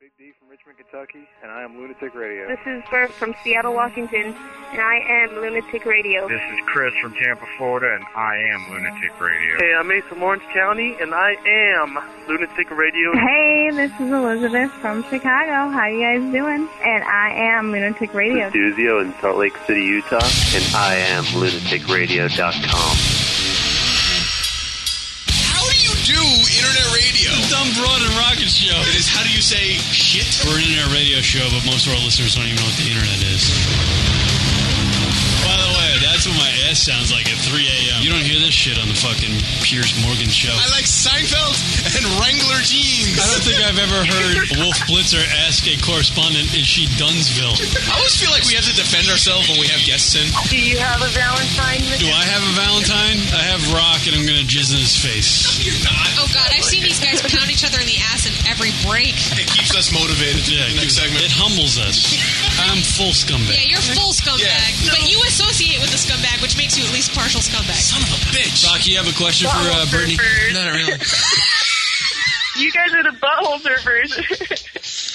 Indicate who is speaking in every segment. Speaker 1: Big D from Richmond, Kentucky, and I am Lunatic Radio.
Speaker 2: This is Bert from Seattle, Washington, and I am Lunatic Radio.
Speaker 3: This is Chris from Tampa, Florida, and I am Lunatic Radio.
Speaker 4: Hey, I'm Ace from Orange County, and I am Lunatic Radio.
Speaker 5: Hey, this is Elizabeth from Chicago. How you guys doing? And I am Lunatic Radio.
Speaker 6: Duzio in Salt Lake City, Utah, and I am lunaticradio.com.
Speaker 7: How do you do internet radio?
Speaker 8: Dumb Broad and Rocket Show.
Speaker 7: It is how do you say shit?
Speaker 8: We're an internet radio show, but most of our listeners don't even know what the internet is. By the way, that's what my ass sounds like at 3 a.m. You don't hear this shit on the fucking Piers Morgan show.
Speaker 7: I like Seinfeld and Wrangler jeans.
Speaker 8: I don't think I've ever heard Wolf Blitzer ask a correspondent, is she Dunsville?
Speaker 7: I always feel like we have to defend ourselves when we have guests in.
Speaker 2: Do you have a Valentine?
Speaker 8: Do I have a Valentine? I have Rock, and I'm going to jizz in his face.
Speaker 7: You're not.
Speaker 9: Oh God, I've seen these guys pound each other in the ass in every break.
Speaker 7: It keeps us motivated.
Speaker 8: Yeah,
Speaker 7: Next
Speaker 8: it-
Speaker 7: segment.
Speaker 8: it humbles us. I'm full scumbag.
Speaker 9: Yeah, you're full scumbag,
Speaker 7: Yeah.
Speaker 9: but you associate with the scumbag, which makes you at least partial scumbag.
Speaker 7: Son of a bitch.
Speaker 8: Rock, you have a question for uh,
Speaker 2: Butthole
Speaker 8: Brittany?
Speaker 2: surfers.
Speaker 8: Not really.
Speaker 2: You guys are the butthole surfers.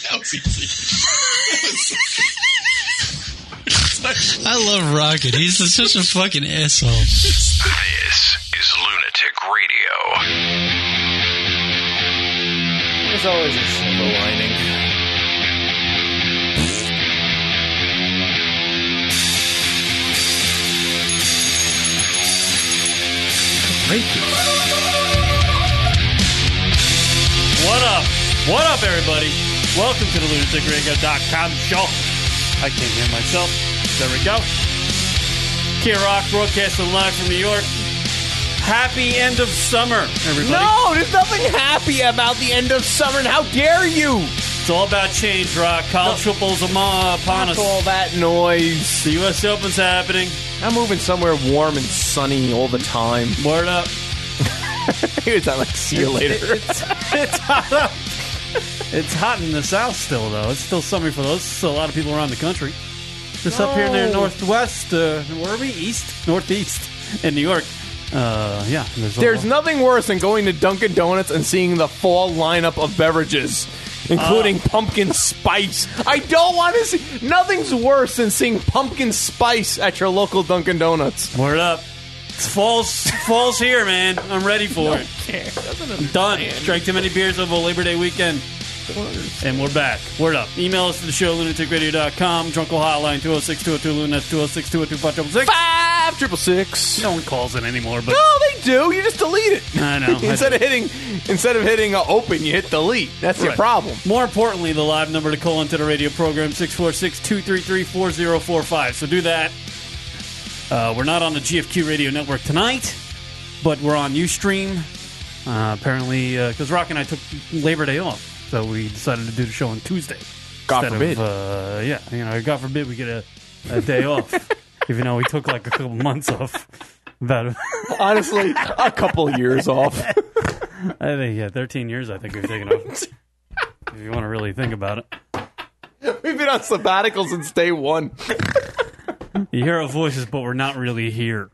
Speaker 7: That was easy.
Speaker 8: I love Rocket. He's such a fucking asshole.
Speaker 10: This is Lunatic Radio.
Speaker 4: There's always a silver lining.
Speaker 11: What up? What up, everybody? Welcome to the lunaticradio.com show. I can't hear myself. There we go. K Rock broadcasting live from New York. Happy end of summer, everybody.
Speaker 12: No, there's nothing happy about the end of summer. And how dare you?
Speaker 11: It's all about change, Rock. College football's among, upon
Speaker 12: Fuck all
Speaker 11: us.
Speaker 12: that noise.
Speaker 11: The U.S. Open's happening.
Speaker 12: I'm moving somewhere warm and sunny all the time.
Speaker 11: Word up.
Speaker 12: it's not like see you later.
Speaker 11: It's, it's hot up. It's hot in the south still, though. It's still summer for those. So a lot of people around the country. Just up here near
Speaker 12: No.
Speaker 11: northwest, uh, where are we? East, northeast, in New York. Uh, yeah, there's, a
Speaker 12: There's
Speaker 11: lot-
Speaker 12: nothing worse than going to Dunkin' Donuts and seeing the fall lineup of beverages. Including
Speaker 11: Uh.
Speaker 12: pumpkin spice. I don't want to see. Nothing's worse than seeing pumpkin spice at your local Dunkin' Donuts.
Speaker 11: word up. It's falls, falls here, man. I'm ready for it. I'm done. Drank too many beers over Labor Day weekend. And we're back. Word up. Email us to the show, lunaticradio.com. Drunkle hotline, 206-202-LUN. That's 206-202-5266.
Speaker 12: Five triple six.
Speaker 11: No one calls it anymore, but
Speaker 12: No, they do. You just delete it.
Speaker 11: I know.
Speaker 12: instead of hitting, instead of hitting uh, open, you hit delete. That's your
Speaker 11: Right.
Speaker 12: problem.
Speaker 11: More importantly, the live number to call into the radio program 646-233-4045. So do that. Uh, we're not on the GFQ radio network tonight, but we're on Ustream. Uh, apparently, because Rock and I took Labor Day off, so we decided to do the show on Tuesday.
Speaker 12: God
Speaker 11: instead
Speaker 12: forbid.
Speaker 11: Of, uh, yeah, you know, God forbid we get a, a day off, even though we took like a couple months off. About,
Speaker 12: Honestly, a couple years off.
Speaker 11: I think yeah, thirteen years. I think we've taken off. if you want to really think about it.
Speaker 12: We've been on sabbatical since day one.
Speaker 11: You hear our voices, but we're not really here.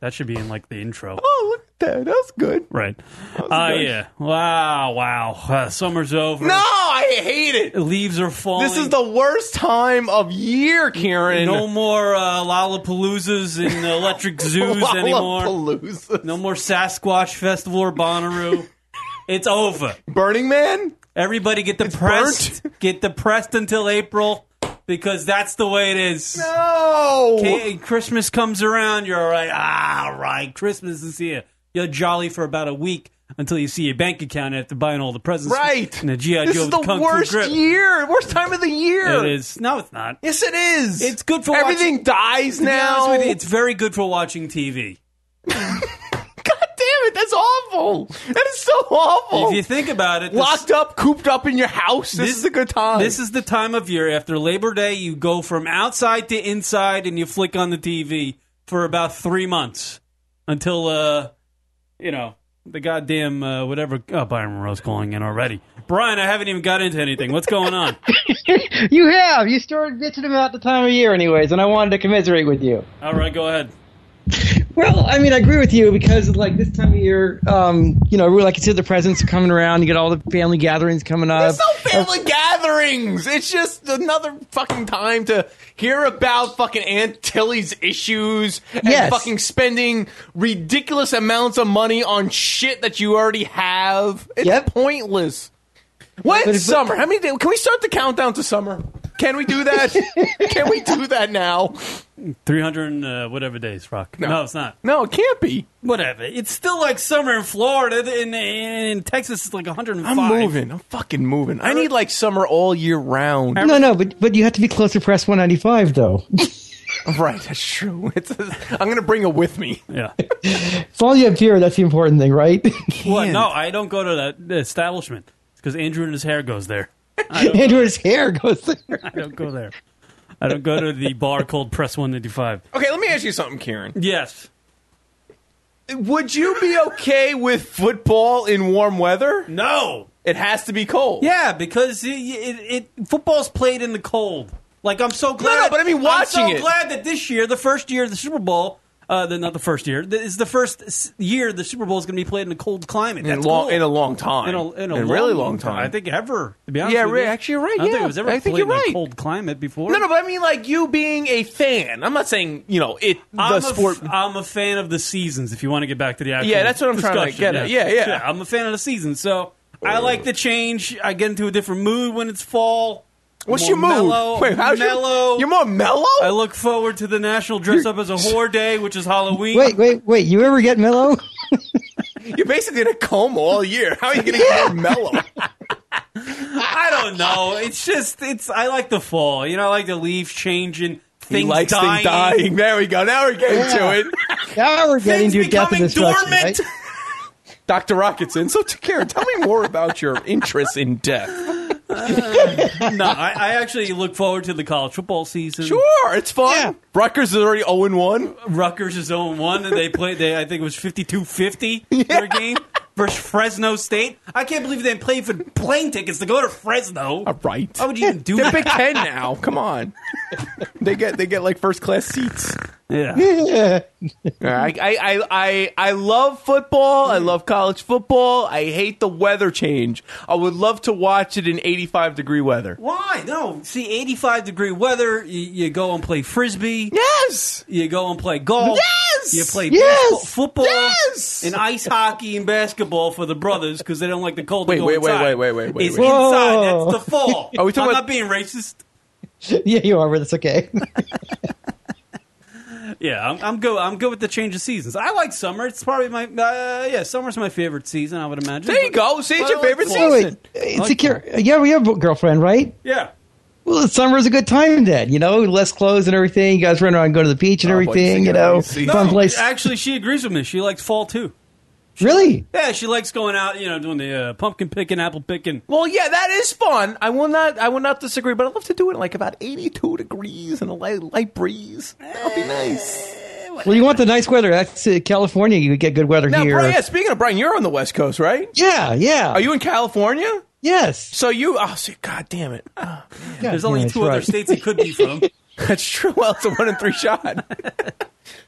Speaker 11: That should be in like the intro,
Speaker 12: Oh, look at that. That's good.
Speaker 11: right? Ah, yeah. Wow, wow. Uh, summer's over.
Speaker 12: No, I hate it.
Speaker 11: leaves are falling.
Speaker 12: This is the worst time of year, Karen.
Speaker 11: no more uh, Lollapaloozas and electric zoos anymore.
Speaker 12: Lollapalooza.
Speaker 11: No more Sasquatch Festival or Bonnaroo. it's over.
Speaker 12: Burning Man.
Speaker 11: Everybody get depressed. Get depressed until April because that's the way it is.
Speaker 12: No.
Speaker 11: Hey, Christmas comes around, you're all right. Ah, all right. Christmas is here. You're jolly for about a week until you see your bank account after buying all the presents.
Speaker 12: Right.
Speaker 11: And the GI
Speaker 12: This
Speaker 11: Joe
Speaker 12: is the
Speaker 11: Kung Fu
Speaker 12: worst
Speaker 11: Grip.
Speaker 12: year. Worst time of the year.
Speaker 11: It is. No, it's not.
Speaker 12: Yes, it is.
Speaker 11: It's good for
Speaker 12: everything dies
Speaker 11: To be honest
Speaker 12: now.
Speaker 11: with you, it's very good for watching TV.
Speaker 12: God damn it, that's awful. That is so awful.
Speaker 11: If you think about it, this-
Speaker 12: Oh. Locked up, cooped up in your house. This,
Speaker 11: This-
Speaker 12: is a good time.
Speaker 11: This is the time of year after Labor Day. You go from outside to inside, and you flick on the TV for about three months until, uh, you know, the goddamn uh, whatever. Oh, Byron Monroe's calling in already. Brian, I haven't even got into anything. What's going on?
Speaker 13: You have. You started bitching about the time of year, anyways, and I wanted to commiserate with you.
Speaker 11: All right, go ahead.
Speaker 13: Well, I mean, I agree with you because like this time of year, um, you know, really, like you said, the presents are coming around. You get all the family gatherings coming
Speaker 11: Uh,
Speaker 13: up.
Speaker 12: There's no family gatherings. It's just another fucking time to hear about fucking Aunt Tilly's issues and
Speaker 13: Yes.
Speaker 12: fucking spending ridiculous amounts of money on shit that you already have. It's pointless. What summer? How many days? Can we start the countdown to summer? Can we do that? Can we do that now?
Speaker 11: Three hundred and uh, whatever days, Rock. No. it's not.
Speaker 12: No, it can't be.
Speaker 11: Whatever. It's still like summer in Florida. In in Texas, it's like one hundred and
Speaker 12: I'm
Speaker 11: five.
Speaker 12: moving. I'm fucking moving. I need like summer all year round.
Speaker 13: No, no, but but you have to be closer press 195 though.
Speaker 12: Right, that's true. It's i I'm gonna bring it with me.
Speaker 11: Yeah.
Speaker 13: it's all you have here. That's the important thing, right?
Speaker 11: What? No, I don't go to that the establishment because Andrew and his hair goes there.
Speaker 13: Andrew's hair goes there.
Speaker 11: I don't go there. I don't go to the bar called Press One Ninety Five.
Speaker 12: Okay, let me ask you something, Kieran.
Speaker 11: Yes.
Speaker 12: Would you be okay with football in warm weather?
Speaker 11: No.
Speaker 12: It has to be cold.
Speaker 11: Yeah, because it, it, it football's played in the cold. Like I'm so glad.
Speaker 12: no, but I mean,
Speaker 11: I'm
Speaker 12: watching
Speaker 11: so
Speaker 12: it.
Speaker 11: glad that this year, the first year of the Super Bowl, uh, the, not the first year, th- is the first s- year the Super Bowl is going to be played in a cold climate.
Speaker 12: In a
Speaker 11: That's
Speaker 12: long-
Speaker 11: cool.
Speaker 12: in a long time.
Speaker 11: in a, in a
Speaker 12: In a really
Speaker 11: long,
Speaker 12: long time.
Speaker 11: I think ever. To be honest,
Speaker 12: Yeah,
Speaker 11: with
Speaker 12: right,
Speaker 11: you.
Speaker 12: actually, you're right,
Speaker 11: I don't think
Speaker 12: yeah.
Speaker 11: it was ever
Speaker 12: I think
Speaker 11: played
Speaker 12: you're
Speaker 11: in
Speaker 12: right.
Speaker 11: a cold climate before.
Speaker 12: No, no, but I mean, like you being a fan. I'm not saying you know it the
Speaker 11: I'm a f-
Speaker 12: sport.
Speaker 11: I'm a fan of the seasons. If you want to get back to the actual,
Speaker 12: Yeah, that's what I'm trying to
Speaker 11: discussion,
Speaker 12: get at. Yeah, yeah.
Speaker 11: I'm a fan of the season, so I like the change. I get into a different mood when it's fall.
Speaker 12: What's
Speaker 11: More
Speaker 12: your mood?
Speaker 11: Mellow,
Speaker 12: Wait, how's your-
Speaker 11: mellow?
Speaker 12: you're more mellow.
Speaker 11: I look forward to the national dress up as a whore day, which is Halloween.
Speaker 13: Wait, wait, wait. You ever get mellow?
Speaker 12: You're basically in a coma all year. How are you going to get more mellow?
Speaker 11: I don't know. It's just it's. I like the fall. You know, I like the leaves changing,
Speaker 12: He
Speaker 11: things
Speaker 12: likes things
Speaker 11: dying.
Speaker 12: dying. There we go. Now we're getting
Speaker 11: Yeah.
Speaker 12: to it.
Speaker 13: Now we're getting to death and destruction.
Speaker 12: dormant. Dr. Rocketson. So, Karen, tell me more about your interest in death.
Speaker 11: no, I, I actually look forward to the college football season.
Speaker 12: Sure, it's fun. Rutgers is already 0 1.
Speaker 11: Rutgers
Speaker 12: oh
Speaker 11: is 0 1, and they played, they, I think it was 52 50 their game versus Fresno State. I can't believe they played for plane tickets to go to Fresno. All
Speaker 12: right.
Speaker 11: How would you even do
Speaker 12: They're
Speaker 11: that?
Speaker 12: Big Ten now. Come on. They get they get like first class seats.
Speaker 11: Yeah.
Speaker 12: I, I, I, I, I love football. I love college football. I hate the weather change. I would love to watch it in 85 degree weather.
Speaker 11: Why? No. See, 85 degree weather, you, you go and play frisbee.
Speaker 12: Yes.
Speaker 11: You go and play golf.
Speaker 12: Yes.
Speaker 11: You play
Speaker 12: Yes.
Speaker 11: baseball, football
Speaker 12: Yes.
Speaker 11: and ice hockey and basketball for the brothers because they don't like the cold.
Speaker 12: Wait,
Speaker 11: to go
Speaker 12: wait, wait,
Speaker 11: inside.
Speaker 12: wait, wait, wait, wait,
Speaker 11: It's
Speaker 12: wait.
Speaker 11: inside.
Speaker 13: Whoa.
Speaker 11: That's the fall.
Speaker 13: Are we talking
Speaker 11: I'm
Speaker 13: about-
Speaker 11: not being racist.
Speaker 13: yeah, you are, but it's okay.
Speaker 11: Yeah, I'm, I'm good. I'm good with the change of seasons. I like summer. It's probably my uh, yeah. Summer's my favorite season. I would imagine.
Speaker 12: There you go. See, it's your favorite
Speaker 13: Wait, wait.
Speaker 12: season.
Speaker 13: It's a cur- yeah, we have a girlfriend, right?
Speaker 11: Yeah.
Speaker 13: Well, summer's a good time then. You know, less clothes and everything. You guys run around, go to the beach and
Speaker 11: Oh, boy,
Speaker 13: everything.
Speaker 11: singing
Speaker 13: You know,
Speaker 11: about these
Speaker 13: fun
Speaker 11: seasons.
Speaker 13: place.
Speaker 11: Actually, she agrees with me. She likes fall too.
Speaker 13: really?
Speaker 11: Yeah, she likes going out. You know, doing the uh, pumpkin picking, apple picking.
Speaker 12: Well, yeah, that is fun. I will not. I will not disagree. But I love to do it like about eighty-two degrees and a light, light breeze. That'll be nice.
Speaker 13: Well, you want the nice weather. That's uh, California. You get good weather
Speaker 12: Now,
Speaker 13: here.
Speaker 12: Brian, yeah, speaking of Brian, you're on the West Coast, right?
Speaker 13: Yeah, yeah.
Speaker 12: Are you in California?
Speaker 13: Yes.
Speaker 12: So you? Oh, see, God damn it! Oh, man.
Speaker 11: There's only two other states it could be from.
Speaker 12: That's true. Well, it's a one in three shot.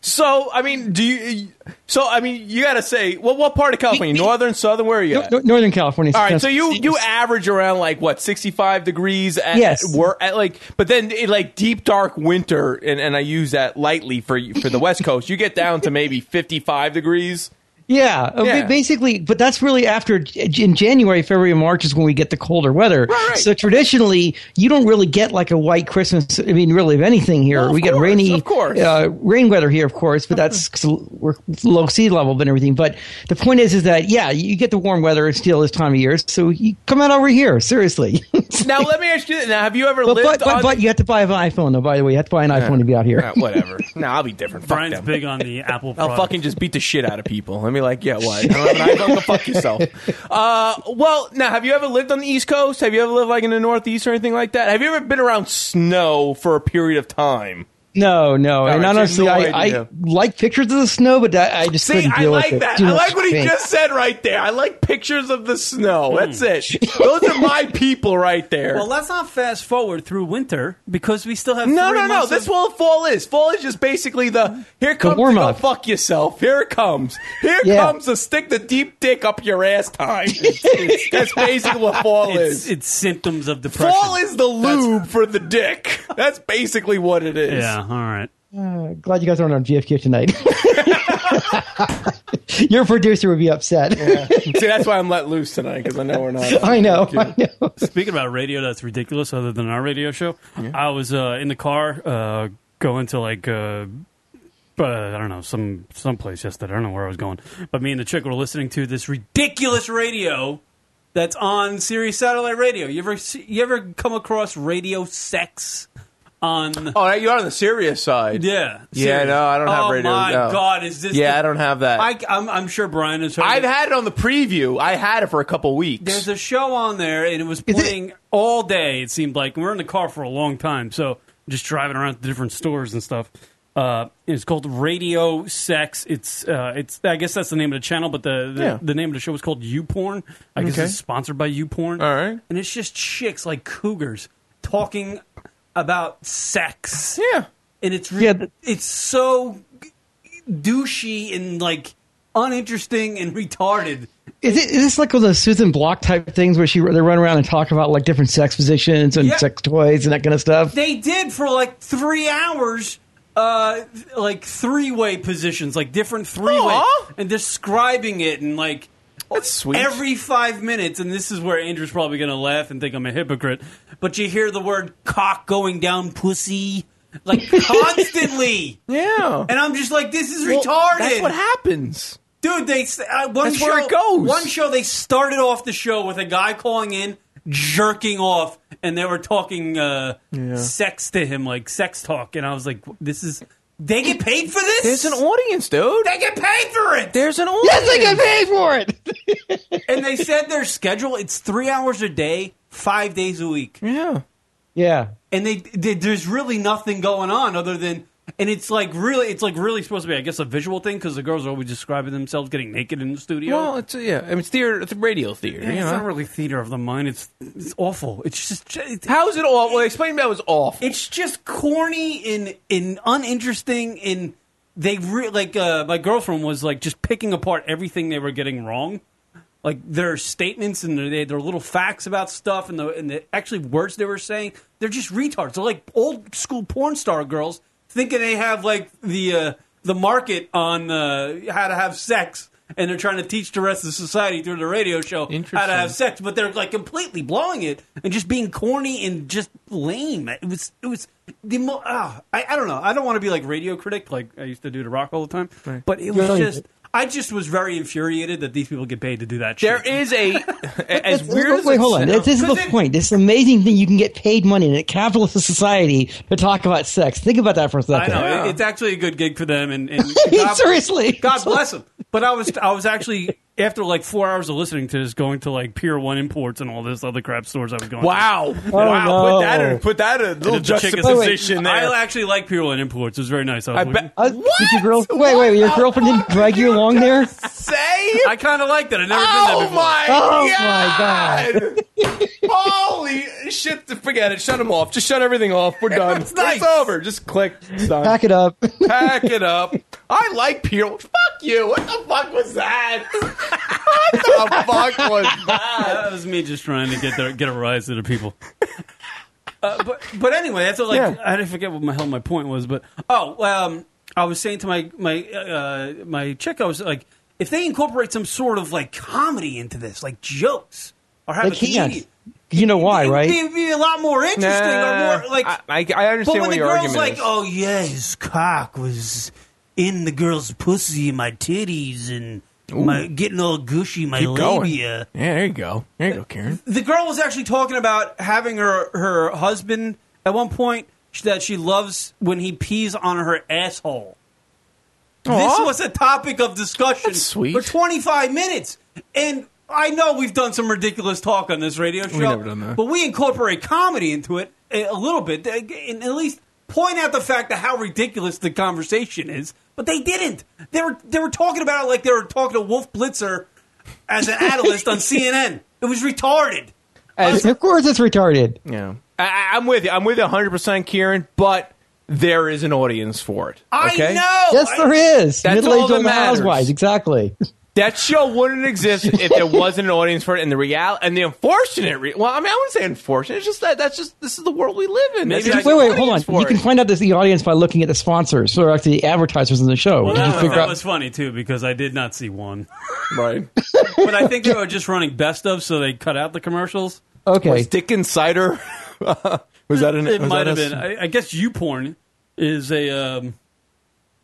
Speaker 12: so I mean, do you? So I mean, you got to say, well, what part of California? Northern, southern? Where are you? At?
Speaker 13: Nor- Northern California.
Speaker 12: All right, so you you average around like what sixty five degrees at
Speaker 13: Yes.
Speaker 12: at wor- at like, but then it, like deep dark winter, and, and I use that lightly for for the West Coast. You get down to maybe fifty five degrees.
Speaker 13: Yeah, uh, ba-
Speaker 12: Yeah.
Speaker 13: basically, but that's really after in January, February, and March is when we get the colder weather. So traditionally, you don't really get like a white Christmas. I mean, really, of anything here, we get rainy, of course, Uh-huh. uh, rain weather here, of course, but that's 'cause we're low sea level and everything. But the point is, is that yeah, you get the warm weather still this time of year. So you come out over here, seriously.
Speaker 12: now let me ask you: this. Now have you ever
Speaker 13: but,
Speaker 12: lived
Speaker 13: but, but,
Speaker 12: on?
Speaker 13: but you have to buy an iPhone though. By the way, you have to buy an iPhone to be out here.
Speaker 12: Nah, whatever. No, I'll be different. Fuck
Speaker 11: Brian's
Speaker 12: them.
Speaker 11: big on the apple.
Speaker 12: I'll
Speaker 11: product.
Speaker 12: fucking just beat the shit out of people. I mean, like, yeah, what? I don't have an iPhone? Go fuck yourself. Uh, well, now, have you ever lived on the East Coast? Have you ever lived like in the Northeast or anything like that? Have you ever been around snow for a period of time?
Speaker 13: No, no, and
Speaker 12: right, so
Speaker 13: honestly,
Speaker 12: you have no
Speaker 13: I, I
Speaker 12: idea.
Speaker 13: like pictures of the snow, but I, I just
Speaker 12: See,
Speaker 13: couldn't
Speaker 12: I
Speaker 13: deal
Speaker 12: like
Speaker 13: with it.
Speaker 12: that.
Speaker 13: Too
Speaker 12: I
Speaker 13: much
Speaker 12: like what he
Speaker 13: paint.
Speaker 12: just said right there. I like pictures of the snow. That's it. Those are my people right there.
Speaker 11: Well, let's not fast forward through winter because we still have
Speaker 12: no,
Speaker 11: three
Speaker 12: no, no.
Speaker 11: months of-
Speaker 12: That's what fall is. Fall is just basically the here comes
Speaker 11: warm
Speaker 12: the go
Speaker 11: up.
Speaker 12: fuck yourself. Here it comes. Here
Speaker 11: Yeah.
Speaker 12: comes the stick the deep dick up your ass time. It's- it's- that's basically what fall
Speaker 11: it's,
Speaker 12: is.
Speaker 11: It's symptoms of depression.
Speaker 12: Fall is the lube for the dick. That's basically what it is.
Speaker 11: Yeah, all right.
Speaker 13: Uh, glad you guys aren't on GFQ tonight. Your producer would be upset.
Speaker 12: See, that's why I'm let loose tonight because I know we're not.
Speaker 13: I know. I know.
Speaker 11: Speaking about radio, that's ridiculous. Other than our radio show, I was uh, in the car uh, going to like. Uh, uh, I don't know some some place yesterday. I don't know where I was going, but me and the chick were listening to this ridiculous radio that's on Sirius Satellite Radio. You ever see- you ever come across radio sex on?
Speaker 12: Oh, you're on the serious side.
Speaker 11: Yeah,
Speaker 12: Yeah,
Speaker 11: serious.
Speaker 12: no, I don't have
Speaker 11: Oh
Speaker 12: radio.
Speaker 11: my
Speaker 12: no.
Speaker 11: God, is this
Speaker 12: Yeah,
Speaker 11: the-
Speaker 12: I don't have that.
Speaker 11: I, I'm, I'm sure Brian has heard.
Speaker 12: I've
Speaker 11: it.
Speaker 12: had it on the preview. I had it for a couple weeks.
Speaker 11: There's a show on there, and it was playing all day. It seemed like we were in the car for a long time, so just driving around to different stores and stuff. Uh, it's called Radio Sex. It's uh, it's I guess that's the name of the channel, but the the,
Speaker 12: Yeah.
Speaker 11: the name of the show is called U Porn. I guess
Speaker 12: Okay.
Speaker 11: it's sponsored by U Porn. All right, and it's just chicks like cougars talking about sex.
Speaker 12: Yeah,
Speaker 11: and it's re- it's so douchey and like uninteresting and retarded.
Speaker 13: Is, it, is this like one of those Susan Block type things where she they run around and talk about like different sex positions and
Speaker 11: Yeah.
Speaker 13: sex toys and that kind of stuff?
Speaker 11: They did for like three hours, uh, like three way positions, like different three way, and describing it and like. That's
Speaker 12: sweet.
Speaker 11: Every five minutes, and this is where Andrew's probably going to laugh and think I'm a hypocrite, but you hear the word cock going down pussy like constantly.
Speaker 12: yeah.
Speaker 11: And I'm just like, this is
Speaker 12: Well,
Speaker 11: retarded.
Speaker 12: That's what happens.
Speaker 11: Dude, they uh, one
Speaker 12: That's
Speaker 11: show,
Speaker 12: where it goes.
Speaker 11: One show they started off the show with a guy calling in, jerking off, and they were talking uh, sex to him, like sex talk. And I was like, "This is they get paid for this?
Speaker 12: There's an audience, dude.
Speaker 11: They get paid for it.
Speaker 12: There's an audience.
Speaker 13: Yes, they get paid for it.
Speaker 11: and they said their schedule it's three hours a day, five days a week.
Speaker 12: Yeah,
Speaker 13: yeah.
Speaker 11: and they, they there's really nothing going on other than and it's like really it's like really supposed to be I guess a visual thing because the girls are always describing themselves getting naked in the studio.
Speaker 12: Well, it's yeah. I mean, it's theater. It's radio theater.
Speaker 11: Yeah,
Speaker 12: you
Speaker 11: it's
Speaker 12: know?
Speaker 11: not really theater of the mind. It's it's awful. It's just it's,
Speaker 12: How is it awful? Well, explain that was awful.
Speaker 11: it's just corny and and uninteresting and they re- like uh, my girlfriend was like just picking apart everything they were getting wrong. Like their statements and their, their little facts about stuff and the and the actually words they were saying, they're just retards. They're like old school porn star girls thinking they have like the uh, the market on uh, how to have sex, and they're trying to teach the rest of society through the radio show how to have sex, but they're like completely blowing it and just being corny and just lame. It was it was the mo- ah, I I don't know. I don't want to be like radio critic like I used to do to rock all the time, but it was
Speaker 12: Yeah, you
Speaker 11: just. I just was very infuriated that these people get paid to do that.
Speaker 12: There
Speaker 11: shit.
Speaker 12: is a as weird
Speaker 13: Wait,
Speaker 12: as
Speaker 13: wait,
Speaker 12: it
Speaker 13: hold on.
Speaker 12: sounds-
Speaker 13: This is the point. It's an amazing thing you can get paid money in a capitalist society to talk about sex. Think about that for a
Speaker 11: I
Speaker 13: second.
Speaker 11: know it- it's actually a good gig for them, and, and
Speaker 13: Seriously.
Speaker 11: God bless them. But I was I was actually after like four hours of listening to this, going to like Pier One Imports and all this other crap stores I was going.
Speaker 13: Oh,
Speaker 12: Wow!
Speaker 11: to.
Speaker 12: wow! Put that in, put that in a little
Speaker 11: And the chick is-
Speaker 12: juxtaposition there.
Speaker 11: I actually like Pier One Imports. It was very nice. I, was
Speaker 12: I
Speaker 11: looking-
Speaker 12: bet.
Speaker 13: Uh, Did your girl? Wait, wait. Your girlfriend didn't drag you along there?
Speaker 12: Say.
Speaker 11: I kind of liked it. I've never
Speaker 12: Oh
Speaker 11: been there before.
Speaker 12: my
Speaker 13: Oh
Speaker 12: Oh God.
Speaker 13: my god!
Speaker 12: Holy shit! Forget it. Shut them off. Just shut everything off. We're done. it's, over. Just click. It's done.
Speaker 13: Pack it up.
Speaker 12: Pack it up. I like Pierre. Fuck you. What the fuck was that? what the fuck was that?
Speaker 11: that was me just trying to get there, get a rise to the people. Uh, but but anyway, that's what, like
Speaker 12: Yeah.
Speaker 11: I didn't forget what my hell my point was. But oh, um, I was saying to my my uh, my chick, I was like, if they incorporate some sort of like comedy into this, like jokes, or have
Speaker 13: They
Speaker 11: a comedian,
Speaker 13: can't. You know why, right?
Speaker 11: it'd be a lot more interesting or more like.
Speaker 12: I, I, I
Speaker 11: but
Speaker 12: understand
Speaker 11: when
Speaker 12: what
Speaker 11: the
Speaker 12: your
Speaker 11: girl's
Speaker 12: argument
Speaker 11: like,
Speaker 12: is.
Speaker 11: oh yeah, his cock was in the girl's pussy and my titties and my getting all gushy, my
Speaker 12: Keep going.
Speaker 11: labia
Speaker 12: Yeah, there you go. There you go, Karen.
Speaker 11: the girl was actually talking about having her her husband at one point that she loves when he pees on her asshole. This
Speaker 12: Aw.
Speaker 11: was a topic of discussion
Speaker 12: That's sweet.
Speaker 11: for 25 minutes, and I know we've done some ridiculous talk on this radio show,
Speaker 12: never done that.
Speaker 11: but we incorporate comedy into it a a little bit, uh, and at least point out the fact that how ridiculous the conversation is, but they didn't. They were they were talking about it like they were talking to Wolf Blitzer as an analyst on CNN. It was retarded.
Speaker 13: of course, it's retarded.
Speaker 12: Yeah. I, I'm with you. I'm with you 100%, Kieran, but there is an audience for it. Okay?
Speaker 11: I know.
Speaker 13: Yes, there is.
Speaker 12: That's
Speaker 13: Middle
Speaker 12: all
Speaker 13: aged
Speaker 12: that
Speaker 13: old
Speaker 12: matters.
Speaker 13: housewives, exactly.
Speaker 12: That show wouldn't exist if there wasn't an audience for it. And the real and the unfortunate, re- well, I mean, I wouldn't say unfortunate. It's just that that's just this is the world we live in.
Speaker 13: Wait,
Speaker 12: There's
Speaker 13: wait,
Speaker 12: an
Speaker 13: hold on.
Speaker 12: audience for
Speaker 13: You can
Speaker 12: it.
Speaker 13: find out this the audience by looking at the sponsors or actually the advertisers in the show.
Speaker 11: Well,
Speaker 13: and you
Speaker 11: that, was,
Speaker 13: figure
Speaker 11: that
Speaker 13: out-
Speaker 11: was funny too because I did not see one.
Speaker 12: Right,
Speaker 11: but I think they were just running best of, so they cut out the commercials.
Speaker 13: okay.
Speaker 12: Was Dick and Cider? was that an?
Speaker 11: It
Speaker 12: was
Speaker 11: might have
Speaker 12: that a-
Speaker 11: been. I, I guess YouPorn is a um,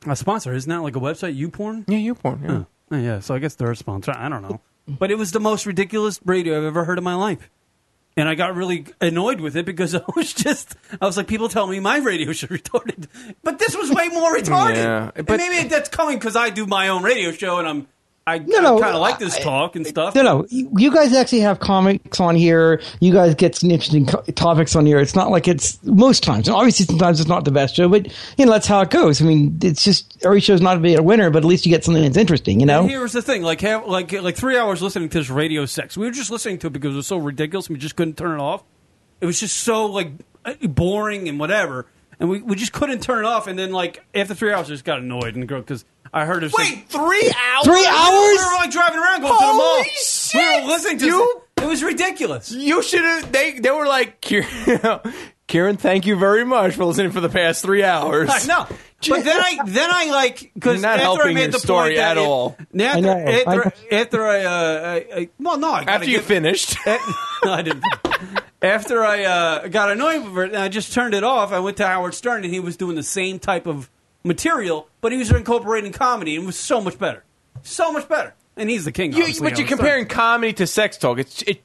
Speaker 11: a sponsor, isn't that like a website? YouPorn.
Speaker 12: Yeah, YouPorn. Yeah.
Speaker 11: Oh, yeah, so I guess they're a sponsor. I don't know, but it was the most ridiculous radio I've ever heard in my life, and I got really annoyed with it because I was just I was like, people tell me my radio should retarded, but this was way more retarded.
Speaker 12: Yeah,
Speaker 11: And
Speaker 12: but-
Speaker 11: maybe that's coming because I do my own radio show and I'm I,
Speaker 13: no,
Speaker 11: kind of like this talk and stuff.
Speaker 13: No, no. You you guys actually have comics on here. You guys get some interesting co- topics on here. It's not like it's most times. And obviously, sometimes it's not the best show, but you know that's how it goes. I mean, it's just every show's not be a winner, but at least you get something that's interesting. You know.
Speaker 11: And here's the thing: like, have, like, like three hours listening to this radio sex. We were just listening to it because it was so ridiculous. We just couldn't turn it off. It was just so like boring and whatever, and we, we just couldn't turn it off. And then like after three hours, I just got annoyed and go because I heard it. Wait,
Speaker 12: three hours?
Speaker 11: We were like driving around going to the mall.
Speaker 12: Holy
Speaker 11: We were listening to
Speaker 12: You-
Speaker 11: It was ridiculous.
Speaker 12: You should have. They they were like, Kieran, Kieran, thank you very much for listening for the past three hours.
Speaker 11: I know. But then I then I like because
Speaker 12: You're not
Speaker 11: after I
Speaker 12: helping
Speaker 11: made
Speaker 12: your
Speaker 11: the
Speaker 12: story
Speaker 11: point that
Speaker 12: at
Speaker 11: it-
Speaker 12: all.
Speaker 11: After,
Speaker 12: I know.
Speaker 11: after, after I, uh, I, I well no I gotta
Speaker 12: After you
Speaker 11: get-
Speaker 12: finished.
Speaker 11: no, I didn't. After I uh, got annoyed with it, and I just turned it off. I went to Howard Stern, and he was doing the same type of material, but he was incorporating comedy, and it was so much better, so much better. And he's the king.
Speaker 12: You-
Speaker 11: obviously,
Speaker 12: but you're
Speaker 11: Howard
Speaker 12: comparing comedy to sex talk. It's it.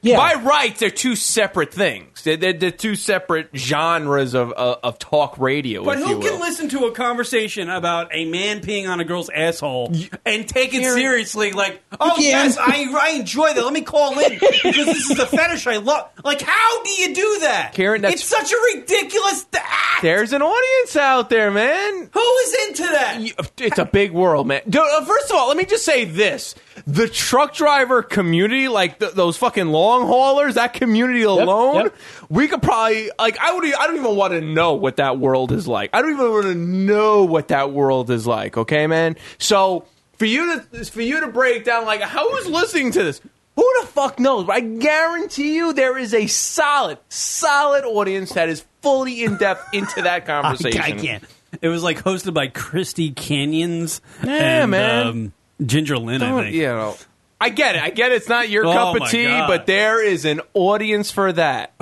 Speaker 12: By rights, they're two separate things. They're, they're, they're two separate genres of of, of talk radio.
Speaker 11: Stern. But
Speaker 12: if
Speaker 11: who
Speaker 12: you
Speaker 11: can
Speaker 12: will.
Speaker 11: listen to a conversation about a man peeing on a girl's asshole and take it seriously? Like, oh
Speaker 12: can.
Speaker 11: yes, I, I enjoy that. Let me call in because this is a fetish I love. Like, how do you do that,
Speaker 12: Karen, that's-
Speaker 11: it's such a ridiculous act.
Speaker 12: There's an audience out there, man.
Speaker 11: Who is into that?
Speaker 12: It's a big world, man. Dude, uh, First of all, let me just say this: the truck driver community, like th- those fucking long haulers, that community alone, we could probably like I would. I don't even want to know what that world is like. I don't even want to know what that world is like. Okay, man. So for you to for you to break down, like how is listening to this? Who the fuck knows? But I guarantee you, there is a solid, solid audience that is fully in depth into that conversation.
Speaker 11: I, I can't. It was like hosted by Christy Canyons.
Speaker 12: Yeah,
Speaker 11: and,
Speaker 12: man.
Speaker 11: Um, Ginger Lynn, I
Speaker 12: Don't-
Speaker 11: think.
Speaker 12: you know, I get it. I get it. It's not your
Speaker 11: Oh,
Speaker 12: cup
Speaker 11: my
Speaker 12: of tea,
Speaker 11: God.
Speaker 12: but there is an audience for that.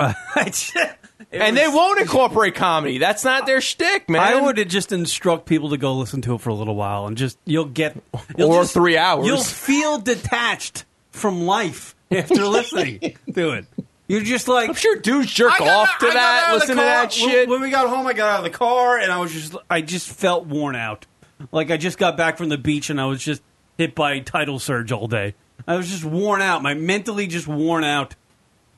Speaker 12: and they won't incorporate comedy. That's not their shtick, man.
Speaker 11: I would have just instruct people to go listen to it for a little while and just you'll get you'll
Speaker 12: Or
Speaker 11: just-
Speaker 12: three hours.
Speaker 11: You'll feel detached from life after listening to it. You're just like I'm
Speaker 12: sure dudes jerk
Speaker 11: I got
Speaker 12: off
Speaker 11: out-
Speaker 12: to
Speaker 11: I got out
Speaker 12: that,
Speaker 11: of the
Speaker 12: listen to
Speaker 11: car-
Speaker 12: that
Speaker 11: when-
Speaker 12: shit.
Speaker 11: When we got home, I got out of the car and I was just I just felt worn out. Like I just got back from the beach and I was just hit by tidal surge all day. I was just worn out. My mentally just worn out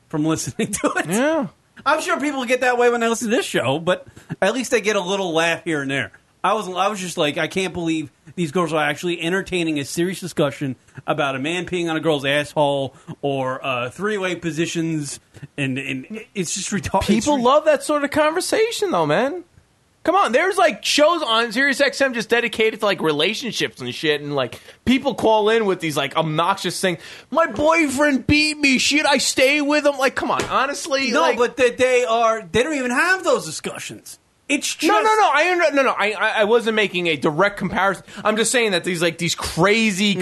Speaker 11: from listening to it.
Speaker 12: Yeah.
Speaker 11: I'm sure people get that way when they listen to this show, but at least they get a little laugh here and there. I was I was just like, I can't believe these girls are actually entertaining a serious discussion about a man peeing on a girl's asshole or uh, three way positions, and, and it's just retarded.
Speaker 12: People love that sort of conversation, though, man. Come on, there's like shows on Sirius XM just dedicated to like relationships and shit, and like people call in with these like obnoxious things. My boyfriend beat me. Should I stay with him? Like, come on, honestly,
Speaker 11: No,
Speaker 12: like-
Speaker 11: but they, they are. They don't even have those discussions. It's just
Speaker 12: no, no, no. I under- no, no. I, I I wasn't making a direct comparison. I'm just saying that these like these crazy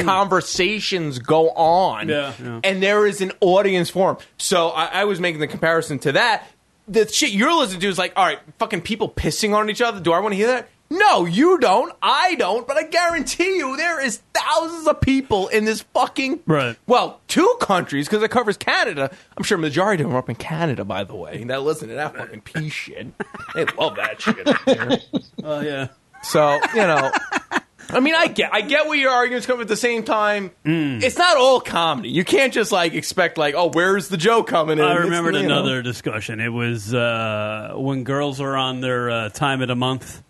Speaker 12: conversations go on,
Speaker 11: Hmm. Yeah. Yeah.
Speaker 12: and there is an audience for 'em. So I, I was making the comparison to that. The shit you're listening to is like, all right, fucking people pissing on each other. Do I want to hear that? No, you don't. I don't. But I guarantee you, there is thousands of people in this fucking
Speaker 11: Right.
Speaker 12: Well, two countries because it covers Canada. I'm sure majority of them are up in Canada, by the way. That listen to that fucking pea shit. They love that shit.
Speaker 11: Oh yeah.
Speaker 12: So you know, I mean, I get, I get where your arguments come. from, At the same time,
Speaker 11: Mm.
Speaker 12: it's not all comedy. You can't just like expect like, oh, where's the joke coming in?
Speaker 11: I
Speaker 12: It's,
Speaker 11: remembered
Speaker 12: you know.
Speaker 11: another discussion. It was uh, when girls are on their uh, time of the month.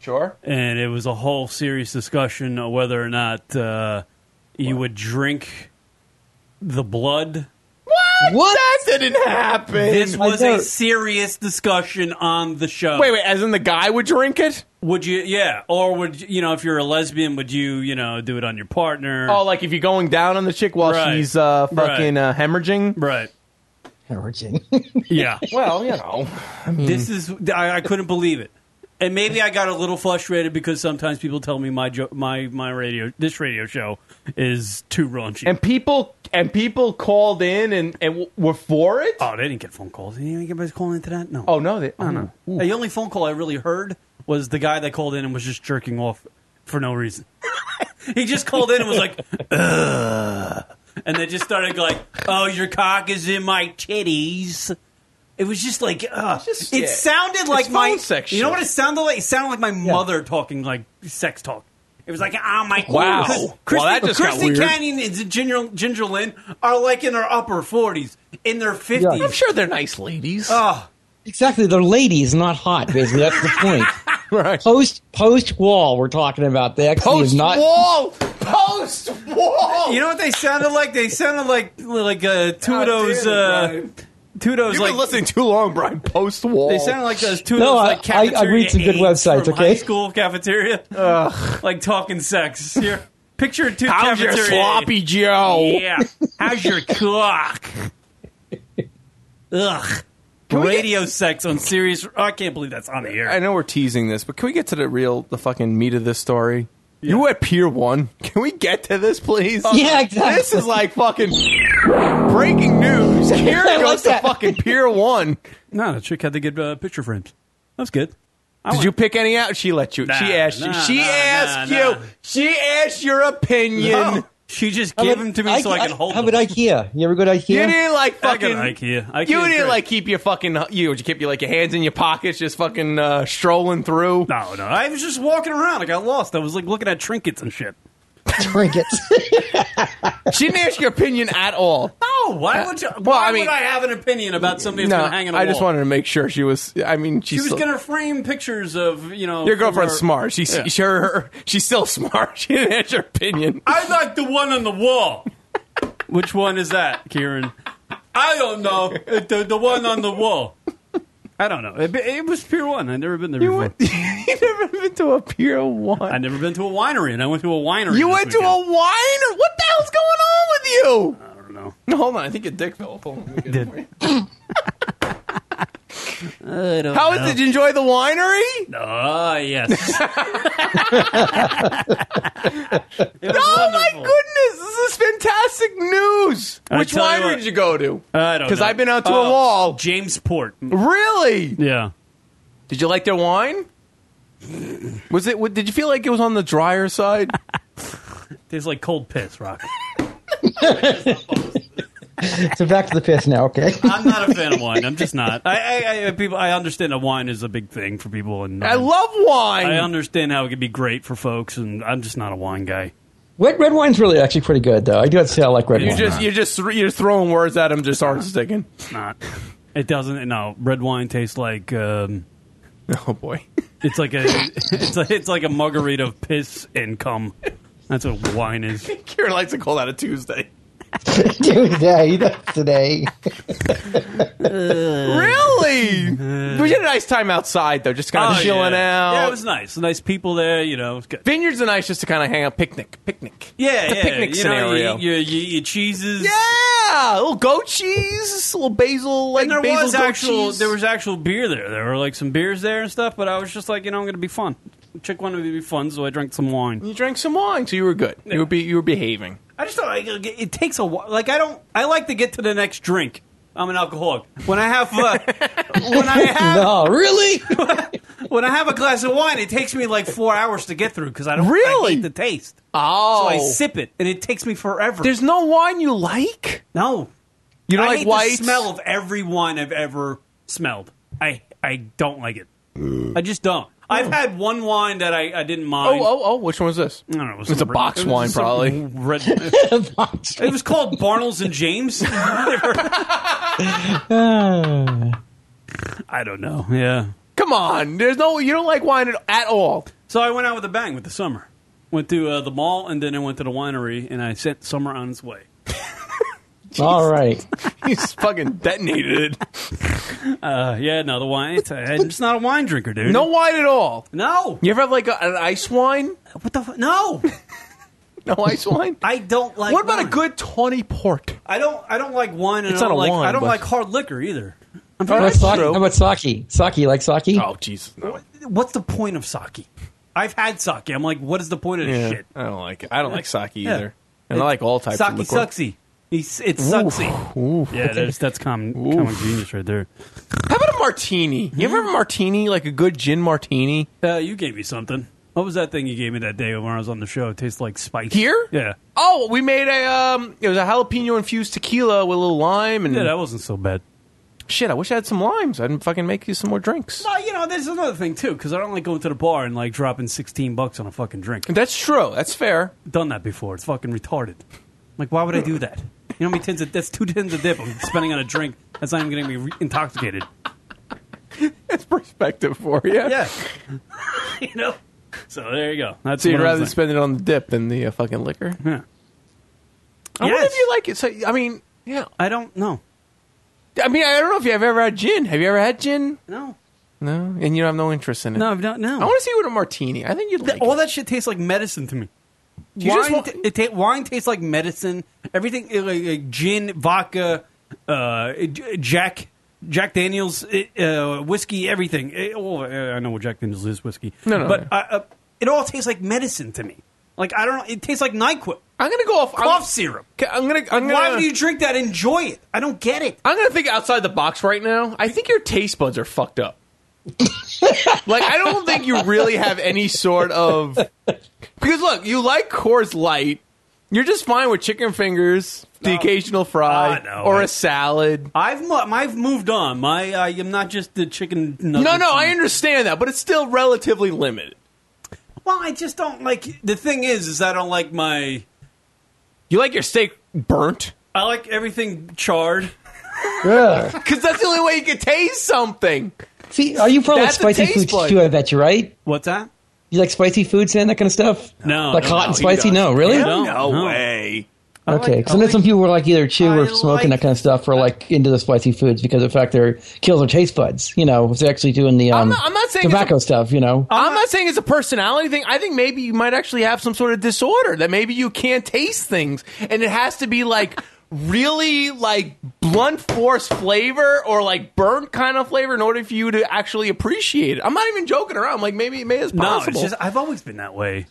Speaker 12: Sure.
Speaker 11: And it was a whole serious discussion of whether or not uh, you would drink the blood.
Speaker 12: What? That didn't happen.
Speaker 11: This was
Speaker 12: I
Speaker 11: a
Speaker 12: don't-
Speaker 11: serious discussion on the show.
Speaker 12: Wait, wait. As in the guy would drink it?
Speaker 11: Would you? Yeah. Or would you, you know if you're a lesbian, would you you know do it on your partner?
Speaker 12: Oh, like if you're going down on the chick while
Speaker 11: Right.
Speaker 12: she's uh,
Speaker 11: Right.
Speaker 12: fucking uh, hemorrhaging.
Speaker 11: Right.
Speaker 13: Hemorrhaging.
Speaker 11: yeah.
Speaker 12: Well, you know, I mean,
Speaker 11: this is I, I couldn't believe it, and maybe I got a little frustrated because sometimes people tell me my jo- my my radio this radio show is too raunchy.
Speaker 12: and people and people called in and and w- were for it.
Speaker 11: Oh, they didn't get phone calls. Did anybody call into that? No.
Speaker 12: Oh no, they. Oh,
Speaker 11: no. The only phone call I really heard was the guy that called in and was just jerking off for no reason. he just called in and was like, Ugh. and they just started like, "Oh, your cock is in my titties." It was just like, ugh.
Speaker 12: Just-
Speaker 11: it
Speaker 12: yeah.
Speaker 11: sounded
Speaker 12: It's
Speaker 11: like my.
Speaker 12: phone sex
Speaker 11: You know
Speaker 12: shit.
Speaker 11: what it sounded like? It sounded like my mother talking like sex talk. It was like, oh my
Speaker 12: Wow.
Speaker 11: Chris-
Speaker 12: Well,
Speaker 11: Christy,
Speaker 12: that just got
Speaker 11: Christy
Speaker 12: weird.
Speaker 11: Canyon and Ginger, Ginger Lynn are like in their upper forties, in their fifties.
Speaker 12: I'm sure they're nice ladies.
Speaker 11: Oh,
Speaker 13: Exactly. They're ladies, not hot, basically. That's the point.
Speaker 12: right.
Speaker 13: Post post wall we're talking about. They actually have not
Speaker 12: wall, post wall.
Speaker 11: Oh, You know what they sounded like? They sounded like like uh, Tudo's. Uh, Tudo's
Speaker 12: You've
Speaker 11: like
Speaker 12: been listening too long, Brian. Post wall.
Speaker 11: they sounded like those Tudo's
Speaker 13: No, I-
Speaker 11: like
Speaker 13: I- I
Speaker 11: cafeteria
Speaker 13: read some good
Speaker 11: aides
Speaker 13: websites,
Speaker 11: from
Speaker 13: okay?
Speaker 11: high school cafeteria, like talking sex. Here, picture two
Speaker 12: How's your
Speaker 11: cafeteria.
Speaker 12: sloppy Joe?
Speaker 11: Yeah, how's your cock? Ugh, radio sex on serious. I can't believe that's on the air.
Speaker 12: I know we're teasing this, but can we get to the real, the fucking meat of this story? You were at Pier One. Can we get to this, please?
Speaker 13: Yeah, exactly.
Speaker 12: This is like fucking breaking news. Here
Speaker 11: I like
Speaker 12: goes to
Speaker 11: that.
Speaker 12: fucking Pier One.
Speaker 11: No, the chick had the good uh, picture frames. That's good.
Speaker 12: Did you pick any out? She let you.
Speaker 11: Nah,
Speaker 12: she asked you.
Speaker 11: nah,
Speaker 12: She
Speaker 11: nah,
Speaker 12: asked
Speaker 11: nah,
Speaker 12: you.
Speaker 11: nah.
Speaker 12: She asked your opinion.
Speaker 11: No. She just
Speaker 13: How
Speaker 11: gave
Speaker 13: about-
Speaker 11: them to me so I, could hold
Speaker 13: How
Speaker 11: them.
Speaker 13: about IKEA? You ever go to IKEA?
Speaker 12: You didn't like fucking
Speaker 11: I got IKEA. IKEA
Speaker 12: You
Speaker 11: is
Speaker 12: didn't
Speaker 11: great.
Speaker 12: like keep your fucking you. You keep your like your hands in your pockets, just fucking uh, strolling through.
Speaker 11: No, no. I was just walking around. I got lost. I was like looking at trinkets and shit.
Speaker 13: trinkets.
Speaker 12: She didn't ask your opinion at all. Uh,
Speaker 11: No, why would you?
Speaker 12: well,
Speaker 11: why
Speaker 12: I mean-
Speaker 11: would I have an opinion about something that's
Speaker 12: no,
Speaker 11: going to hang in a
Speaker 12: I just
Speaker 11: wall?
Speaker 12: wanted to make sure she was. I mean,
Speaker 11: She
Speaker 12: she's
Speaker 11: was going to frame pictures of you know
Speaker 12: your girlfriend's
Speaker 11: her-
Speaker 12: smart. She's
Speaker 11: Yeah.
Speaker 12: sure she's still smart. She didn't ask your opinion.
Speaker 11: I like the one on the wall. Which one is that, Kieran? I don't know. It- The, the one on the wall. I don't know. It, it was Pier One. I've never been there before.
Speaker 12: you never been to a Pier One.
Speaker 11: I've never been to a winery, and I went to a winery.
Speaker 12: You
Speaker 11: this
Speaker 12: went to a
Speaker 11: weekend.
Speaker 12: wine. What the hell's going on with you?
Speaker 11: I don't know.
Speaker 12: No, hold on. I think your dick fell. Hold on, let me get it for you.
Speaker 11: I don't
Speaker 12: How
Speaker 11: know.
Speaker 12: did you enjoy the winery?
Speaker 11: Oh, yes.
Speaker 12: Oh my goodness! This is fantastic news.
Speaker 11: I
Speaker 12: Which
Speaker 11: tell you
Speaker 12: winery
Speaker 11: what-
Speaker 12: did you go to?
Speaker 11: I don't know.
Speaker 12: Because I've been out to a
Speaker 11: Oh,
Speaker 12: wall.
Speaker 11: Jamesport.
Speaker 12: Really?
Speaker 11: Yeah.
Speaker 12: Did you like their wine? Was it? Did you feel like it was on the drier side?
Speaker 11: Tastes like cold piss, Rock.
Speaker 13: so back to the piss now, okay?
Speaker 11: I'm not a fan of wine. I'm just not. I, I, I, people, I understand that wine is a big thing for people, and
Speaker 12: I love wine.
Speaker 11: I understand how it could be great for folks, and I'm just not a wine guy.
Speaker 13: Red red wine's really actually pretty good though. I do have to say I like red
Speaker 12: you
Speaker 13: wine.
Speaker 12: just you just you're throwing words at them just aren't sticking.
Speaker 11: It's not. It doesn't. No, red wine tastes like um,
Speaker 12: Oh boy.
Speaker 11: it's like a it's like it's like a margarita of piss and cum. That's what wine is.
Speaker 12: Kieran likes to call that a Tuesday.
Speaker 13: Tuesday, that's today.
Speaker 12: Oh,
Speaker 11: Uh.
Speaker 12: really? we had a nice time outside though, just kind of
Speaker 11: Oh,
Speaker 12: chilling
Speaker 11: yeah.
Speaker 12: out.
Speaker 11: Yeah, it was nice. Nice people there. You know, it was good.
Speaker 12: Vineyards are nice just to kind of hang out, picnic, picnic.
Speaker 11: Yeah,
Speaker 12: It's a
Speaker 11: yeah.
Speaker 12: picnic
Speaker 11: you know,
Speaker 12: scenario.
Speaker 11: you, eat your- you eat your cheeses.
Speaker 12: Yeah, a little goat cheese, a little basil, like
Speaker 11: And there
Speaker 12: basil
Speaker 11: was
Speaker 12: goat
Speaker 11: actual
Speaker 12: cheese.
Speaker 11: there was actual beer there. There were like some beers there and stuff, but I was just like, you know, I'm gonna be fun. Chick wanted me to be fun, so I drank some wine.
Speaker 12: you drank some wine, so you were good. You were be, you were behaving.
Speaker 11: I just thought like, it takes a while. Like I don't. I like to get to the next drink. I'm an alcoholic. When I have uh, when I have
Speaker 13: No, really?
Speaker 11: when I have a glass of wine, it takes me like four hours to get through because I don't I
Speaker 12: Really?
Speaker 11: hate the taste.
Speaker 12: Oh,
Speaker 11: So I sip it, and it takes me forever.
Speaker 12: There's no wine you like.
Speaker 11: no.
Speaker 12: You don't
Speaker 11: I
Speaker 12: like
Speaker 11: hate
Speaker 12: white.
Speaker 11: the smell of every wine I've ever smelled. I I don't like it. I just don't. I've had one wine that I, I didn't mind.
Speaker 12: Oh, oh, oh! Which one was this?
Speaker 11: I don't know. It was
Speaker 12: it's a
Speaker 11: some red-
Speaker 12: box
Speaker 11: it was
Speaker 12: wine,
Speaker 11: some
Speaker 12: probably.
Speaker 11: Red. it was called Barnles and James. Ah. I don't know. Yeah.
Speaker 12: Come on, there's no you don't like wine at, at all.
Speaker 11: So I went out with a bang with the summer. Went to uh, the mall and then I went to the winery and I sent Summer on his way.
Speaker 13: All right.
Speaker 12: He's fucking detonated.
Speaker 11: Uh, yeah, no, the wine. It's, I'm just not a wine drinker, dude.
Speaker 12: No wine at all.
Speaker 11: No.
Speaker 12: You ever have like a, an ice wine?
Speaker 11: What the? F- no.
Speaker 12: no ice wine.
Speaker 11: I don't like.
Speaker 12: What about a good tawny port?
Speaker 11: I don't. I don't like wine. And
Speaker 12: It's
Speaker 11: I don't
Speaker 12: not a
Speaker 11: like,
Speaker 12: wine,
Speaker 11: I don't
Speaker 12: but-
Speaker 11: like hard liquor either. I'm
Speaker 13: How
Speaker 11: very
Speaker 13: about sake?
Speaker 11: true.
Speaker 13: How about sake? Sake, you like sake?
Speaker 12: Oh, jeez. No.
Speaker 11: What's the point of sake? I've had sake. I'm like, what is the point of this
Speaker 12: Yeah, Oh.
Speaker 11: shit?
Speaker 12: I don't like it. I don't like sake
Speaker 11: Yeah.
Speaker 12: either, and I like all types
Speaker 11: sake
Speaker 12: of liquor.
Speaker 11: sucksy. He's, it's sucksy.
Speaker 12: Ooh.
Speaker 11: Yeah, there's, that's common, common genius right there.
Speaker 12: How about a martini? You ever have a martini, like a good gin martini?
Speaker 11: Uh, you gave me something. What was that thing you gave me that day when I was on the show? It tastes like spice.
Speaker 12: Here?
Speaker 11: Yeah.
Speaker 12: Oh, we made a um, it was a jalapeno infused tequila with a little lime and
Speaker 11: Yeah, that wasn't so bad.
Speaker 12: shit. I wish I had some limes. I'd fucking make you some more drinks.
Speaker 11: Well, you know, there's another thing too, because I don't like going to the bar and like dropping 16 bucks on a fucking drink.
Speaker 12: That's true. That's fair.
Speaker 11: Done that before. It's fucking retarded. Like, why would I do that? You know how many tins of that's two tins of dip I'm spending on a drink that's not even getting me re- intoxicated.
Speaker 12: That's perspective for you.
Speaker 11: Yeah. you know. So there you go. That's
Speaker 12: So you'd
Speaker 11: what I was
Speaker 12: rather
Speaker 11: saying.
Speaker 12: spend it on the dip than the uh, fucking liquor.
Speaker 11: Yeah.
Speaker 12: I wonder
Speaker 11: Yes.
Speaker 12: if you like it. So I mean, yeah.
Speaker 11: I don't know.
Speaker 12: I mean, I don't know if you've ever had gin. Have you ever had gin?
Speaker 11: No.
Speaker 12: No, and you have no interest in it.
Speaker 11: No, I've not. No.
Speaker 12: I want to see what a martini. I think you'd like.
Speaker 11: all
Speaker 12: it.
Speaker 11: that shit tastes like medicine to me. You
Speaker 12: Wine
Speaker 11: just want,
Speaker 12: ta-
Speaker 11: it ta- wine tastes like medicine. Everything uh, like, like gin, vodka, uh, J- Jack, Jack Daniels, uh, uh, whiskey, everything. It- oh, uh, I know what Jack Daniels is whiskey.
Speaker 12: No, no,
Speaker 11: but
Speaker 12: no.
Speaker 11: I- uh, it all tastes like medicine to me. Like I don't. know. It tastes like Nyquil,
Speaker 12: I'm gonna go off I'm-
Speaker 11: cough syrup.
Speaker 12: Okay, I'm gonna. I'm gonna
Speaker 11: Why would you drink that? Enjoy it. I don't get it.
Speaker 12: I'm gonna think outside the box right now. I think your taste buds are fucked up. like I don't think you really have any sort of because look, you like Coors Light. You're just fine with chicken fingers, the occasional fry,
Speaker 11: Ah, no,
Speaker 12: or
Speaker 11: I-
Speaker 12: a salad.
Speaker 11: I've mo- I've moved on. My uh, I am not just the chicken.
Speaker 12: No, no, I understand that, but it's still relatively limited.
Speaker 11: Well, I just don't like. The thing is, is I don't like my.
Speaker 12: You like your steak burnt
Speaker 11: I like everything charred.
Speaker 13: Yeah.
Speaker 12: because that's the only way you can taste something.
Speaker 13: See, are you probably like
Speaker 12: That's a
Speaker 13: spicy
Speaker 12: taste
Speaker 13: foods
Speaker 12: bud.
Speaker 13: too? I bet you, right?
Speaker 11: What's that?
Speaker 13: You like spicy foods and that kind of stuff?
Speaker 11: No,
Speaker 13: like
Speaker 11: no,
Speaker 13: hot
Speaker 11: no,
Speaker 13: and
Speaker 11: he
Speaker 13: spicy? No, really?
Speaker 11: No,
Speaker 12: No,
Speaker 11: no.
Speaker 12: way.
Speaker 13: Okay, because I, know some people were like either chew
Speaker 11: I
Speaker 13: or smoking
Speaker 11: like-
Speaker 13: that kind of stuff, or like into the spicy foods because of the fact they're kills their taste buds. You know, if they're actually doing the um,
Speaker 12: not- I'm not saying it's
Speaker 13: tobacco stuff. You know,
Speaker 12: I'm not saying it's a personality thing. I think maybe you might actually have some sort of disorder that maybe you can't taste things, and it has to be like really like blunt force flavor or like burnt kind of flavor in order for you to actually appreciate it. I'm not even joking around. Like maybe it may is
Speaker 11: No,
Speaker 12: possible.
Speaker 11: it's just I've always been that way.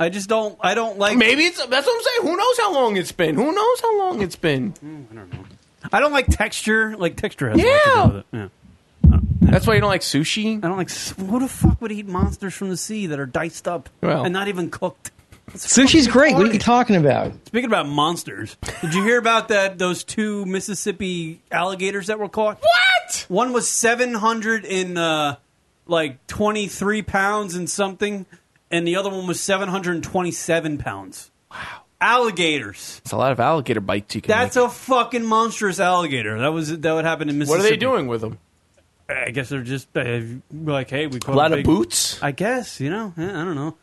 Speaker 11: I just don't. I don't like.
Speaker 12: maybe it's that's what I'm saying. Who knows how long it's been? Who knows how long it's been?
Speaker 11: I don't like texture. Like texture has a lot
Speaker 12: Yeah.
Speaker 11: to do with it. Yeah.
Speaker 12: That's why you don't like sushi.
Speaker 11: I don't like. s- Who the fuck would eat monsters from the sea that are diced up
Speaker 12: Well.
Speaker 11: and not even cooked?
Speaker 13: sushi's great. What are you
Speaker 11: retarded.
Speaker 13: talking about?
Speaker 11: Speaking about monsters, did you hear about that? Those two Mississippi alligators that were caught.
Speaker 12: What?
Speaker 11: One was seven hundred and uh, like twenty three pounds and something, and the other one was seven hundred and twenty seven pounds. Wow, alligators.
Speaker 12: It's a lot of alligator bites you can.
Speaker 11: That's a fucking monstrous alligator. That was that would happen in
Speaker 12: what
Speaker 11: Mississippi.
Speaker 12: are they doing with them?
Speaker 11: I guess they're just uh, like, hey, we
Speaker 12: A
Speaker 11: caught
Speaker 12: lot of
Speaker 11: big-
Speaker 12: boots.
Speaker 11: I guess you know. Yeah, I don't know.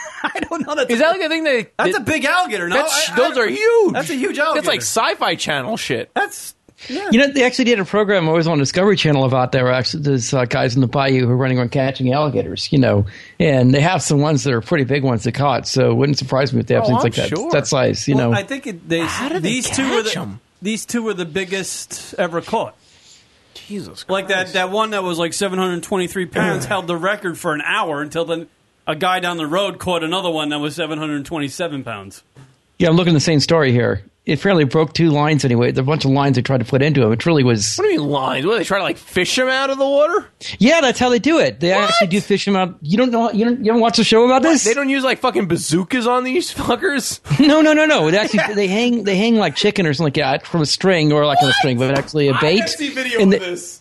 Speaker 11: I don't know. That's
Speaker 12: Is that like a thing that
Speaker 11: that's
Speaker 12: that-
Speaker 11: a big alligator. No,
Speaker 12: That's,
Speaker 11: I- I-
Speaker 12: those are huge.
Speaker 11: That's a huge
Speaker 12: That's
Speaker 11: alligator.
Speaker 12: like sci-fi channel shit.
Speaker 11: That's yeah.
Speaker 13: You know, they actually did a program I was on Discovery Channel about there. were Actually, there's uh, guys in the bayou who are running around catching alligators. You know, and they have some ones that are pretty big ones they caught. So it wouldn't surprise me if they have
Speaker 12: Oh,
Speaker 13: things
Speaker 12: I'm
Speaker 13: like that
Speaker 12: sure.
Speaker 13: that size. You
Speaker 11: Well,
Speaker 13: know,
Speaker 11: I think it, they,
Speaker 12: How do they
Speaker 11: these two were
Speaker 12: catch
Speaker 11: the
Speaker 12: 'em?
Speaker 11: these two were the biggest ever caught.
Speaker 12: Jesus, Christ.
Speaker 11: Like that that one that was like 723 pounds held the record for an hour until then a guy down the road caught another one that was 727 pounds.
Speaker 13: yeah, I'm looking at the same story here. It fairly broke two lines anyway. The bunch of lines they tried to put into him. It really was.
Speaker 12: What do you mean lines? What they try to like fish them out of the water?
Speaker 13: Yeah, that's how they do it. They actually do fish them out. You don't know. You don't. You don't watch the show about this.
Speaker 12: They don't use like fucking bazookas on these fuckers.
Speaker 13: No, no, no, no. They actually they hang they hang like chicken or something like that from a string or like on a string, but actually a bait.
Speaker 12: see video
Speaker 13: and,
Speaker 12: of
Speaker 13: the-
Speaker 12: this.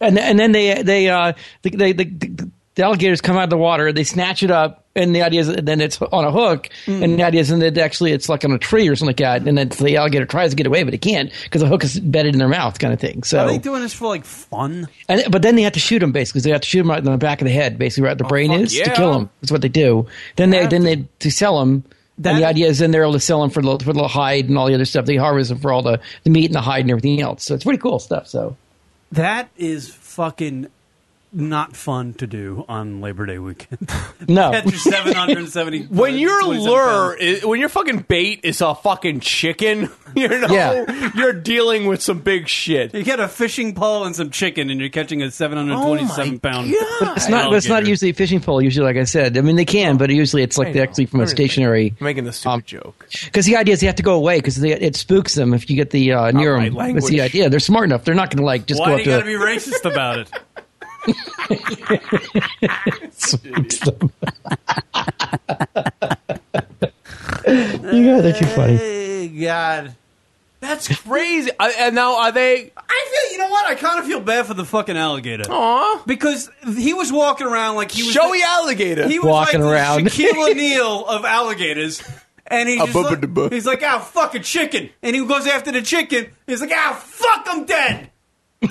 Speaker 13: and and then they they uh they they, they, the alligators come out of the water, they snatch it up, and the idea is that then it's on a hook,
Speaker 12: Mm.
Speaker 13: and the idea is that actually it's like on a tree or something like that, and then the alligator tries to get away, but it can't because the hook is embedded in their mouth, kind of thing.
Speaker 11: Are
Speaker 13: So,
Speaker 11: they doing this for like fun?
Speaker 13: and, but then they have to shoot him basically. They have to shoot him right in the back of the head, basically right where the brain
Speaker 11: Oh, fuck
Speaker 13: is
Speaker 11: yeah.
Speaker 13: to kill him. That's what they do. Then they then they to sell him. and the idea is then they're able to sell him for the for the hide and all the other stuff. They harvest him for all the, the meat and the hide and everything else. So it's pretty cool stuff. So
Speaker 11: That is fucking not fun to do on Labor Day weekend.
Speaker 13: no,
Speaker 11: Catch your 770.
Speaker 12: When your
Speaker 11: 27
Speaker 12: lure, is, when your fucking bait is a fucking chicken, you know,
Speaker 11: Yeah.
Speaker 12: you're dealing with some big shit.
Speaker 11: You get a fishing pole and some chicken, and you're catching a
Speaker 13: Oh
Speaker 11: 727 pound.
Speaker 13: But it's not. But it's not usually a fishing pole. Usually, like I said, I mean they can, but usually it's
Speaker 12: I
Speaker 13: like
Speaker 12: know.
Speaker 13: they're actually from
Speaker 12: I
Speaker 13: a
Speaker 12: know.
Speaker 13: stationary. um,
Speaker 12: I'm making this stupid joke.
Speaker 13: Because the idea is they have to go away because it spooks them if you get the uh, near
Speaker 11: All right,
Speaker 13: them. That's
Speaker 11: language.
Speaker 13: the idea. They're smart enough. They're not going to like just
Speaker 11: Why
Speaker 13: go
Speaker 11: do
Speaker 13: up
Speaker 11: you
Speaker 13: to.
Speaker 11: got to be racist about it?
Speaker 13: you guys are too funny.
Speaker 12: Hey, God. That's crazy. I, and now are they?
Speaker 11: I feel. You know what? I kind of feel bad for the fucking alligator.
Speaker 13: Oh,
Speaker 12: Aw.
Speaker 11: Because he was walking around like he was
Speaker 12: Showy alligator.
Speaker 11: He was
Speaker 13: Walking
Speaker 11: like
Speaker 13: around.
Speaker 11: the Shaquille O'Neal of alligators. And he
Speaker 12: A
Speaker 11: just
Speaker 12: bubba
Speaker 11: look-
Speaker 12: da boo.
Speaker 11: he's like, "Ah, fucking chicken!" And he goes after the chicken. He's like, "Ah, fuck, I'm dead." Damn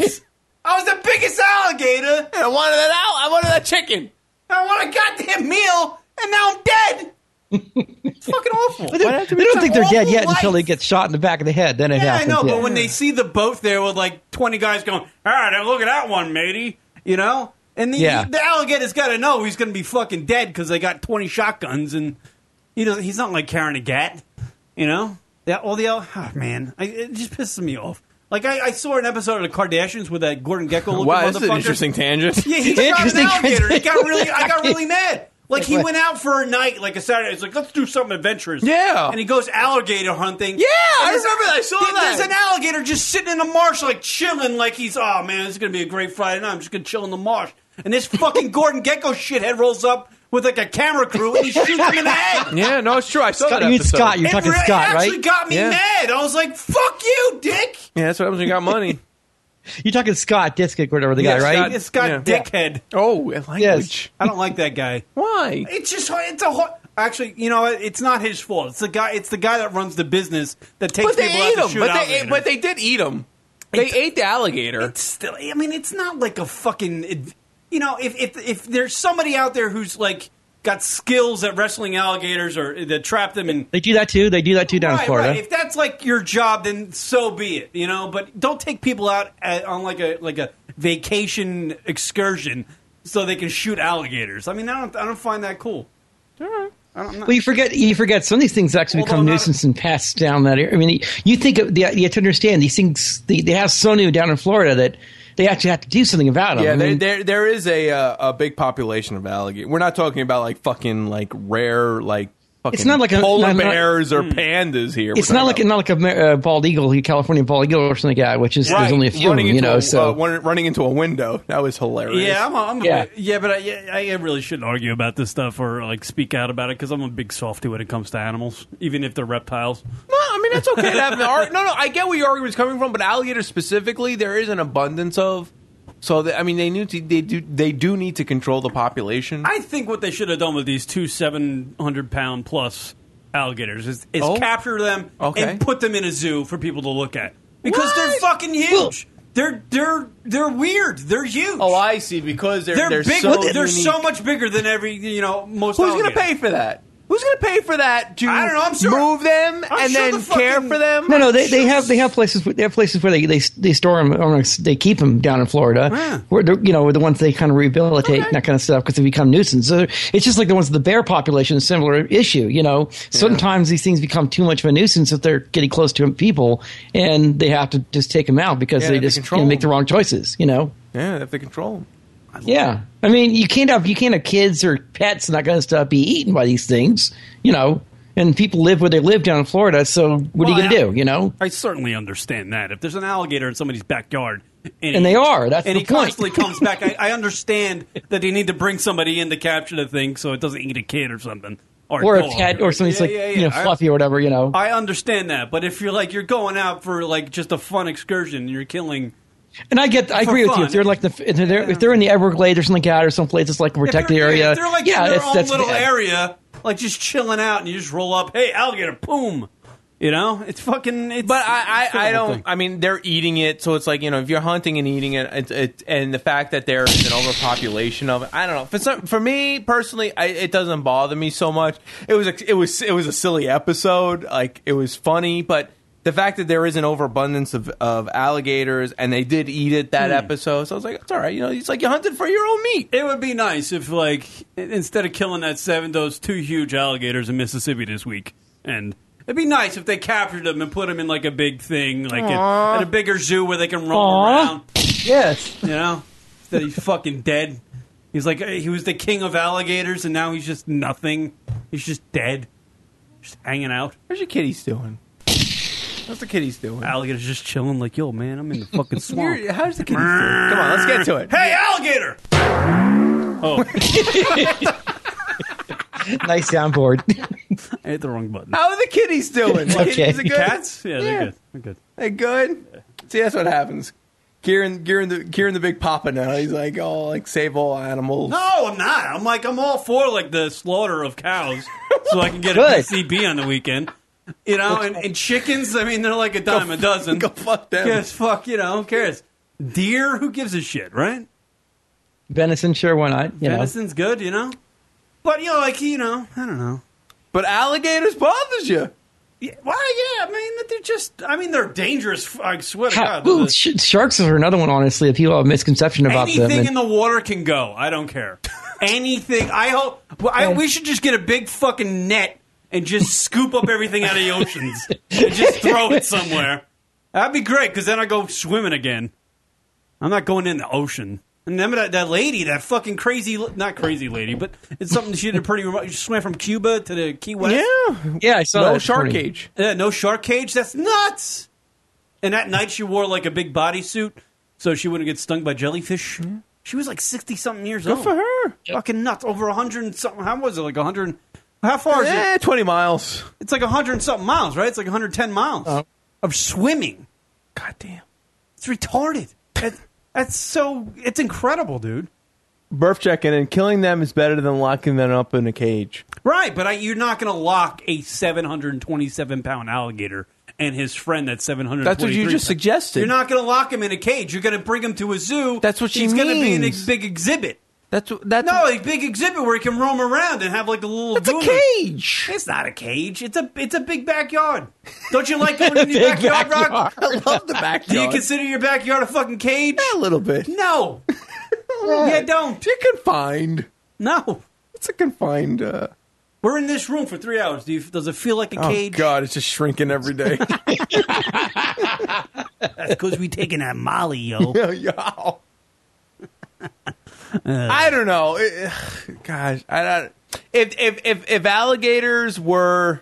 Speaker 11: it! I was the biggest alligator.
Speaker 12: I wanted that out. I wanted that chicken.
Speaker 11: I want a goddamn meal, and now I'm dead. it's fucking awful.
Speaker 13: They, they don't think they're dead yet until they get shot in the back of the head. Then it
Speaker 11: Yeah, I
Speaker 13: happens.
Speaker 11: know,
Speaker 13: yeah.
Speaker 11: but when they see the boat there with like 20 guys going, all right, look at that one, matey, you know? And the,
Speaker 13: Yeah.
Speaker 11: the alligator's got to know he's going to be fucking dead because they got 20 shotguns and he doesn't, he's not like carrying a gat, you know? Yeah, all the, al- oh, man, I, it just pisses me off. Like, I, I saw an episode of The Kardashians with that Gordon Gecko looking
Speaker 12: Wow, this is an
Speaker 11: motherfucker.
Speaker 12: interesting tangent.
Speaker 11: Yeah, he shot an
Speaker 12: Interesting
Speaker 11: alligator. It got
Speaker 12: transition.
Speaker 11: really, I got really mad. Like he
Speaker 12: What?
Speaker 11: went out for a night, like a Saturday. It's like let's do something adventurous.
Speaker 12: Yeah.
Speaker 11: and he goes alligator hunting.
Speaker 12: Yeah,
Speaker 11: And
Speaker 12: I
Speaker 11: there's-
Speaker 12: remember that. I saw
Speaker 11: there-
Speaker 12: that.
Speaker 11: There's an alligator just sitting in the marsh, like chilling, like he's oh man, this is gonna be a great Friday night. I'm just gonna chill in the marsh. And this fucking Gordon Gecko shithead rolls up with like a camera crew and he shoots him in the head.
Speaker 12: Yeah, no, it's true. I saw
Speaker 13: Scott,
Speaker 12: that
Speaker 13: you mean
Speaker 12: episode.
Speaker 13: Scott, you're
Speaker 11: It
Speaker 13: talking
Speaker 11: re-
Speaker 13: Scott,
Speaker 11: it actually
Speaker 13: right?
Speaker 11: got me
Speaker 13: Yeah.
Speaker 11: mad. I was like, "Fuck you, Dick."
Speaker 12: Yeah, that's what happens when you got money.
Speaker 13: You're talking Scott Diskick, whatever the guy,
Speaker 11: Yeah,
Speaker 13: right?
Speaker 11: Scott- it's Scott Dickhead.
Speaker 12: Oh,
Speaker 13: Yes.
Speaker 11: I don't like that guy.
Speaker 12: Why?
Speaker 11: It's just it's a ho- actually, you know, what? it's not his fault. It's the guy. It's the guy that runs the business that takes
Speaker 12: But they
Speaker 11: people out
Speaker 12: ate
Speaker 11: to
Speaker 12: him.
Speaker 11: shoot
Speaker 12: But they,
Speaker 11: alligators.
Speaker 12: ate, but they did eat him. They ate the alligator.
Speaker 11: It's still. I mean, it's not like a fucking. You know, if if if there's somebody out there who's like got skills at wrestling alligators or that trap them in.
Speaker 13: They do that too. They do that too down in
Speaker 11: Right,
Speaker 13: Florida.
Speaker 11: right. If that's like your job, then so be it. You know, but don't take people out at, on like a like a vacation excursion so they can shoot alligators. I mean, I don't I don't find that cool. I don't, I'm not-
Speaker 13: Well, you forget you forget some of these things actually become nuisance and pass down that area. I mean, you think of the, you have to understand these things. They, they have so new down in Florida that they actually have to do something about them.
Speaker 12: Yeah,
Speaker 13: I
Speaker 12: there,
Speaker 13: mean,
Speaker 12: there there is a uh, a big population of alligator. We're not talking about like fucking like rare like fucking
Speaker 13: It's not like a-
Speaker 12: polar
Speaker 13: not- not-
Speaker 12: bears or pandas here.
Speaker 13: it's
Speaker 12: We're
Speaker 13: not
Speaker 12: talking
Speaker 13: like not like a Amer- uh, bald eagle, a California bald eagle or something like that, which is
Speaker 12: about-
Speaker 13: there's only a
Speaker 12: Right,
Speaker 13: few of
Speaker 12: running
Speaker 13: them, you
Speaker 12: into
Speaker 13: know.
Speaker 12: a-
Speaker 13: so
Speaker 12: uh, one- running into a window that was hilarious.
Speaker 11: Yeah, I'm a, I'm a
Speaker 12: Yeah.
Speaker 11: yeah. yeah, but I, yeah, I really shouldn't argue about this stuff or like speak out about it because I'm a big softy when it comes to animals, even if they're reptiles.
Speaker 12: No, I mean that's okay to have an ar- No, no, I get where your argument's coming from, but alligators specifically, there is an abundance of. So that, I mean, they need to, they do they do need to control the population.
Speaker 11: I think what they should have done with these two 700 pound plus alligators is, is
Speaker 12: Oh.
Speaker 11: capture them
Speaker 12: Okay.
Speaker 11: and put them in a zoo for people to look at because they're fucking huge. they're they're they're weird. They're huge.
Speaker 12: Oh, I see. Because they're
Speaker 11: They're,
Speaker 12: they're
Speaker 11: big.
Speaker 12: so
Speaker 11: they're so
Speaker 12: unique.
Speaker 11: much bigger than every you know most.
Speaker 12: Who's gonna
Speaker 11: alligators.
Speaker 12: pay for that? Who's gonna pay for that? To
Speaker 11: I don't know. I'm sure-
Speaker 12: move them
Speaker 11: I'm
Speaker 12: and
Speaker 11: sure
Speaker 12: then
Speaker 11: the fucking-
Speaker 12: care for them.
Speaker 13: no, no, they, they have they have places they have places where they they, they store them or they keep them down in Florida, where they're, you know the ones they kind of rehabilitate and that kind of stuff because they become nuisance. So it's just like the ones with the bear population, a similar issue. You know, sometimes these things become too much of a nuisance if they're getting close to people, and they have to just take them out because
Speaker 12: Yeah, they
Speaker 13: they
Speaker 12: have
Speaker 13: just
Speaker 12: to
Speaker 13: you
Speaker 12: control
Speaker 13: know, make the wrong choices. You know.
Speaker 12: Yeah, they have to control them.
Speaker 13: Yeah, I mean, you can't have you can't have kids or pets and that kind of stuff be eaten by these things, you know. And people live where they live down in Florida, so what are you
Speaker 11: Well,
Speaker 13: going to
Speaker 11: I-
Speaker 13: do, you know?
Speaker 11: I certainly understand that. If there's an alligator in somebody's backyard, and,
Speaker 13: And they are, that's
Speaker 11: and
Speaker 13: the
Speaker 11: he
Speaker 13: point.
Speaker 11: constantly comes back. I, I understand that they need to bring somebody in to capture the thing so it doesn't eat a kid or something, or,
Speaker 13: Or a
Speaker 11: dog.
Speaker 13: pet or something that's
Speaker 11: Yeah,
Speaker 13: like
Speaker 11: yeah,
Speaker 13: you know
Speaker 11: yeah. Uh, I-
Speaker 13: fluffy or whatever, you know.
Speaker 11: I understand that, but if you're like you're going out for like just a fun excursion, and you're killing
Speaker 13: And I get, I
Speaker 11: For
Speaker 13: agree with
Speaker 11: fun.
Speaker 13: you. If they're like the, if they're, if they're in the Everglades or something like that, or someplace that's like a protected area,
Speaker 11: If they're like
Speaker 13: yeah,
Speaker 11: in their
Speaker 13: it's-
Speaker 11: own
Speaker 13: that's
Speaker 11: little
Speaker 13: bad.
Speaker 11: area, like just chilling out, and you just roll up. Hey, alligator, boom. You know, it's fucking. It's,
Speaker 12: but I, I, I
Speaker 11: terrible
Speaker 12: don't.
Speaker 11: thing.
Speaker 12: I mean, they're eating it, so it's like you know, if you're hunting and eating it, it, it and the fact that there is an overpopulation of it, I don't know. For some, for me personally, I, it doesn't bother me so much. It was a, it was it was a silly episode. Like it was funny, but the fact that there is an overabundance of, of alligators and they did eat it that
Speaker 11: Hmm.
Speaker 12: episode, so I was like, it's all right. You know, it's like you hunted for your own meat.
Speaker 11: It would be nice if, like, instead of killing that seven, those two huge alligators in Mississippi this week, and it'd be nice if they captured them and put them in like a big thing, like at-
Speaker 13: Aw.
Speaker 11: at a bigger zoo where they can roam
Speaker 13: Aw.
Speaker 11: around.
Speaker 13: Yes,
Speaker 11: you know, that he's fucking dead. He's like he was the king of alligators, and now he's just nothing. He's just dead, just hanging out.
Speaker 12: Where's your kitties doing? What's the kitties doing?
Speaker 11: Alligator's just chilling, like yo, man, I'm in the fucking swamp.
Speaker 12: You're- How's the kitties doing? Come on, let's get to it.
Speaker 11: Hey, alligator! Oh,
Speaker 13: nice soundboard.
Speaker 11: I hit the wrong button.
Speaker 12: How are the kitties doing? The
Speaker 13: Okay.
Speaker 12: Kitties are good?
Speaker 11: Cats? Yeah, they're good. They're good.
Speaker 12: They good? See, that's what happens. Kieran, Kieran, the, Kieran the big papa now. He's like, oh, like save all animals.
Speaker 11: No, I'm not. I'm like I'm all for like the slaughter of cows, so I can get a
Speaker 12: Good.
Speaker 11: PCB on the weekend. You know, and, and chickens. I mean, they're like a dime a dozen. Go
Speaker 12: fuck them.
Speaker 11: Yes, fuck. You know, who cares? Deer? Who gives a shit, right?
Speaker 13: Venison, sure, why not? You know.
Speaker 11: Venison's good, you know. But you know, like you know, I don't know.
Speaker 12: But alligators bothers you.
Speaker 11: Yeah, well, yeah. I mean, they're just. I mean, they're dangerous. I swear to
Speaker 13: How-
Speaker 11: God.
Speaker 13: ooh, sh- sharks are another one. Honestly, if people have a misconception about them,
Speaker 11: Anything
Speaker 13: and-
Speaker 11: in the water can go. I don't care. Anything. I hope. Well, I, we should just get a big fucking net and just scoop up everything out of the oceans and just throw it somewhere. That'd be great because then I go swimming again. I'm not going in the ocean. And remember that, that lady, that fucking crazy, not crazy lady, but it's something she did pretty. remote- She swam from Cuba to the Key West.
Speaker 12: Yeah,
Speaker 13: yeah, I saw
Speaker 11: no
Speaker 13: that this
Speaker 11: shark
Speaker 13: morning.
Speaker 11: cage. Yeah, no shark cage. That's nuts. And that night she wore like a big bodysuit so she wouldn't get stung by jellyfish. She was like sixty something years
Speaker 12: Hmm. Good
Speaker 11: old.
Speaker 12: for her.
Speaker 11: Fucking nuts. Over a hundred and something. How was it? Like a hundred. How far is
Speaker 12: Eh,
Speaker 11: it?
Speaker 12: twenty miles. Oh.
Speaker 11: It's like a hundred and something miles, right? It's like hundred ten miles of swimming.
Speaker 12: God damn.
Speaker 11: It's retarded. That- that's so. It's incredible, dude.
Speaker 12: Birth checking and killing them is better than locking them up in a cage.
Speaker 11: Right, but I, you're not going to lock a 727 pound alligator and his friend that's 700.
Speaker 12: That's what you just suggested.
Speaker 11: You're not going to lock him in a cage. You're going to bring him to a zoo.
Speaker 12: That's what she
Speaker 11: He's to be in a
Speaker 12: means.
Speaker 11: big exhibit.
Speaker 12: That's that's
Speaker 11: No, a big exhibit where he can roam around and have like a little.
Speaker 12: That's a
Speaker 11: room.
Speaker 12: cage.
Speaker 11: It's not a cage. It's a it's a big backyard. Don't you like going in your backyard, Rock?
Speaker 12: I love
Speaker 11: Do
Speaker 12: the
Speaker 11: you
Speaker 12: backyard.
Speaker 11: consider your backyard a fucking cage?
Speaker 12: a little bit.
Speaker 11: No, you don't.
Speaker 12: You're confined.
Speaker 11: No,
Speaker 12: It's a confined. Uh,
Speaker 11: we're in this room for three hours. Do you, does it feel like a
Speaker 12: oh
Speaker 11: cage?
Speaker 12: God, it's just shrinking every day.
Speaker 11: Because we taking that Molly, yo.
Speaker 12: Yeah, yeah. I don't know. It- gosh, I don't. If if if, if alligators were,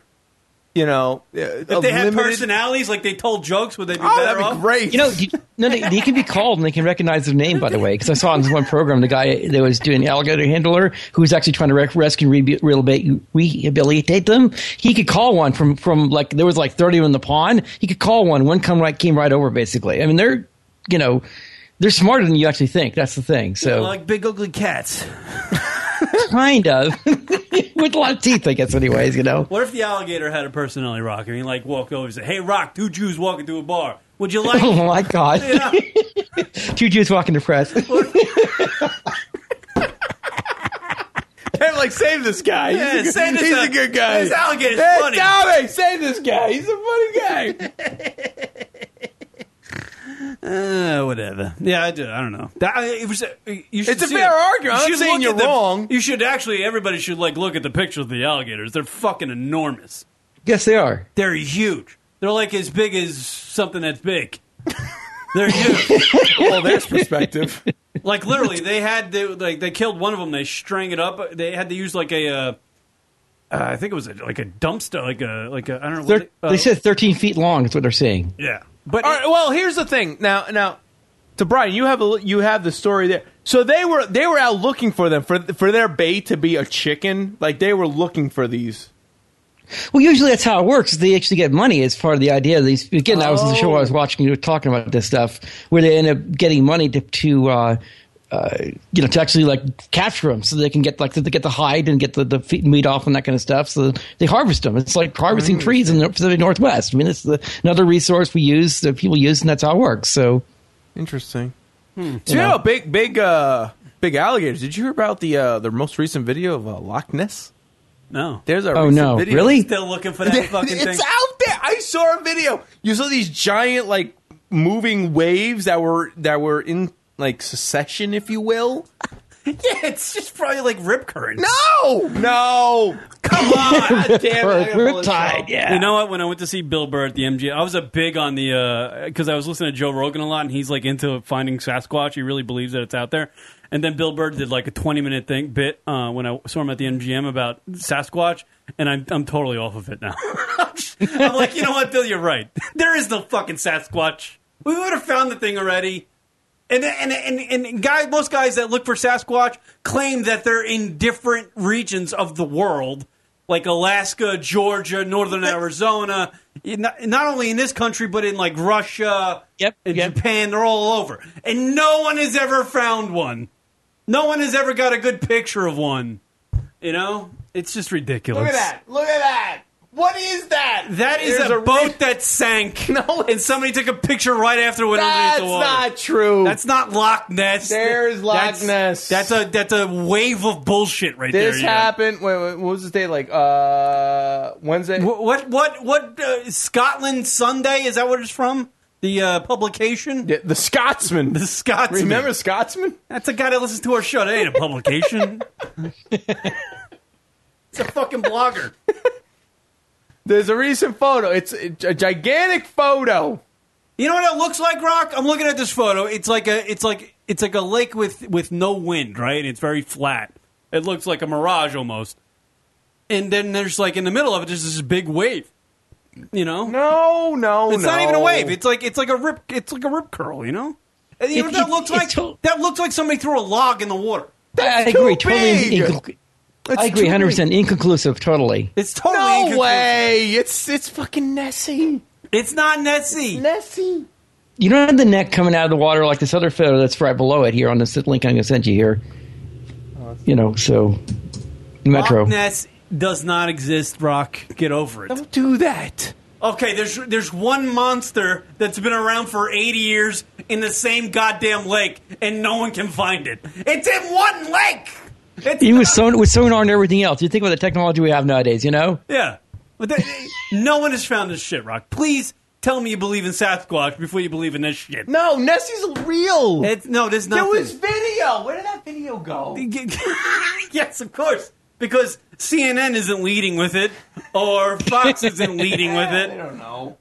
Speaker 12: you know, uh, if
Speaker 11: If they had personalities, like they told jokes, would they be
Speaker 12: oh,
Speaker 11: better
Speaker 12: that'd
Speaker 11: off?
Speaker 12: be great.
Speaker 13: You know, you, no, they, they can be called and they can recognize their name. By the way, because I saw in this one program the guy that was doing alligator handler, who was actually trying to rec- rescue and rehabil- rehabilitate, rehabilitate them. He could call one from from like there was like thirty in the pond. He could call one. One come right came right over. Basically, I mean they're you know they're smarter than you actually think. That's the thing. So
Speaker 11: Like big ugly cats.
Speaker 13: kind of with a lot of teeth, I guess. Anyways, you know.
Speaker 11: What if the alligator had a personality, Rock? I mean, like walked over and said, "Hey, Rock, two Jews walking through a bar. Would you like?"
Speaker 13: Oh
Speaker 11: it?"
Speaker 13: my God!
Speaker 11: Yeah.
Speaker 13: Two Jews walking to press.
Speaker 12: They're like save this guy.
Speaker 11: Yeah,
Speaker 12: he's a good,
Speaker 11: save this
Speaker 12: he's
Speaker 11: guy.
Speaker 12: a good guy.
Speaker 11: This alligator's
Speaker 12: hey,
Speaker 11: funny.
Speaker 12: Tommy, save this guy. He's a funny guy.
Speaker 11: Uh, whatever. Yeah, I do. I don't know. That, I- it was. uh, You should
Speaker 12: It's a
Speaker 11: see
Speaker 12: fair
Speaker 11: it.
Speaker 12: argument. I'm
Speaker 11: You
Speaker 12: not
Speaker 11: should
Speaker 12: saying
Speaker 11: look
Speaker 12: you're
Speaker 11: at the-
Speaker 12: wrong.
Speaker 11: You should actually. Everybody should like look at the pictures of the alligators. They're fucking enormous.
Speaker 13: yes, they are.
Speaker 11: They're huge. They're like as big as something that's big. They're huge.
Speaker 12: well, there's perspective.
Speaker 11: like literally, they had they, like they killed one of them. They strang it up. They had to use like a, uh, uh, I think it was a, like a dumpster, like a like a I don't know.
Speaker 13: They're,
Speaker 11: What uh,
Speaker 13: they said 13 feet long is what they're saying.
Speaker 11: yeah, but
Speaker 12: All right, well, here's the thing. Now, now, to Brian, you have a, you have the story there. So they were they were out looking for them for for their bait to be a chicken. Like they were looking for these.
Speaker 13: Well, usually that's how it works. is They actually get money. It's part of the idea. of These again, I was in the show I
Speaker 11: Oh.
Speaker 13: was watching. You were talking about this stuff where they end up getting money to to uh, uh, you know to actually like capture them, so they can get like they get the hide and get the the feet meat off and that kind of stuff. So they harvest them. It's like
Speaker 11: Mm.
Speaker 13: harvesting trees in the Pacific Northwest. I mean, it's the, another resource we use that people use, and that's how it works. So
Speaker 12: Interesting.
Speaker 13: You
Speaker 12: So you
Speaker 13: know.
Speaker 12: know, Hmm. big big uh big alligators. Did you hear about the uh the most recent video of uh, Loch Ness?
Speaker 11: No.
Speaker 12: There's a
Speaker 13: Oh,
Speaker 12: recent
Speaker 13: no.
Speaker 12: video.
Speaker 13: Really?
Speaker 11: Still looking for that fucking
Speaker 12: it's
Speaker 11: thing.
Speaker 12: out there. I saw a video. You saw these giant like moving waves that were that were in like secession, if you will.
Speaker 11: yeah, it's just probably like rip currents.
Speaker 12: No, no, come on, damn it, I gotta pull this off.
Speaker 11: You know what? When I went to see Bill Burr at the MGM, I was a big on the because I was listening to Joe Rogan a lot, and he's like into finding Sasquatch. He really believes that it's out there. And then Bill Burr did like a twenty minute thing bit uh, when I saw him at the MGM about Sasquatch, and I'm I'm totally off of it now. I'm like, you know what, Bill, you're right. There is no fucking Sasquatch. We would have found the thing already. And and and and guy, most guys that look for Sasquatch claim that they're in different regions of the world, like Alaska, Georgia, northern Arizona. Not, not only in this country, but in like Russia, yep, and Japan. They're all over, and no one has ever found one. No one has ever got a good picture of one. You know, it's just ridiculous.
Speaker 12: Look at that! Look at that! What is that?
Speaker 11: That is
Speaker 12: There's
Speaker 11: a, boat that sank. No, and somebody took a picture right after it went underneath
Speaker 12: That's
Speaker 11: the water.
Speaker 12: not true.
Speaker 11: That's not Loch Ness.
Speaker 12: There's Loch
Speaker 11: That's-
Speaker 12: Ness.
Speaker 11: That's a that's a wave of bullshit right there.
Speaker 12: This
Speaker 11: you know.
Speaker 12: happened. Wait, wait, what was this day like? Uh, Wednesday.
Speaker 11: Wh- What what what uh, Scotland Sunday is that what it's from? The uh, publication,
Speaker 12: the, the Scotsman,
Speaker 11: the Scotsman.
Speaker 12: Remember Scotsman?
Speaker 11: That's a guy that listens to our show. That ain't a publication. it's a fucking blogger.
Speaker 12: There's a recent photo. It's a, a gigantic photo.
Speaker 11: You know what it looks like, Rock? I'm looking at this photo. It's like a it's like it's like a lake with with no wind, right? It's very flat. It looks like a mirage almost. And then there's like in the middle of it, there's this big wave. You know?
Speaker 12: No, no,
Speaker 11: It's not
Speaker 12: no.
Speaker 11: even a wave. It's like it's like a rip. It's like a rip curl. You know. And you know
Speaker 13: It-
Speaker 11: what that
Speaker 13: it-
Speaker 11: looks
Speaker 13: it
Speaker 11: like?
Speaker 13: to-
Speaker 11: that looks like somebody threw a log in the water.
Speaker 13: I
Speaker 11: That's
Speaker 13: agree.
Speaker 11: too
Speaker 13: Totally.
Speaker 11: big.
Speaker 13: inconc- I
Speaker 11: It's
Speaker 13: agree.
Speaker 11: too
Speaker 13: Hundred percent inconclusive. Totally.
Speaker 11: It's totally
Speaker 12: no
Speaker 11: inconclusive.
Speaker 12: way. It's it's fucking Nessie.
Speaker 11: It's not Nessie.
Speaker 12: Nessie.
Speaker 13: You don't have the neck coming out of the water like this other photo that's right below it here on this link I'm going to send you here. You know, so Metro.
Speaker 11: Loch Ness does not exist. Rock, get over it.
Speaker 12: Don't do that.
Speaker 11: Okay, there's there's one monster that's been around for 80 years in the same goddamn lake, and no one can find it. It's in one lake. It's
Speaker 13: Even with, son- with sonar and everything else, you think about the technology we have nowadays, you know?
Speaker 11: yeah, but that, no one has found this shit. Rock, please tell me you believe in Sasquatch before you believe in this shit.
Speaker 12: No, Nessie's real.
Speaker 11: It's, no, there's nothing.
Speaker 12: There was video. Where did that video go?
Speaker 11: yes, of course. Because CNN isn't leading with it, or Fox isn't leading with
Speaker 12: I
Speaker 11: it.
Speaker 12: don't know.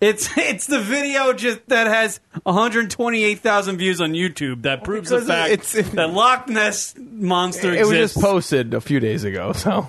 Speaker 11: It's it's the video just that has 128,000 views on YouTube that proves the
Speaker 12: because
Speaker 11: fact
Speaker 12: it's-
Speaker 11: that Loch Ness monster
Speaker 12: It was
Speaker 11: exists.
Speaker 12: just posted a few days ago. So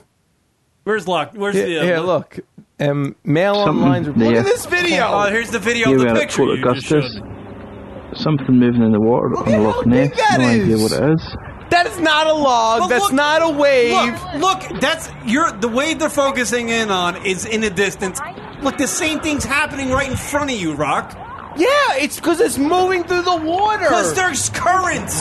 Speaker 11: Where's Loch? Where's
Speaker 12: here,
Speaker 11: the? uh,
Speaker 12: here, look. Um, mail
Speaker 14: Something
Speaker 12: online's report. Look
Speaker 14: there.
Speaker 12: at this video.
Speaker 11: Oh, here's the video
Speaker 14: Here
Speaker 11: of
Speaker 14: we
Speaker 11: the
Speaker 14: are at
Speaker 11: picture.
Speaker 14: Port
Speaker 11: You just showed
Speaker 14: Augustus.
Speaker 11: me.
Speaker 14: Something moving in the water up on Loch Ness.
Speaker 12: that
Speaker 14: No idea
Speaker 12: is.
Speaker 14: what it is.
Speaker 12: that is not a log.
Speaker 11: But
Speaker 12: That's
Speaker 11: look-
Speaker 12: not a wave.
Speaker 11: Look, look, that's you're the wave they're focusing in on is in the distance. Look, the same thing's happening right in front of you, Rock.
Speaker 12: Yeah, it's because it's moving through the water.
Speaker 11: Because there's currents.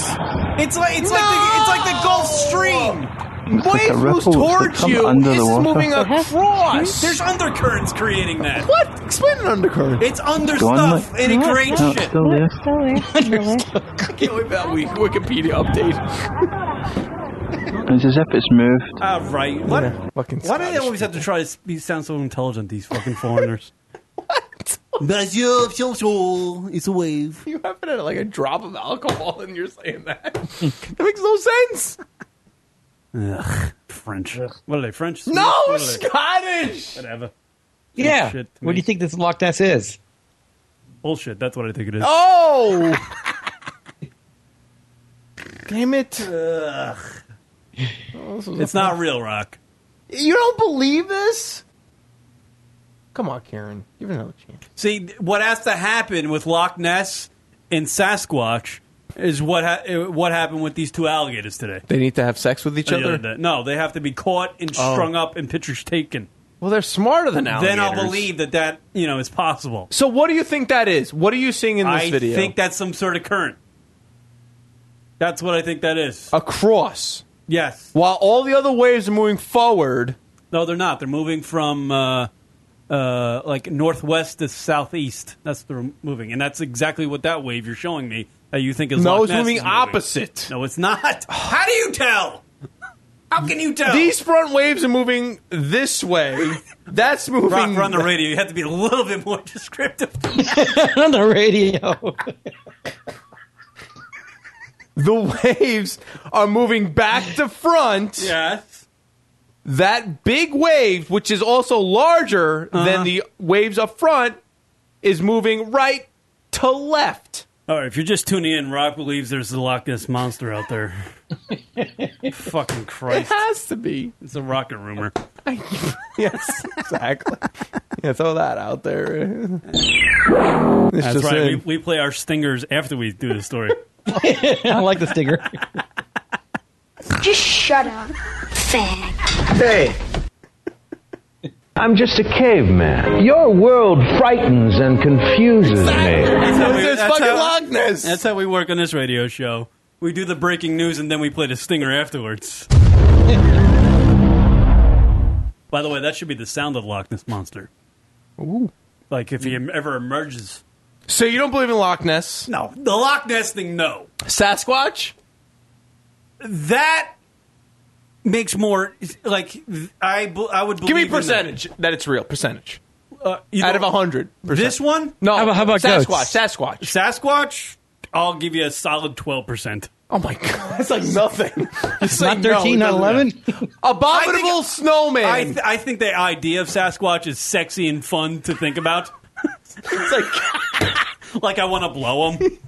Speaker 11: It's like it's like the, it's like the Gulf Stream.
Speaker 14: Looks like a
Speaker 12: Waves moves
Speaker 14: ripple. It's like
Speaker 12: towards
Speaker 14: something
Speaker 12: you.
Speaker 14: under
Speaker 12: This
Speaker 14: the
Speaker 12: is
Speaker 14: water.
Speaker 12: moving across.
Speaker 11: There's undercurrents creating that.
Speaker 12: what? Explain an undercurrent.
Speaker 11: It's under
Speaker 14: Gone,
Speaker 11: stuff
Speaker 14: mate.
Speaker 11: and it creates
Speaker 14: No, it's
Speaker 11: shit.
Speaker 14: still there.
Speaker 12: I can't wait for that week Wikipedia update.
Speaker 14: It's as if it's moved.
Speaker 11: All right. What?
Speaker 12: Fucking
Speaker 11: Why do they always have to try to be, sound so intelligent? These fucking foreigners. what? It's a wave.
Speaker 12: You haven't had like a drop of alcohol and you're saying that. that makes no sense.
Speaker 11: Ugh, French. What are they? French?
Speaker 12: No,
Speaker 11: What are they?
Speaker 12: Scottish.
Speaker 11: Whatever.
Speaker 13: Yeah.
Speaker 11: Shit to
Speaker 13: What do
Speaker 11: me.
Speaker 13: you think this Loch Ness is?
Speaker 11: Bullshit. That's what I think it is.
Speaker 12: Oh. Damn it. Oh, this was a-
Speaker 11: It's not real, Rock.
Speaker 12: You don't believe this? Come on, Karen. Give it another chance.
Speaker 11: See, what has to happen with Loch Ness and Sasquatch is what ha- eh, what happened with these two alligators today. Oh, Uh,
Speaker 12: They need to have sex with each
Speaker 11: The other day. No, they have to be caught and
Speaker 12: Oh.
Speaker 11: strung up and pictures taken.
Speaker 12: Well, they're smarter than alligators.
Speaker 11: Then I'll believe that that you know is possible.
Speaker 12: So, what do you think that is? What are you seeing in this
Speaker 11: I
Speaker 12: video?
Speaker 11: think that's some sort of current. That's what I think that is.
Speaker 12: a cross.
Speaker 11: Yes.
Speaker 12: While all the other waves are moving forward,
Speaker 11: No, they're not. They're moving from uh, uh, like northwest to southeast. That's the moving, and that's exactly what that wave you're showing me that you think is.
Speaker 12: No,
Speaker 11: Loch
Speaker 12: it's
Speaker 11: Ness
Speaker 12: moving
Speaker 11: is
Speaker 12: opposite.
Speaker 11: No, it's not. How do you tell? How can you tell?
Speaker 12: these front waves are moving this way. That's moving.
Speaker 11: Rock, we're on the radio. You have to be a little bit more descriptive.
Speaker 13: on the radio.
Speaker 12: The waves are moving back to front.
Speaker 11: Yes.
Speaker 12: That big wave, which is also larger
Speaker 11: Uh-huh.
Speaker 12: than the waves up front, is moving right to left.
Speaker 11: All right, if you're just tuning in, Rock believes there's the Loch Ness monster out there. Fucking Christ!
Speaker 12: It has to be.
Speaker 11: It's a rocket rumor.
Speaker 12: yes, exactly. yeah, throw that out there. It's
Speaker 11: That's
Speaker 12: just
Speaker 11: right. We,
Speaker 12: in.
Speaker 11: we play our stingers after we do the story.
Speaker 13: I like the stinger.
Speaker 15: Just shut up, fag.
Speaker 16: Hey. I'm just a caveman. Your world frightens and confuses me.
Speaker 11: how we-
Speaker 12: It's fucking Loch Ness.
Speaker 11: That's how we work on this radio show. We do the breaking news and then we play the stinger afterwards. By the way, that should be the sound of Loch Ness monster.
Speaker 12: Ooh.
Speaker 11: Like if he em- ever emerges.
Speaker 12: So you don't believe in Loch Ness?
Speaker 11: No, the Loch Ness thing. No,
Speaker 12: Sasquatch.
Speaker 11: That makes more like I bel- I would
Speaker 12: Give
Speaker 11: believe
Speaker 12: me
Speaker 11: in that.
Speaker 12: percentage that. it's real. Percentage
Speaker 11: Uh, you
Speaker 12: out
Speaker 11: know-
Speaker 12: of hundred.
Speaker 11: This one?
Speaker 12: No.
Speaker 11: How about- how about
Speaker 12: Sasquatch?
Speaker 11: goats?
Speaker 12: Sasquatch.
Speaker 11: Sasquatch. I'll give you a solid twelve percent.
Speaker 12: Oh my god, that's like nothing. It's
Speaker 11: not 13, not 11?
Speaker 12: Abominable snowman.
Speaker 11: I, th- I think the idea of Sasquatch is sexy and fun to think about.
Speaker 12: it's like,
Speaker 11: like I want to blow him.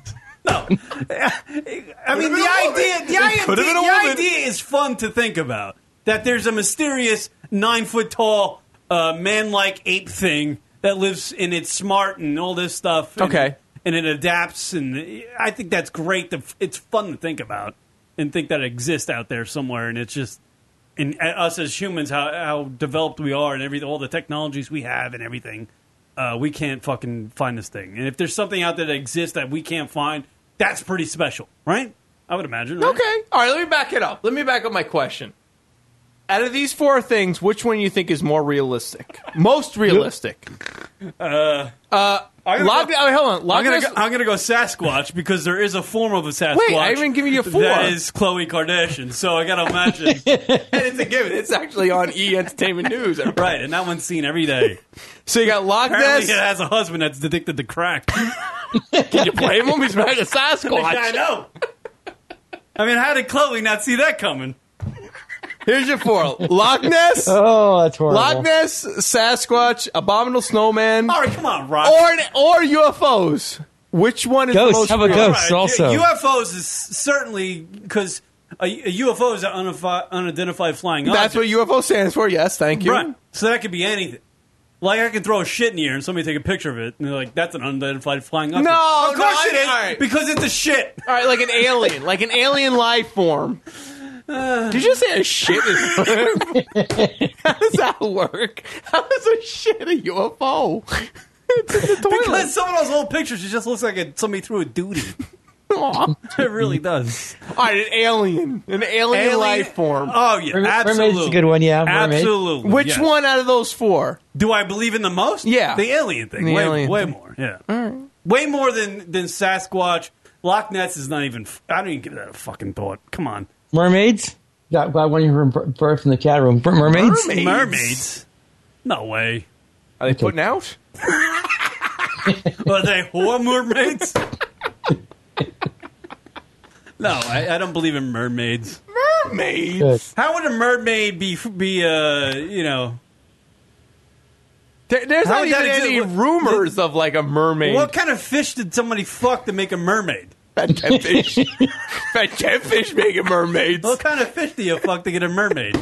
Speaker 11: No, I mean the idea. The, idea,
Speaker 12: Could've been a
Speaker 11: the
Speaker 12: woman.
Speaker 11: idea is fun to think about. That there's a mysterious nine foot tall uh, man like ape thing that lives and it's smart and all this stuff. and-
Speaker 12: Okay.
Speaker 11: and it adapts, and I think that's great. To, it's fun to think about and think that it exists out there somewhere, and it's just. And us as humans, how, how developed we are, and every all the technologies we have, and everything, uh, we can't fucking find this thing. And if there's something out there that exists that we can't find, that's pretty special, right? I would imagine. Right?
Speaker 12: okay. All right. Let me back it up. Let me back up my question. Out of these four things, which one you think is more realistic? Most realistic.
Speaker 11: Uh,
Speaker 12: uh,
Speaker 11: I'm gonna
Speaker 12: Loch-
Speaker 11: go-
Speaker 12: oh, hold on. Loch
Speaker 11: I'm gonna,
Speaker 12: Ness-
Speaker 11: go, I'm gonna go Sasquatch because there is a form of a Sasquatch.
Speaker 12: Wait, I even give you a four.
Speaker 11: That is Khloe Kardashian. So I gotta imagine.
Speaker 12: it's a given. It's actually on E Entertainment News.
Speaker 11: right, and that one's seen every day.
Speaker 12: So you got Loch
Speaker 11: Apparently,
Speaker 12: Ness.
Speaker 11: it has a husband that's addicted to crack.
Speaker 12: Can you blame him? He's married to Sasquatch.
Speaker 11: I know. I mean, how did Chloe not see that coming?
Speaker 12: Here's your four: Loch Ness,
Speaker 13: Oh, that's horrible.
Speaker 12: Loch Ness, Sasquatch, Abominable Snowman.
Speaker 11: All right, come on, Rob.
Speaker 12: or or UFOs. Which one is the most real?
Speaker 11: All right, U- UFOs is certainly because a, a UFO is an unifi- unidentified flying
Speaker 12: That's
Speaker 11: object.
Speaker 12: what UFO stands for. Yes, thank you.
Speaker 11: Right. So that could be anything. Like I can throw shit in here and somebody take a picture of it and they're like, "That's an unidentified flying
Speaker 12: No,
Speaker 11: object." of
Speaker 12: no,
Speaker 11: course
Speaker 12: I-
Speaker 11: it is
Speaker 12: all right.
Speaker 11: because it's a shit.
Speaker 12: All right, like an alien, like an alien life form.
Speaker 11: Uh.
Speaker 12: Did you say a shit is? How does that work? How is a shit a UFO?
Speaker 11: Because some of those old pictures, it just looks like it, somebody threw a duty.
Speaker 12: Aw.
Speaker 11: it really does.
Speaker 12: All right, an alien, an alien,
Speaker 11: Alien-
Speaker 12: life form.
Speaker 11: Oh yeah,
Speaker 13: Mermaid's
Speaker 11: absolutely.
Speaker 13: a good one, yeah, mermaid.
Speaker 11: absolutely.
Speaker 12: Which
Speaker 11: yes.
Speaker 12: one out of those four?
Speaker 11: do I believe in the most?
Speaker 12: Yeah.
Speaker 11: the alien thing.
Speaker 12: The
Speaker 11: way,
Speaker 12: alien
Speaker 11: way
Speaker 12: thing.
Speaker 11: more. Yeah, way more than than Sasquatch. Loch Ness is not even. f- I don't even give that a fucking thought. Come on,
Speaker 13: Mermaids? Got, got one from birth in the chat room. Mer- Mermaids?
Speaker 11: mermaids. No way.
Speaker 12: Are they putting out?
Speaker 11: Are they whore mermaids? no, I, I don't believe in mermaids.
Speaker 12: Mermaids.
Speaker 13: Good.
Speaker 11: How would a mermaid be be uh you know
Speaker 12: There, there's
Speaker 11: How
Speaker 12: not
Speaker 11: would that
Speaker 12: even
Speaker 11: exist?
Speaker 12: any
Speaker 11: What-
Speaker 12: rumors of like a mermaid.
Speaker 11: what kind of fish did somebody fuck to make a mermaid?
Speaker 12: Fat catfish. Fat catfish making mermaids.
Speaker 11: What kind of fish do you fuck to get a mermaid?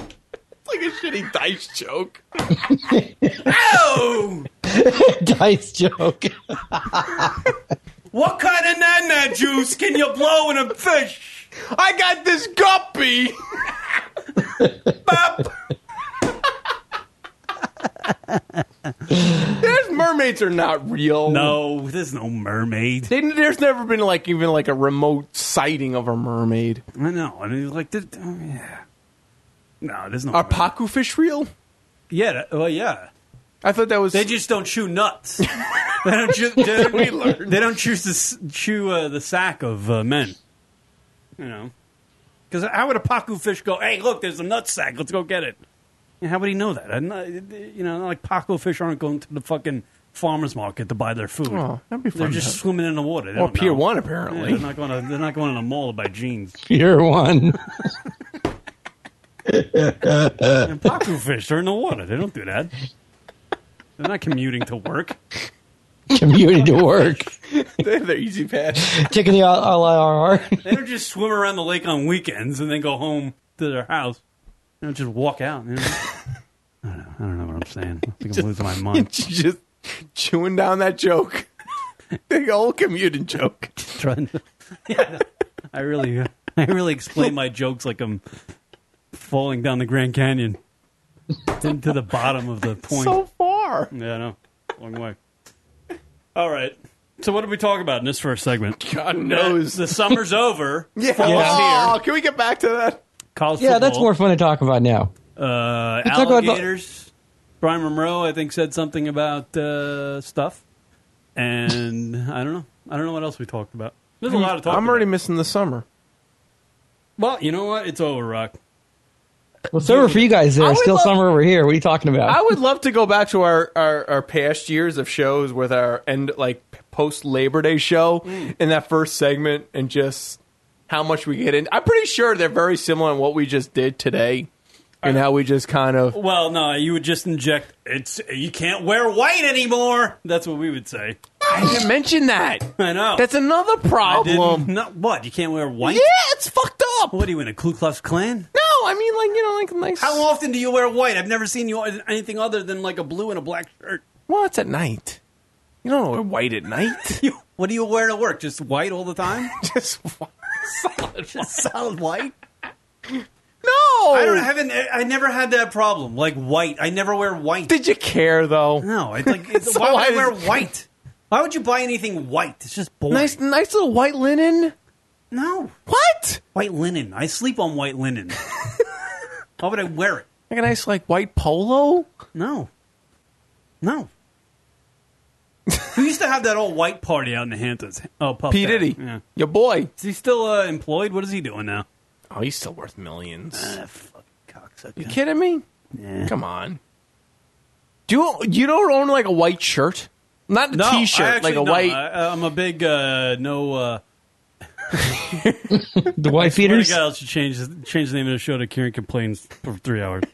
Speaker 12: It's like a shitty dice joke.
Speaker 11: Oh,
Speaker 13: Dice joke.
Speaker 11: what kind of nana juice can you blow in a fish?
Speaker 12: I got this guppy. Bop. There's mermaids are not real.
Speaker 11: No, there's no mermaid.
Speaker 12: They, there's never been like even like a remote sighting of a mermaid.
Speaker 11: I know. I mean, like, did, oh, yeah. No, there's no.
Speaker 12: Are paku fish real?
Speaker 11: Yeah. that- Well, yeah.
Speaker 12: I thought that was.
Speaker 11: They just don't chew nuts. they don't. Chew, they, don't we learned. They don't choose to s- chew uh, the sack of uh, men. You know, because how would a paku fish go? Hey, look, there's a nut sack. Let's go get it. Yeah, how would he know that? I'm not- you know, like paku fish aren't going to the fucking farmers market to buy their food.
Speaker 12: Oh, that'd be fun
Speaker 11: They're
Speaker 12: to
Speaker 11: just
Speaker 12: have.
Speaker 11: swimming in the water. They
Speaker 12: Or
Speaker 11: don't
Speaker 12: Pier
Speaker 11: know.
Speaker 12: One, apparently.
Speaker 11: Yeah, they're not going to. They're not going to the mall to buy jeans.
Speaker 13: Pier one.
Speaker 11: And paku fish are in the water. They don't do that. They're not commuting to work.
Speaker 13: Community to work.
Speaker 12: They're easy pass.
Speaker 13: Taking the LIRR.
Speaker 11: They don't just swim around the lake on weekends and then go home to their house. They don't just walk out. you know? I don't know. I don't know what I'm saying. I think I'm losing my mind.
Speaker 12: just chewing down that joke. the old commuting joke.
Speaker 11: Trying to, I really, I really explain my jokes like I'm falling down the Grand Canyon to, to the bottom of the point.
Speaker 12: So far.
Speaker 11: Yeah, I know. Long way. All right. So what did we talk about in this first segment?
Speaker 12: God knows.
Speaker 11: The, the summer's over.
Speaker 12: Yeah.
Speaker 11: Fall's
Speaker 12: Oh,
Speaker 11: here.
Speaker 12: can we get back to that?
Speaker 11: College
Speaker 13: Yeah, that's
Speaker 11: football.
Speaker 13: more fun to talk about now.
Speaker 11: Uh,
Speaker 13: Let's talk about-
Speaker 11: alligators. Brian Monroe, I think, said something about uh, stuff, and I don't know. I don't know what else we talked about.
Speaker 13: Hmm.
Speaker 11: There's a lot of talk.
Speaker 12: I'm already missing the summer.
Speaker 11: Well, you know what? It's over, Rock.
Speaker 13: Well, summer for you guys there. Still summer over here. What are you talking about?
Speaker 12: I would love to go back to our, our, our past years of shows with our end like post Labor Day show
Speaker 11: Mm.
Speaker 12: in that first segment and just how much we get in. I'm pretty sure they're very similar in what we just did today and how we just kind of
Speaker 11: Well, no, you would just inject. It's you can't wear white anymore. That's what we would say.
Speaker 12: I didn't mention that.
Speaker 11: I know.
Speaker 12: That's another
Speaker 11: I
Speaker 12: problem.
Speaker 11: didn't- no, what? You can't wear white?
Speaker 12: Yeah, it's fucked up.
Speaker 11: What are you in a Ku Klux Klan?
Speaker 12: No, I mean like you know like nice.
Speaker 11: How often do you wear white? I've never seen you in anything other than like a blue and a black shirt.
Speaker 12: Well, it's at night. You don't wear white at night.
Speaker 11: What do you wear to work? Just white all the time?
Speaker 12: just wh- solid,
Speaker 11: just solid white.
Speaker 12: No,
Speaker 11: I don't I haven't. I never had that problem. Like white. I never wear white.
Speaker 12: Did you care though?
Speaker 11: No, it's like it's,
Speaker 12: So
Speaker 11: why would I
Speaker 12: I-
Speaker 11: wear white? Why would you buy anything white? It's just boring.
Speaker 12: Nice, nice little white linen.
Speaker 11: No,
Speaker 12: What?
Speaker 11: white linen. I sleep on white linen. Why would I wear it?
Speaker 12: Like a nice like white polo.
Speaker 11: No. No. we used to have that old white party out in the Hamptons. Oh, Puff
Speaker 12: P
Speaker 11: Daddy.
Speaker 12: Diddy,
Speaker 11: Yeah.
Speaker 12: your boy.
Speaker 11: Is he still uh, employed? What is he doing now?
Speaker 12: Oh, he's still worth millions.
Speaker 11: fucking
Speaker 12: you
Speaker 11: cocksucker.
Speaker 12: kidding me?
Speaker 11: Yeah.
Speaker 12: Come on. Do you, you don't own like a white shirt? Not a
Speaker 11: No,
Speaker 12: shirt
Speaker 11: I actually
Speaker 12: like a
Speaker 11: don't.
Speaker 12: white.
Speaker 11: I, I'm a big uh, no. Uh,
Speaker 13: The white
Speaker 11: swear to
Speaker 13: feeders.
Speaker 11: God, I should change change the name of the show to Kieran complains for three hours.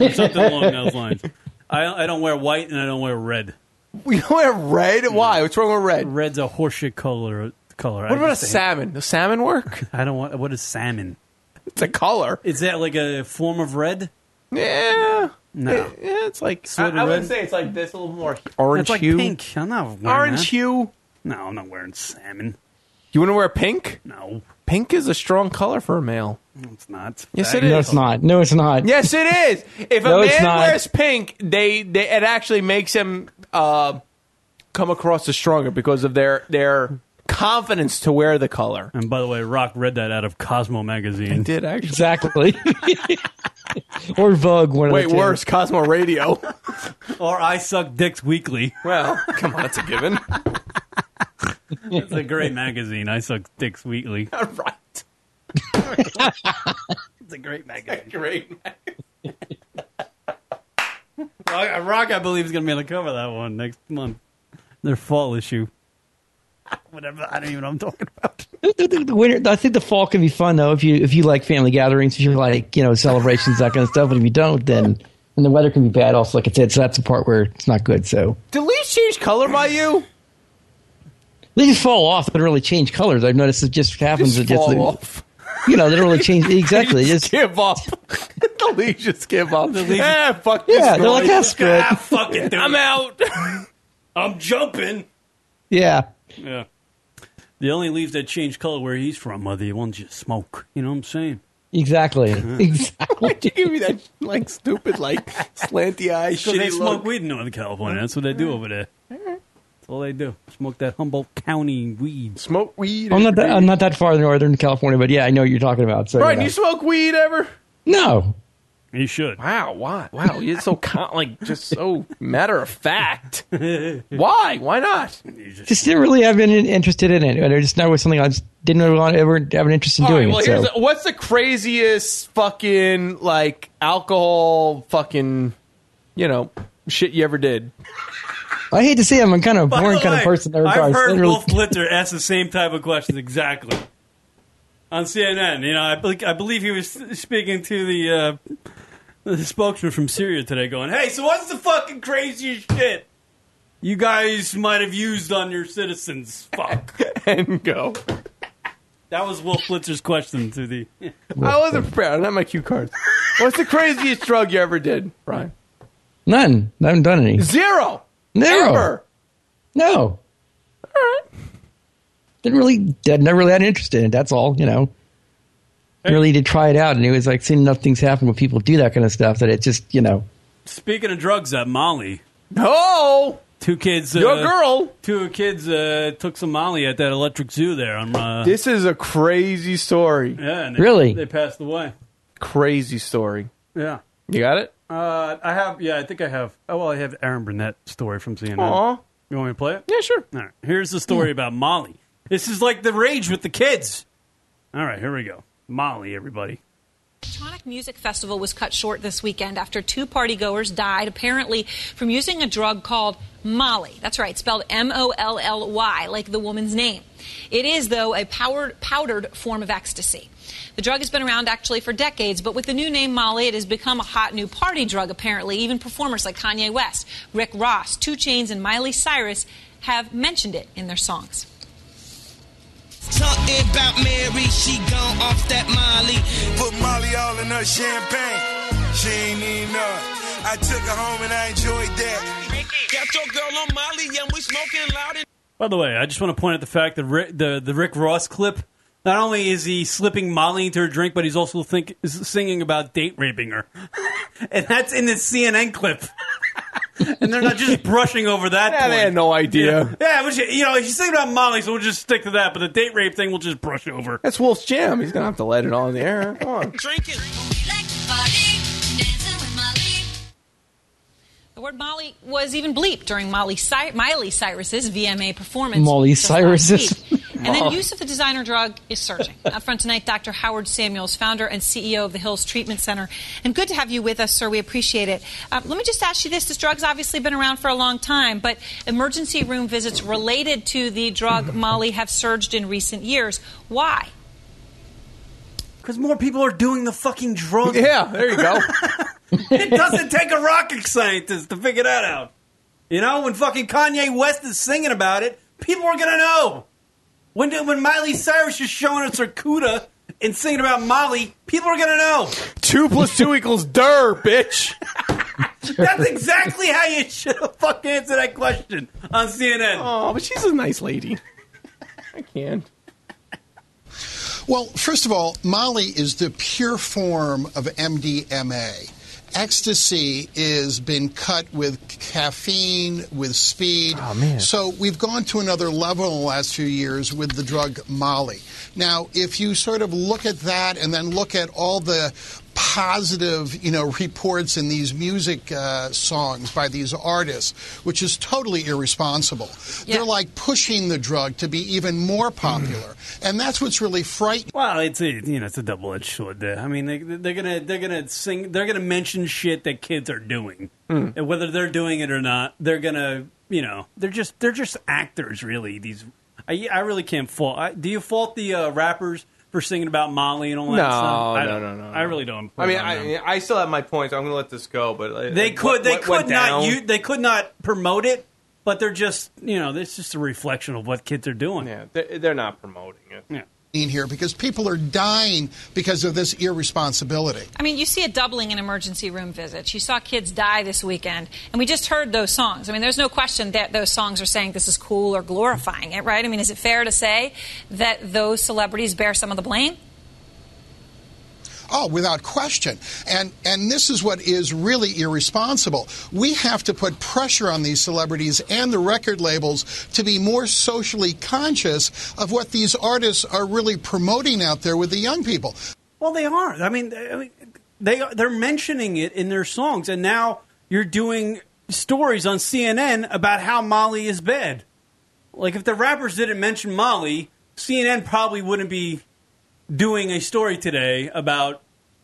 Speaker 11: Or something along those lines. I I don't wear white and I don't wear red.
Speaker 12: We wear red. Why? What's wrong with red?
Speaker 11: Red's a horseshit color. Color. I
Speaker 12: What about a
Speaker 11: just hate-
Speaker 12: salmon? Does salmon work?
Speaker 11: I don't want. What is salmon?
Speaker 12: It's a color.
Speaker 11: Is that like a form of red?
Speaker 12: Yeah.
Speaker 11: No.
Speaker 12: Yeah, it's like
Speaker 11: Sort of red.
Speaker 12: it's like this a little more orange
Speaker 11: That's like
Speaker 12: hue.
Speaker 11: pink. I'm not wearing
Speaker 12: Orange
Speaker 11: that.
Speaker 12: hue.
Speaker 11: No, I'm not wearing salmon.
Speaker 12: You want to wear pink?
Speaker 11: No,
Speaker 12: Pink is a strong color for a male.
Speaker 11: it's not.
Speaker 12: Yes,
Speaker 11: That
Speaker 12: it
Speaker 13: No,
Speaker 12: is.
Speaker 13: it's not. No, it's not.
Speaker 12: Yes, it is. If
Speaker 13: No,
Speaker 12: a
Speaker 13: it's
Speaker 12: man
Speaker 13: not.
Speaker 12: wears pink, they, they it actually makes him uh, come across as stronger because of their their confidence to wear the color.
Speaker 11: And by the way, Rock read that out of Cosmo magazine.
Speaker 12: Did actually?
Speaker 13: Exactly. or Vogue. One
Speaker 12: Wait,
Speaker 13: of the two.
Speaker 12: worse, Cosmo Radio.
Speaker 11: Or I suck dicks weekly.
Speaker 12: well, come on, that's a given.
Speaker 11: It's a great magazine. I suck dicks weekly.
Speaker 12: right.
Speaker 11: It's a great magazine.
Speaker 12: Great.
Speaker 11: Rock, Rock, I believe, is going to be able to cover that one next month. Their fall issue. Whatever. I don't even know what I'm talking about.
Speaker 13: The, the- the winter, I think the fall can be fun though if you if you like family gatherings, if you like you know celebrations that kind of stuff. But if you don't, then and the weather can be bad. Also, like I said, so that's the part where it's not good. So
Speaker 12: Did leaves change color by you?
Speaker 13: they just fall off. They don't really change colors. I've noticed it just happens.
Speaker 12: Just
Speaker 13: it just
Speaker 12: fall off.
Speaker 13: you know they don't really change exactly. They just
Speaker 12: Give up. the leaves just give up.
Speaker 11: The leaves-
Speaker 12: Eh, fuck this.
Speaker 13: yeah, they're like
Speaker 12: noise.
Speaker 13: that's good.
Speaker 11: Ah, fuck it, dude.
Speaker 12: I'm out.
Speaker 11: I'm jumping.
Speaker 13: Yeah,
Speaker 11: Yeah. The only leaves that change color where he's from are the ones you smoke. You know what I'm saying?
Speaker 13: Exactly.
Speaker 12: Why'd you give me that like stupid like slanty eye?
Speaker 11: Because they
Speaker 12: shitty
Speaker 11: smoke
Speaker 12: look?
Speaker 11: weed in Northern California. That's what they do over there. That's all they do. Smoke that Humboldt County weed.
Speaker 12: Smoke weed.
Speaker 13: I'm not that, I'm not that far in northern California, but yeah, I know what you're talking about. So
Speaker 12: Brian,
Speaker 13: yeah.
Speaker 12: you smoke weed ever?
Speaker 13: no,
Speaker 11: You should.
Speaker 12: Wow, why? Wow, you're so con- like just so matter of fact. Why? Why not?
Speaker 13: just didn't really have been interested in it. And I just know it was something I just didn't really want to ever have an interest in
Speaker 12: All right,
Speaker 13: doing.
Speaker 12: well,
Speaker 13: it,
Speaker 12: here's
Speaker 13: so.
Speaker 12: the- what's the craziest fucking like alcohol fucking you know shit you ever did?
Speaker 13: I hate to say I'm a kind of
Speaker 11: By
Speaker 13: boring
Speaker 11: the
Speaker 13: kind
Speaker 11: way,
Speaker 13: of person. That
Speaker 11: I've
Speaker 13: regards-
Speaker 11: heard
Speaker 13: didn't really-
Speaker 11: Wolf Blitzer ask the same type of questions exactly on CNN. You know, I, bel- I believe he was speaking to the, uh, the spokesman from Syria today, going, "Hey, so what's the fucking craziest shit you guys might have used on your citizens?" Fuck
Speaker 12: and go.
Speaker 11: That was Wolf Blitzer's question to the.
Speaker 12: I wasn't prepared. I don't have my cue card. What's the craziest drug you ever did, Brian?
Speaker 13: None. I haven't done any.
Speaker 12: Zero.
Speaker 13: Zero.
Speaker 12: Ever.
Speaker 13: No. All right. Didn't really, did, never really had an interest in it. That's all, you know. Really did try it out, and it was like seeing enough things happen when people do that kind of stuff that it just, you know.
Speaker 11: Speaking of drugs, uh, Molly.
Speaker 12: No.
Speaker 11: Two kids. Uh,
Speaker 12: Your girl.
Speaker 11: Two kids uh, took some Molly at that electric zoo there on. Uh,
Speaker 12: This is a crazy story.
Speaker 11: yeah, and they- They passed away.
Speaker 12: crazy story.
Speaker 11: Yeah.
Speaker 12: You got it?
Speaker 11: Uh, I have. Yeah, I think I have. Oh well, I have Aaron Burnett story from CNN.
Speaker 12: Aw.
Speaker 11: You want me to play it?
Speaker 12: Yeah, sure.
Speaker 11: All right. Here's the story about Molly. This is like the rage with the kids. All right, here we go. Molly, everybody.
Speaker 9: Electronic Music Festival was cut short this weekend after two partygoers died, apparently from using a drug called Molly. That's right, spelled M O L L Y, like the woman's name. It is, though, a powered, powdered form of ecstasy. The drug has been around actually for decades, but with the new name Molly, it has become a hot new party drug, apparently. Even performers like Kanye West, Rick Ross, Two Chains, and Miley Cyrus have mentioned it in their songs.
Speaker 17: Talking about Mary, she gone off that Molly. Put Molly all in her champagne. She ain't need none. I took her home and I enjoyed that. Got your girl on Molly and we smoking loud and
Speaker 11: By the way, I just want to point out the fact that Rick, the the Rick Ross clip. Not only is he slipping Molly into her drink, but he's also think is singing about date raping her, and that's in the CNN clip. and they're not just brushing over that.
Speaker 12: Yeah, they
Speaker 11: point.
Speaker 12: had no idea.
Speaker 11: Yeah, yeah which, you know, he's thinking about Molly, so we'll just stick to that. But the date rape thing, we'll just brush over.
Speaker 12: That's Wolf's Jam. He's going to have to let it on the air. Come on.
Speaker 17: drinking.
Speaker 9: The word Molly was even bleeped during Molly Cy- Miley Cyrus's VMA performance.
Speaker 13: Molly
Speaker 9: just last
Speaker 13: Cyrus's.
Speaker 9: week. and then
Speaker 13: Molly.
Speaker 9: use of the designer drug is surging. Up front tonight, Dr. Howard Samuels, founder and CEO of the Hills Treatment Center. And good to have you with us, sir. We appreciate it. Uh, let me just ask you this. This drug's obviously been around for a long time, but emergency room visits related to the drug Molly have surged in recent years. Why?
Speaker 11: Because more people are doing the fucking drug.
Speaker 12: Yeah, there you go.
Speaker 11: it doesn't take a rocket scientist to figure that out. You know, when fucking Kanye West is singing about it, people are gonna know. When when Miley Cyrus is showing us her cuda and singing about Molly, people are gonna know.
Speaker 12: Two plus two equals der, bitch.
Speaker 11: That's exactly how you should have fucking answered that question on CNN.
Speaker 12: Oh, but she's a nice lady. I can't.
Speaker 18: Well, first of all, Molly is the pure form of MDMA. Ecstasy is been cut with caffeine, with speed. Oh, man. So we've gone to another level in the last few years with the drug Molly. Now, if you sort of look at that and then look at all the positive, you know, reports in these music uh, songs by these artists, which is totally irresponsible. They're like pushing the drug to be even more popular, and that's what's really frightening.
Speaker 11: Well, it's a you know it's a double edged sword. There, I mean they, they're gonna they're gonna sing they're gonna mention shit that kids are doing,
Speaker 12: Hmm.
Speaker 11: and whether they're doing it or not, they're gonna you know they're just they're just actors really. These I, I really can't fault. I, do you fault the uh, rappers for singing about Molly and all that
Speaker 12: No,
Speaker 11: stuff? I
Speaker 12: no,
Speaker 11: don't-
Speaker 12: no, no,
Speaker 11: I really don't.
Speaker 12: I
Speaker 11: Put
Speaker 12: mean,
Speaker 11: it on them.
Speaker 12: I, I still have my points. I'm going to let this go, but uh,
Speaker 11: they
Speaker 12: what-
Speaker 11: could they
Speaker 12: what went
Speaker 11: could not
Speaker 12: down-
Speaker 11: you they could not promote it, but they're just you know it's just a reflection of what kids are doing. Yeah,
Speaker 12: they're, they're not promoting it.
Speaker 11: Yeah.
Speaker 18: Here, because people are dying because of this irresponsibility.
Speaker 9: I mean, you see a doubling in emergency room visits. You saw kids die this weekend, and we just heard those songs. I mean, there's no question that those songs are saying this is cool or glorifying it, right? I mean, is it fair to say that those celebrities bear some of the blame?
Speaker 18: Oh, without question. And and this is what is really irresponsible. We have to put pressure on these celebrities and the record labels to be more socially conscious of what these artists are really promoting out there with the young people.
Speaker 11: Well, they are. I mean, I mean, they they're mentioning it in their songs, and now you're doing stories on CNN about how Molly is bad. Like if the rappers didn't mention Molly, CNN probably wouldn't be doing a story today about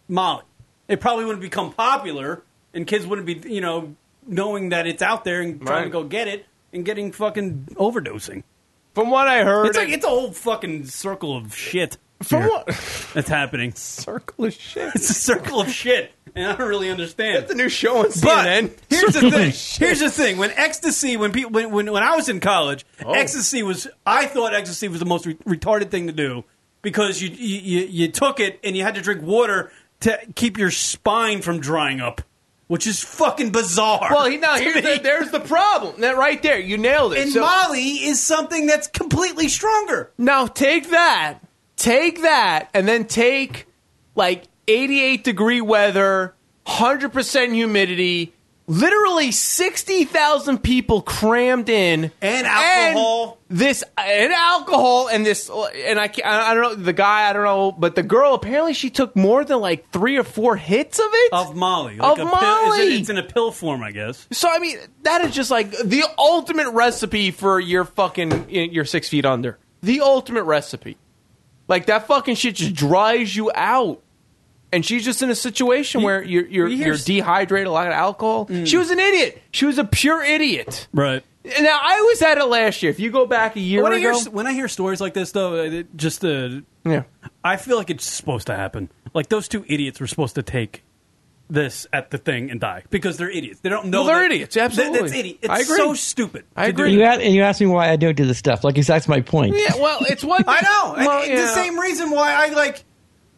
Speaker 11: Molly. It probably wouldn't become popular, and kids wouldn't be you know knowing that it's out there and trying
Speaker 12: Right.
Speaker 11: to go get it and getting fucking overdosing.
Speaker 12: From what I heard,
Speaker 11: it's like
Speaker 12: it-
Speaker 11: it's a whole fucking circle of shit.
Speaker 12: From
Speaker 11: here
Speaker 12: what-
Speaker 11: that's happening,
Speaker 12: circle of shit.
Speaker 11: It's a circle of shit, and I don't really understand. That's
Speaker 12: a new show on CNN.
Speaker 11: But here's the
Speaker 12: Circle
Speaker 11: thing.
Speaker 12: of shit.
Speaker 11: Here's the thing. When ecstasy, when people, when, when when I was in college,
Speaker 12: Oh.
Speaker 11: ecstasy was. I thought ecstasy was the most re- retarded thing to do because you, you you you took it and you had to drink water to keep your spine from drying up, which is fucking bizarre.
Speaker 12: Well, he- now
Speaker 11: to
Speaker 12: here's
Speaker 11: me.
Speaker 12: the, there's the problem. That right there, you nailed it.
Speaker 11: And
Speaker 12: So-
Speaker 11: Molly is something that's completely stronger.
Speaker 12: Now take that, take that, and then take like 88 degree weather, 100% humidity, literally 60,000 people crammed in,
Speaker 11: and alcohol.
Speaker 12: this and alcohol and this and I can't, I I don't know the guy I don't know but the girl apparently she took more than like three or four hits of it
Speaker 11: of Molly
Speaker 12: of
Speaker 11: a
Speaker 12: Molly
Speaker 11: Pill, it's, it's in a pill form, I guess.
Speaker 12: so I mean, that is just like the ultimate recipe for your fucking your six feet under. The ultimate recipe. Like that fucking shit just dries you out. And she's just in a situation where you're you're,
Speaker 11: you hear
Speaker 12: you're
Speaker 11: s- Mm.
Speaker 12: dehydrated, a lot of alcohol. She was an idiot. She was a pure idiot.
Speaker 11: Right.
Speaker 12: Now I was at it last year. If you go back a year
Speaker 11: when I
Speaker 12: ago,
Speaker 11: hear when I hear stories like this, though, it just uh,
Speaker 12: yeah,
Speaker 11: I feel like it's supposed to happen. Like those two idiots were supposed to take this at the thing and die because they're idiots. They don't know.
Speaker 12: Well, they're
Speaker 11: that-
Speaker 12: idiots,
Speaker 11: that-
Speaker 12: absolutely.
Speaker 11: that's idiot. It's
Speaker 12: I agree.
Speaker 11: so stupid.
Speaker 12: I
Speaker 11: to do.
Speaker 13: You at, and you asked me why I don't do this stuff. Like, that's my point.
Speaker 12: Yeah, well, it's one.
Speaker 11: I know. And
Speaker 12: Well,
Speaker 11: it's
Speaker 12: yeah.
Speaker 11: The same reason why I like.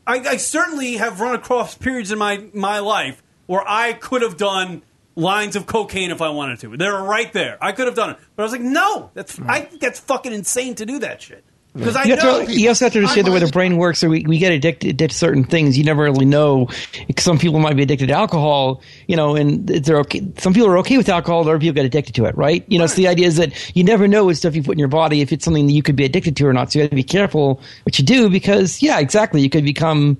Speaker 11: I, I certainly have run across periods in my my life where I could have done lines of cocaine if I wanted to. They're right there. I could have done it, but I was like, no, that's
Speaker 12: Mm.
Speaker 11: I think that's fucking insane to do that shit because I
Speaker 13: you, have to-
Speaker 11: know
Speaker 13: you also have to understand the way the brain works. So we, we get addicted to certain things. You never really know. Some people might be addicted to alcohol, you know, and they're okay. Some people are okay with alcohol, and other people get addicted to it, right? You know, so the idea is that you never know what stuff you put in your body if it's something that you could be addicted to or not. So you have to be careful what you do because, yeah, exactly, you could become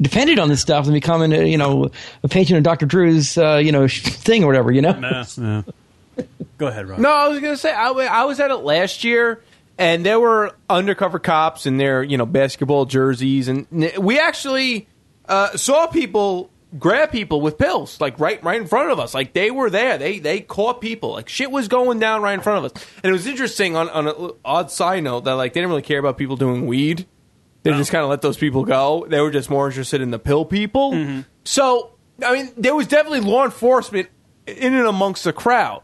Speaker 13: dependent on this stuff and become, an, uh, you know, a patient of Dr. Drew's, uh, you know, thing or whatever, you know.
Speaker 11: Go ahead, Rob.
Speaker 12: No, I was gonna say I, wa- I was at it last year, and there were undercover cops in their you know basketball jerseys, and n- we actually uh, saw people grab people with pills like right right in front of us. Like they were there, they they caught people. Like shit was going down right in front of us, and it was interesting on on an odd side note that like they didn't really care about people doing weed. They just kind of let those people go. They were just more interested in the pill people. So, I mean, there was definitely law enforcement in and amongst the crowd.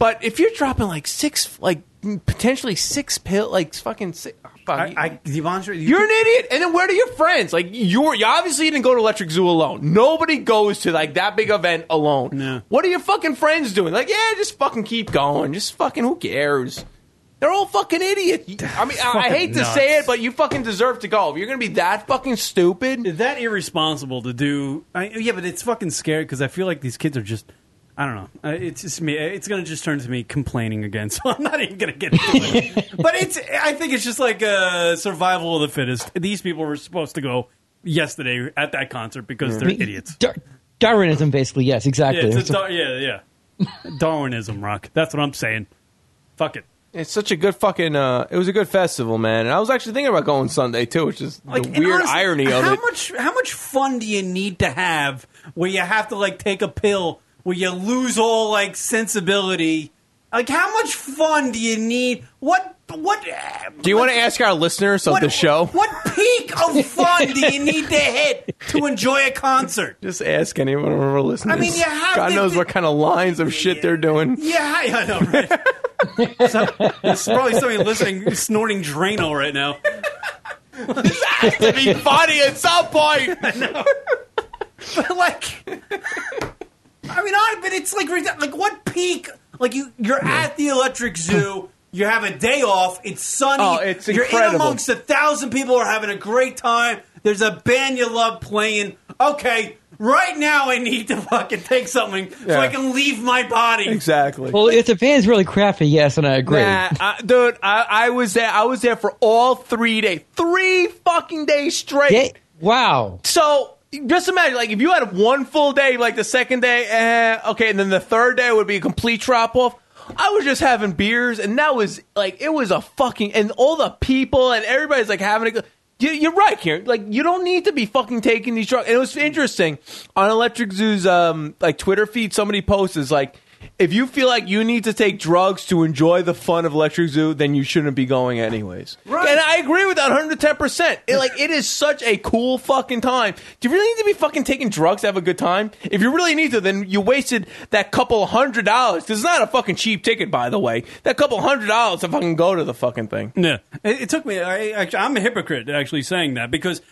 Speaker 12: But if you're dropping like six, like potentially six pill, like fucking six. oh, fuck.
Speaker 11: I, Devondre,
Speaker 12: you're an idiot. And then where are your friends? Like you're you obviously didn't go to Electric Zoo alone. Nobody goes to like that big event alone. What are your fucking friends doing? Like yeah, just fucking keep going. Just fucking who cares? They're all fucking idiots. I mean, I, I
Speaker 11: Fucking
Speaker 12: hate to
Speaker 11: nuts.
Speaker 12: say it, but you fucking deserve to go. If you're gonna be that fucking stupid,
Speaker 11: that irresponsible to do. I, yeah, but it's fucking scary because I feel like these kids are just. I don't know. Uh, It's just me. It's gonna just turn to me complaining again. So I'm not even gonna get into it. but it's. I think it's just like uh, survival of the fittest. These people were supposed to go yesterday at that concert because
Speaker 13: Yeah.
Speaker 11: they're
Speaker 13: I
Speaker 12: Mm-hmm.
Speaker 13: mean,
Speaker 11: idiots.
Speaker 13: Dar- Darwinism, basically, yes,
Speaker 11: Yeah,
Speaker 13: exactly.
Speaker 11: it's a
Speaker 13: So-
Speaker 11: Dar- yeah, yeah. Darwinism, rock. That's what I'm saying. Fuck it.
Speaker 12: It's such a good fucking. Uh, it was a good festival, man. And I was actually thinking about going Sunday too, which is the
Speaker 11: and
Speaker 12: weird
Speaker 11: honestly,
Speaker 12: irony of
Speaker 11: how
Speaker 12: it.
Speaker 11: much how much fun do you need to have where you have to like take a pill where you lose all like sensibility? Like how much fun do you need? What what
Speaker 12: Do you want to ask our listeners of the show?
Speaker 11: what peak of fun do you need to hit to enjoy a concert?
Speaker 12: Just ask anyone of our listeners.
Speaker 11: I mean, you have
Speaker 12: God
Speaker 11: to
Speaker 12: knows what kind of lines of shit they're doing.
Speaker 11: Yeah, I I know, right? so, there's probably somebody listening snorting Drano right now.
Speaker 12: has to be funny at some point.
Speaker 11: but like, I mean, I but it's like ridic- like what peak? Like you, you're at the Electric Zoo. You have a day off. It's sunny.
Speaker 12: Oh, it's
Speaker 11: You're in
Speaker 12: incredible.
Speaker 11: amongst a thousand people who are having a great time. There's a band you love playing. Okay, right now I need to fucking take something so
Speaker 13: Yeah.
Speaker 11: I can leave my body.
Speaker 12: Exactly.
Speaker 13: Well, if the band's really crappy, yes, and I agree.
Speaker 12: Nah, I- dude, I, I was there. I was there for all three days, three fucking days straight.
Speaker 13: wow.
Speaker 12: So just imagine, like, if you had one full day, like the second day, eh, okay, and then the third day would be a complete drop off. I was just having beers, and that was like it was a fucking and all the people and everybody's like having a good. You, you're right, Kieran. Like you don't need to be fucking taking these drugs. And it was interesting on Electric Zoo's um like Twitter feed. Somebody posts is like, if you feel like you need to take drugs to enjoy the fun of Electric Zoo, then you shouldn't be going anyways. Right. And I agree with that 110%. It, like, it is such a cool fucking time. Do you really need to be fucking taking drugs to have a good time? If you really need to, then you wasted that couple hundred dollars. 'Cause it's not a fucking cheap ticket, by the way. That couple hundred dollars to fucking go to the fucking thing.
Speaker 11: Yeah. It, it took me. I, actually, I'm a hypocrite actually saying that because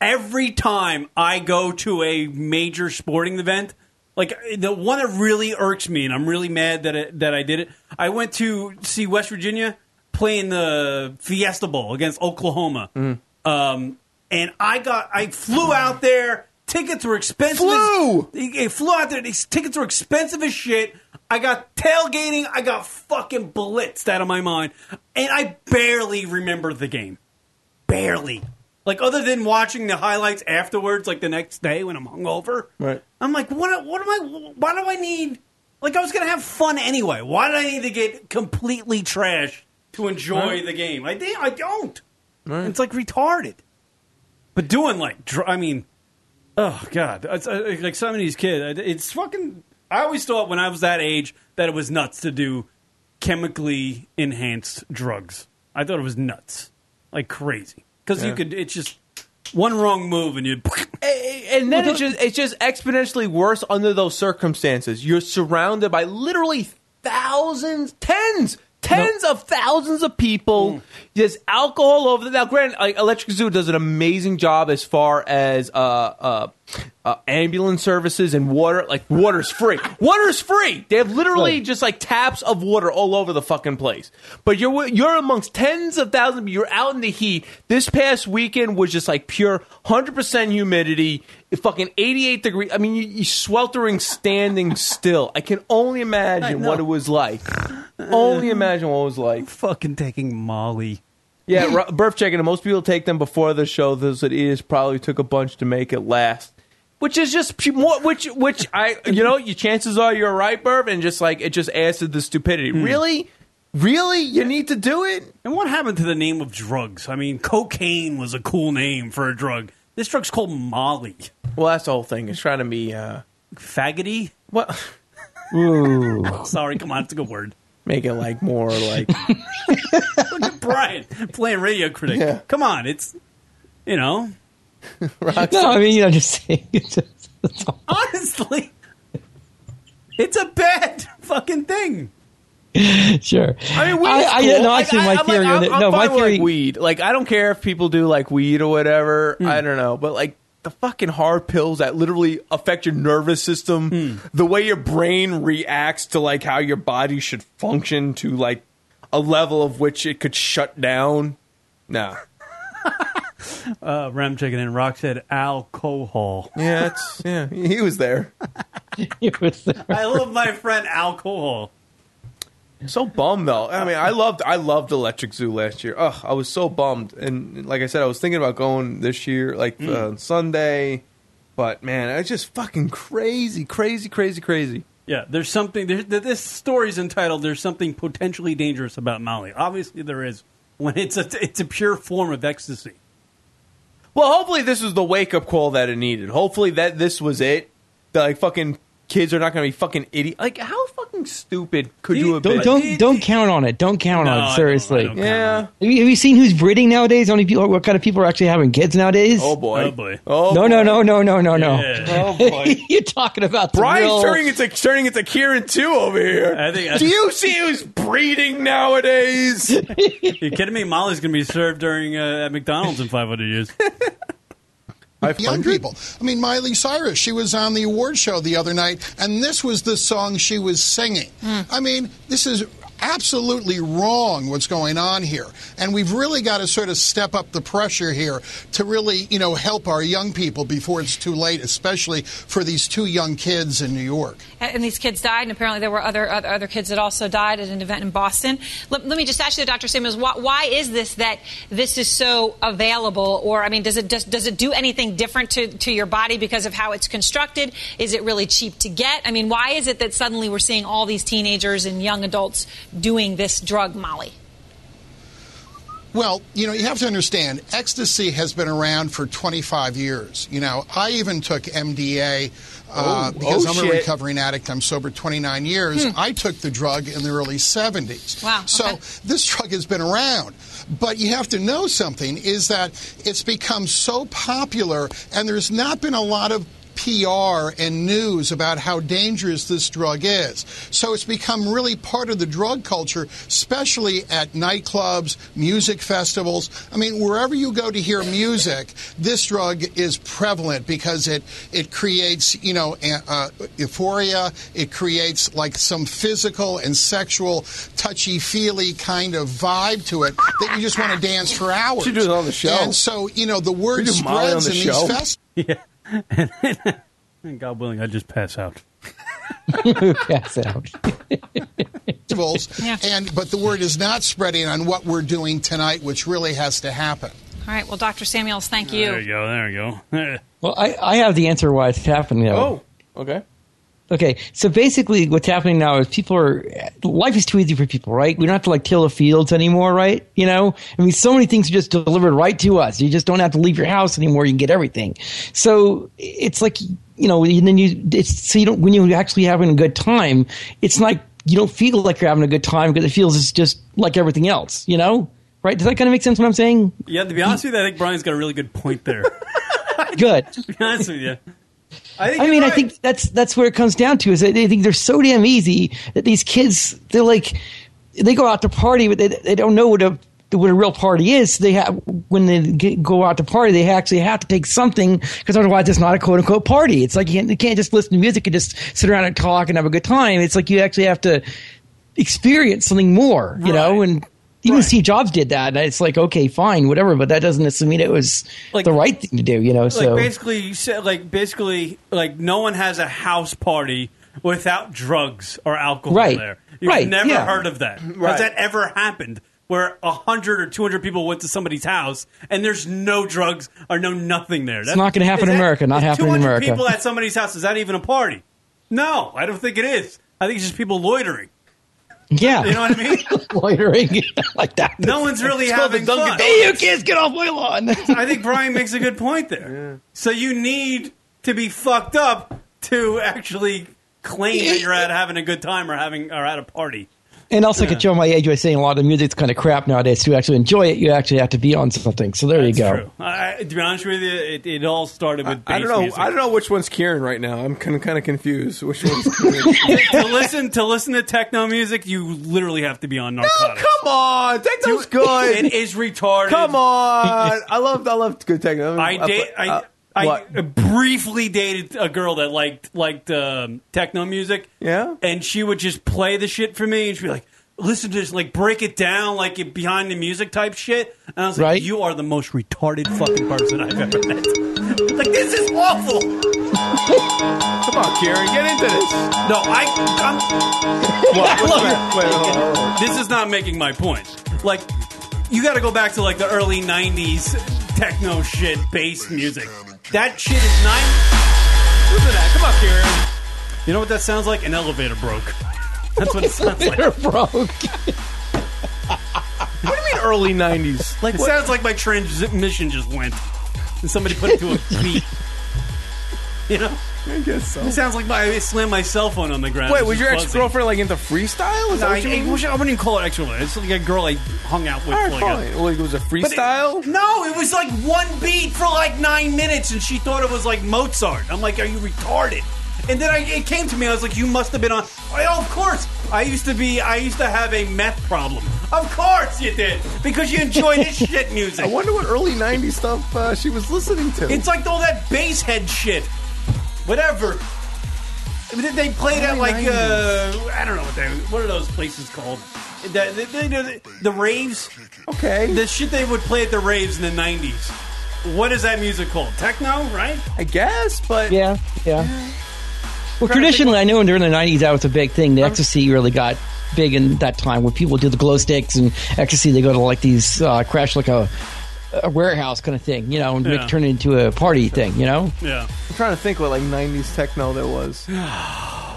Speaker 11: every time I go to a major sporting event, like the one that really irks me, and I'm really mad that it, that I did it. I went to see West Virginia playing the Fiesta Bowl against Oklahoma, um, and I got I flew out there. Tickets were expensive. Flew. As, I flew out there. These tickets were expensive as shit. I got tailgating. I got fucking blitzed out of my mind, and I barely remember the game. Barely. Like other than watching the highlights afterwards, like the next day when I'm hungover.
Speaker 12: Right.
Speaker 11: I'm like, what? What am I? Why do I need? Like, I was gonna have fun anyway. Why did I need to get completely trashed to enjoy
Speaker 12: Right.
Speaker 11: the game? I di- I don't. It's like retarded. But doing like, dr- I mean, oh god, it's, uh, like some of these kids, it- it's fucking. I always thought when I was that age that it was nuts to do chemically enhanced drugs. I thought it was nuts, like crazy, because
Speaker 12: Yeah.
Speaker 11: you could. It's just one wrong move and you'd.
Speaker 12: and then it's just it's just exponentially worse under those circumstances. You're surrounded by literally thousands, tens, tens of thousands of people.
Speaker 11: Mm.
Speaker 12: There's alcohol over the now. Granted, like, Electric Zoo does an amazing job as far as uh, uh, uh, ambulance services and water. Like water's free. water's free. They have literally
Speaker 13: Right.
Speaker 12: just like taps of water all over the fucking place. But you're you're amongst tens of thousands. You're out in the heat. This past weekend was just like pure hundred percent humidity, fucking eighty eight degrees. I mean, you, you sweltering, standing still. I can only imagine
Speaker 11: know.
Speaker 12: what it was like. Only imagine what it was like.
Speaker 11: Fucking taking Molly.
Speaker 12: Yeah, r- birth checking. and Most people take them before the show. Those that is probably took a bunch to make it last. Which is just pu- more, which which I you know your chances are you're right, Burb, and just like it just adds to the stupidity.
Speaker 13: Hmm.
Speaker 12: Really, really, you need to do it.
Speaker 11: Hmm. And what happened to the name of drugs? I mean, cocaine was a cool name for a drug. This drug's called Molly.
Speaker 12: Well, that's the whole thing. It's trying to be uh,
Speaker 11: faggoty.
Speaker 12: What?
Speaker 13: Ooh.
Speaker 11: Sorry, come on, it's a good word.
Speaker 12: make it like more like
Speaker 11: Brian playing radio critic.
Speaker 13: Yeah.
Speaker 11: Come on, it's you know
Speaker 13: No, I mean, you know, just saying. It's just, it's all-
Speaker 11: honestly, it's a bad fucking thing.
Speaker 13: sure.
Speaker 12: I mean,
Speaker 13: I, I, no, actually, my theory on it.
Speaker 12: I'm
Speaker 13: No, my
Speaker 12: fine with,
Speaker 13: theory.
Speaker 12: like weed. Like I don't care if people do like weed or whatever.
Speaker 13: Hmm.
Speaker 12: I don't know, but like the fucking hard pills that literally affect your nervous system,
Speaker 13: Hmm.
Speaker 12: the way your brain reacts to like how your body should function to like a level of which it could shut down. Nah.
Speaker 11: Uh, Ram chicken and Rock said alcohol.
Speaker 12: Yeah, it's, yeah, he was there.
Speaker 13: he was there.
Speaker 11: I love my friend alcohol.
Speaker 12: So bummed though. I mean, I loved I loved Electric Zoo last year. Ugh, I was so bummed. And like I said, I was thinking about going this year, like
Speaker 11: Mm.
Speaker 12: uh, Sunday. But man, it's just fucking crazy, crazy, crazy, crazy.
Speaker 11: Yeah, there's something. There, th- this story's entitled "There's something potentially dangerous about Molly." Obviously, there is when it's a it's a pure form of ecstasy.
Speaker 12: Well, hopefully this was the wake up call that it needed. Hopefully that this was it. That like fucking kids are not going to be fucking idiot. Like how fucking stupid could you have
Speaker 13: Don't
Speaker 12: been?
Speaker 13: don't don't count on it. Don't count
Speaker 12: No, I
Speaker 13: on
Speaker 12: don't-
Speaker 13: it. Seriously.
Speaker 12: yeah.
Speaker 13: Have you, have you seen who's breeding nowadays? How many people? What kind of people are actually having kids nowadays?
Speaker 12: Oh boy.
Speaker 13: No,
Speaker 11: boy.
Speaker 12: Oh boy.
Speaker 13: no, no, no, no, no, no.
Speaker 12: Oh boy.
Speaker 13: You're talking about the
Speaker 12: Brian's
Speaker 13: real-
Speaker 12: turning into turning into Kieran too over here.
Speaker 11: I think-
Speaker 12: Do you see who's breeding nowadays?
Speaker 11: you kidding me? Molly's gonna be served during uh, at McDonald's in 500 years.
Speaker 18: young people. I mean, Miley Cyrus, she was on the award show the other night, and this was the song she was singing. I mean, this is absolutely wrong what's going on here. And we've really got to sort of step up the pressure here to really, you know, help our young people before it's too late, especially for these two young kids in New York.
Speaker 9: and and these kids died, and apparently there were other other, other kids that also died at an event in Boston. Let, let me just ask you, Dr. Samuels, why, why is this that this is so available? Or I mean, does it does, does it do anything different to, to your body because of how it's constructed? Is it really cheap to get? I mean, why is it that suddenly we're seeing all these teenagers and young adults doing this drug, Molly?
Speaker 18: Well, you know, you have to understand, ecstasy has been around for 25 years. You know, I even took MDA uh,
Speaker 19: Oh,
Speaker 18: because
Speaker 19: oh,
Speaker 18: I'm a
Speaker 19: shit. Hmm.
Speaker 18: recovering addict. I'm sober 29 years. I took the drug in the early 70s. Wow. So this drug has been around. But you have to know something is that it's become so popular, and there's not been a lot of PR and news about how dangerous this drug is. So it's become really part of the drug culture, especially at nightclubs, music festivals. I mean, wherever you go to hear music, this drug is prevalent because it it creates you know a- uh, euphoria. It creates like some physical and sexual touchy feely kind of vibe to it that you just want to dance for hours.
Speaker 12: should do it on the show.
Speaker 18: And so you know the word
Speaker 12: We do Molly on
Speaker 18: spreads
Speaker 12: the
Speaker 18: in
Speaker 12: show.
Speaker 18: these festivals.
Speaker 11: And God willing, I just pass out.
Speaker 13: pass out.
Speaker 18: festivals, and but the word is not spreading on what we're doing tonight, which really has to happen.
Speaker 9: All right, well, Dr. Samuels, thank you.
Speaker 11: There you go. There you go.
Speaker 13: Well, I, I have the answer why it's happening
Speaker 12: Oh,
Speaker 13: now.
Speaker 12: okay.
Speaker 13: Okay, so basically, what's happening now is people are life is too easy for people, right? We don't have to like till the fields anymore, right? You know, I mean, so many things are just delivered right to us. You just don't have to leave your house anymore. You can get everything. So it's like you know, and then you it's so you don't when you're actually having a good time, it's like you don't feel like you're having a good time because it feels it's just like everything else, you know? Right? Does that kind of make sense? What I'm saying?
Speaker 11: Yeah, to be honest with you, I think Brian's got a really good point there.
Speaker 13: Good.
Speaker 11: to be honest with you. I, think
Speaker 13: mean,
Speaker 11: you're
Speaker 13: I think that's that's where it comes down to is that they think they're so damn easy that these kids they're like they go out to party but they they don't know what a what a real party is. They have when they get, go out to party, they actually have to take something because otherwise it's not a quote unquote party. It's like you can't, you can't just listen to music and just sit around and talk and have a good time. It's like you actually have to experience something more, you know. And even Steve Jobs did that. And it's like okay, fine, whatever, but that doesn't necessarily mean it was the right thing to do, you know.
Speaker 11: like
Speaker 13: so
Speaker 11: basically, you said like basically like no one has a house party without drugs or alcohol
Speaker 13: Right.
Speaker 11: there. You've
Speaker 13: Right,
Speaker 11: never
Speaker 13: yeah.
Speaker 11: heard of that.
Speaker 13: Right.
Speaker 11: Has that ever happened? Where hundred or two hundred people went to somebody's house and there's no drugs or no nothing there.
Speaker 13: It's not gonna happen in America, not happening in America.
Speaker 11: People at somebody's house is that even a party? No, I don't think it is. I think it's just people loitering.
Speaker 13: yeah,
Speaker 11: You know what I mean?
Speaker 13: loitering like that.
Speaker 11: No one's really
Speaker 13: It's called the
Speaker 11: having
Speaker 13: Dunkin'
Speaker 11: fun.
Speaker 13: Donuts. Hey, you kids, get off my lawn! I
Speaker 11: think Brian makes a good point there. So you need to be fucked up to actually claim that you're out having a good time or having or at a party.
Speaker 13: And also, I could show my age by saying a lot of music's kind of crap nowadays. To actually enjoy it, you actually have to be on something. So there you go.
Speaker 11: True. I, I- to be honest with you, it, it all started with.
Speaker 12: I
Speaker 11: bass
Speaker 12: don't know.
Speaker 11: music.
Speaker 12: I don't know which one's Kieran right now. I'm kind of, kind of confused. Which one's Kieran?
Speaker 11: to listen to listen to techno music, you literally have to be on narcotics.
Speaker 12: Come on, techno's
Speaker 11: Dude,
Speaker 12: good.
Speaker 11: It is retarded.
Speaker 12: Come on, I love I love good techno.
Speaker 11: I date. I,
Speaker 12: Uh,
Speaker 11: I
Speaker 12: what?
Speaker 11: briefly dated a girl that liked liked um, techno music.
Speaker 12: Yeah,
Speaker 11: and she would just play the shit for me, and she'd be like, "Listen to this, like break it down, like it behind the music type shit." And I was like,
Speaker 13: Right.
Speaker 11: "You are the most retarded fucking person I've ever met." Like this is awful.
Speaker 12: Come on, Kieran, get into this.
Speaker 11: No, I. I'm,
Speaker 12: What?
Speaker 11: Look,
Speaker 12: Wait, wait, hold on, hold on.
Speaker 11: this is not making my point. Like, you got to go back to like the early '90s techno shit, bass music. That shit is nine. Listen to that. Come on, Kieran. You know what that sounds like? An elevator broke. That's what it sounds like.
Speaker 13: Elevator broke.
Speaker 11: what do you mean early '90s? Like, it
Speaker 12: what-
Speaker 11: sounds like my transmission just went, and somebody put it to a beat. You know.
Speaker 12: I guess so.
Speaker 11: It sounds like my, I slammed my cell phone on the ground.
Speaker 12: Wait,
Speaker 11: It
Speaker 12: was your
Speaker 11: buzzing.
Speaker 12: ex girlfriend like into freestyle? Is that
Speaker 11: I,
Speaker 12: what you mean?
Speaker 11: I, wish- I wouldn't even call it extra large. It's like a girl I hung out with.
Speaker 12: All right,
Speaker 11: for like
Speaker 12: fine.
Speaker 11: a,
Speaker 12: Well, it was a freestyle.
Speaker 11: But it- no, it was like one beat for like nine minutes, and she thought it was like Mozart. I'm like, are you retarded? And then I, it came to me. I was like, you must have been on. Oh, of course. I used to be. I used to have a meth problem. Of course you did, because you enjoy this shit music.
Speaker 12: I wonder what early '90s stuff uh, she was listening to.
Speaker 11: It's like all that bass head shit. Whatever. I mean, They play that
Speaker 12: Early
Speaker 11: like
Speaker 12: 90s.
Speaker 11: uh, I don't know what they what are those places called? The, the, the, you know, the, the raves. Okay. The shit they would play at the raves in the 90s. What is that music called? Techno, right?
Speaker 12: I guess, but
Speaker 13: yeah, yeah. Well, traditionally, I know during the '90s that was a big thing.
Speaker 11: Um,
Speaker 13: The ecstasy really got big in that time when people do the glow sticks and ecstasy. They go to like these uh, crash like a, a warehouse kind of thing, you know, and make
Speaker 12: Yeah.
Speaker 13: turn it into a party thing, you know.
Speaker 11: Yeah.
Speaker 12: I'm trying to think what like '90s techno there was.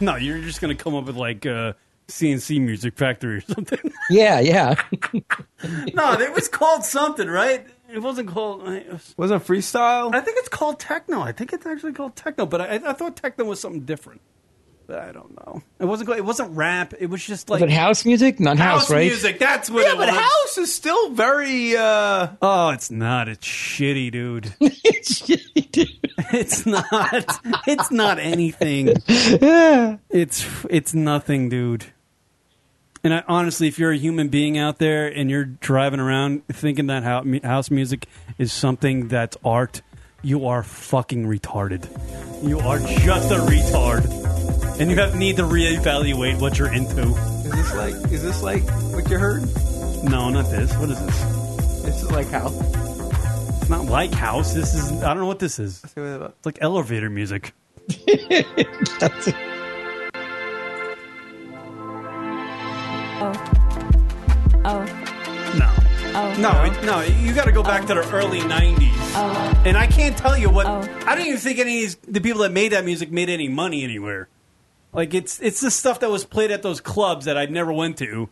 Speaker 11: No, you're just going to come up with like uh, CNC Music Factory or something.
Speaker 13: Yeah, yeah.
Speaker 11: no, it was called something, right? It wasn't called.
Speaker 12: Wasn't freestyle?
Speaker 11: I think it's called techno. I think it's actually called techno, but I, I thought techno was something different. But I don't know. It wasn't. called- It wasn't rap. It was just like
Speaker 13: was it house music? Not house, right?
Speaker 11: music. That's what.
Speaker 12: Yeah,
Speaker 11: it
Speaker 12: but
Speaker 11: was.
Speaker 12: house is still very. uh
Speaker 11: Oh, it's not. It's shitty, dude. it's shitty, dude. It's not. It's not anything. It's it's nothing, dude. And I, honestly, if you're a human being out there and you're driving around thinking that hou- mu- house music is something that's art, you are fucking retarded. You are just a retard, and you have need to reevaluate what you're into.
Speaker 12: Is this like? Is this like what you heard?
Speaker 11: No, not this. What is this?
Speaker 12: This is like how.
Speaker 11: It's not like house. This is I don't know what this is. It's like elevator music.
Speaker 19: Oh.
Speaker 11: No. no, it- no, you got to go back to the early 90s. And I can't tell you what. I don't even think any of these, the people that made that music made any money anywhere. Like, it's it's the stuff that was played at those clubs that I never went to.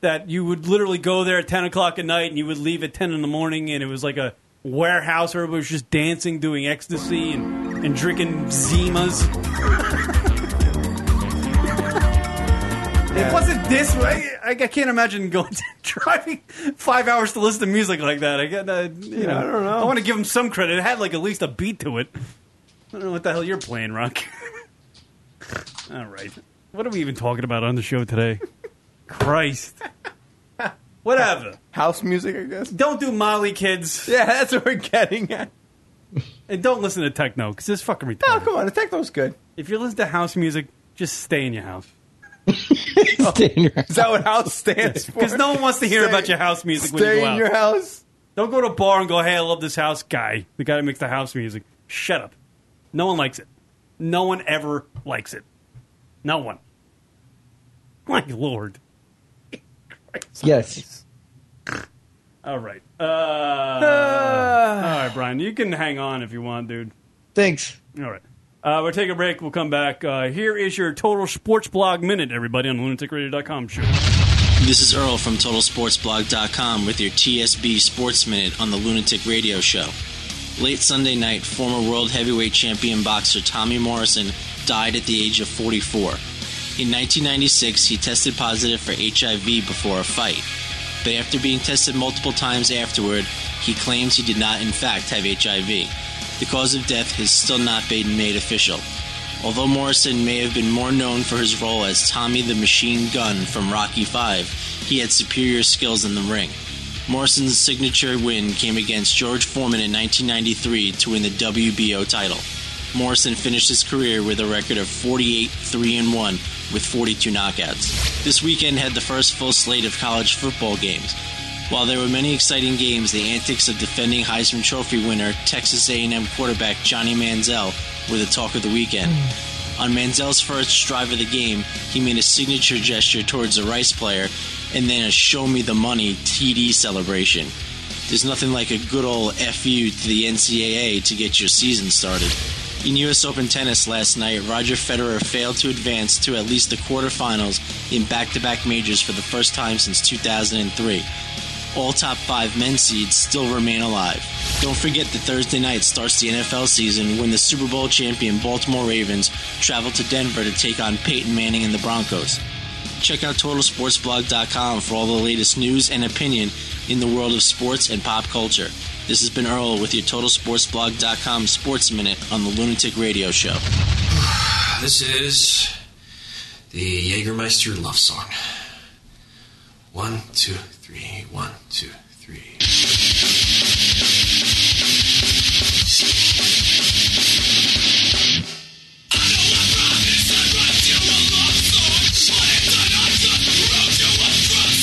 Speaker 11: That you would literally go there at 10 o'clock at night and you would leave at 10 in the morning, and it was like a warehouse where everybody was just dancing, doing ecstasy, and, and drinking Zimas. It wasn't this way. I, I can't imagine going to, driving five hours to listen to music like that. I got, uh, you
Speaker 12: Yeah,
Speaker 11: know,
Speaker 12: I don't know.
Speaker 11: want to give him some credit. It had like at least a beat to it. I don't know what the hell you're playing, Rock. All right, what are we even talking about on the show today? Christ, whatever.
Speaker 12: House music, I guess.
Speaker 11: Don't do Molly, kids.
Speaker 12: Yeah, that's what we're getting at.
Speaker 11: And don't listen to techno because it's fucking retarded.
Speaker 12: No, come on, the techno's good.
Speaker 11: If you're listening to house music, just stay in your house.
Speaker 12: Is that what house stands for?
Speaker 11: Because no one wants to hear
Speaker 12: Stay-
Speaker 11: about your house music
Speaker 12: Stay
Speaker 11: when you go
Speaker 12: in
Speaker 11: out.
Speaker 12: your house.
Speaker 11: Don't go to a bar and go, "Hey, I love this house guy, the guy that makes the house music." Shut up. No one likes it. No one ever likes it. No one. My lord.
Speaker 13: Yes.
Speaker 11: All right. Uh, all right, Brian. You can hang on if you want, dude.
Speaker 13: Thanks.
Speaker 11: All right. Uh, we'll take a break. We'll come back. Uh, here is your total sports blog minute, everybody, on lunaticradio.com show.
Speaker 20: This is Earl from TotalSportsBlog.com with your TSB Sports Minute on the Lunatic Radio Show. Late Sunday night, former world heavyweight champion boxer Tommy Morrison died at the age of 44. In 1996, he tested positive for HIV before a fight, but after being tested multiple times afterward, he claims he did not, in fact, have HIV. The cause of death has still not been made official. Although Morrison may have been more known for his role as Tommy the Machine Gun from Rocky V, he had superior skills in the ring. Morrison's signature win came against George Foreman in 1993 to win the WBO title. Morrison finished his career with a record of 48 3 and 1 with 42 knockouts. This weekend had the first full slate of college football games. While there were many exciting games, the antics of defending Heisman Trophy winner Texas A&M quarterback Johnny Manziel were the talk of the weekend. On Manziel's first drive of the game, he made a signature gesture towards the Rice player and then a show me the money TD celebration. There's nothing like a good old FU to the NCAA to get your season started. In U.S. Open tennis last night, Roger Federer failed to advance to at least the quarterfinals in back to back majors for the first time since 2003. All top five men seeds still remain alive. Don't forget that Thursday night starts the NFL season when the Super Bowl champion Baltimore Ravens travel to Denver to take on Peyton Manning and the Broncos. Check out TotalSportsBlog.com for all the latest news and opinion in the world of sports and pop culture. This has been Earl with your TotalSportsBlog.com Sports Minute on the Lunatic Radio Show.
Speaker 21: This is the Jägermeister love song. One, two, three, one, two, three.
Speaker 7: I know I promised I'd write you a love song, but it's an unsung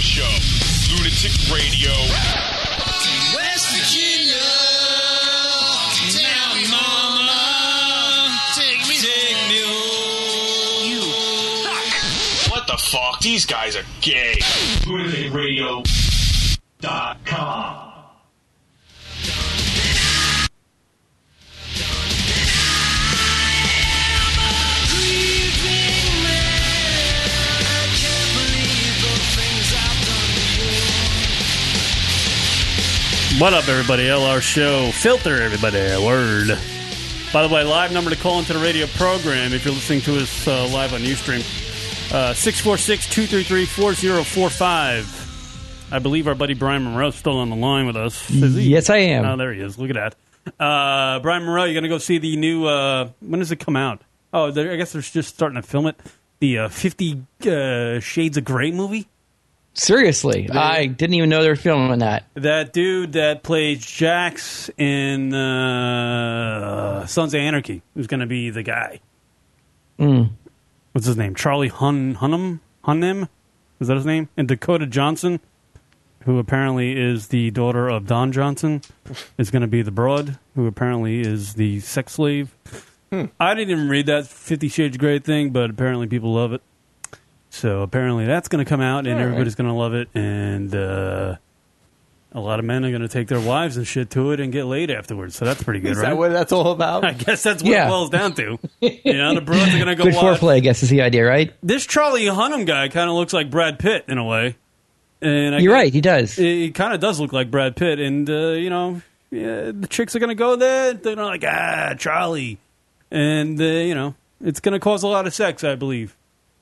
Speaker 1: Lunatic Radio.
Speaker 7: West Virginia. Now, mama. Take me. Take me
Speaker 1: What the fuck? These guys are gay. LunaticRadio.com.
Speaker 11: What up, everybody? LR Show. Filter, everybody. Word. By the way, live number to call into the radio program if you're listening to us uh, live on Ustream. Uh, 646 233 4045. I believe our buddy Brian Monroe's still on the line with us. Is he?
Speaker 13: Yes, I am.
Speaker 11: Oh, there he is. Look at that. Uh, Brian Monroe, you're going to go see the new. Uh, when does it come out? Oh, there- I guess they're just starting to film it. The uh, 50 uh, Shades of Grey movie?
Speaker 13: Seriously, I didn't even know they were filming that.
Speaker 11: That dude that plays Jax in uh, Sons of Anarchy, who's going to be the guy.
Speaker 13: Mm.
Speaker 11: What's his name? Charlie Hun Hunnam Hunnam, is that his name? And Dakota Johnson, who apparently is the daughter of Don Johnson, is going to be the broad, who apparently is the sex slave.
Speaker 13: Hmm.
Speaker 11: I didn't even read that Fifty Shades of Grey thing, but apparently people love it. So apparently that's going to come out, and
Speaker 13: All right.
Speaker 11: everybody's going to love it, and uh, a lot of men are going to take their wives and shit to it and get laid afterwards. So that's pretty good,
Speaker 12: Is
Speaker 11: right?
Speaker 12: that what that's all about?
Speaker 11: I guess that's what
Speaker 13: Yeah.
Speaker 11: it boils down to. You know, the broads are going to go
Speaker 13: Good
Speaker 11: watch
Speaker 13: foreplay, I guess, is the idea, right?
Speaker 11: this Charlie Hunnam guy kind of looks like Brad Pitt in a way. And I
Speaker 13: You're
Speaker 11: guess-
Speaker 13: right, he does.
Speaker 11: He, kind of does look like Brad Pitt, and uh, you know, yeah, the chicks are gonna go there. They're not like ah Charlie, and uh, you know, it's gonna cause a lot of sex, I believe.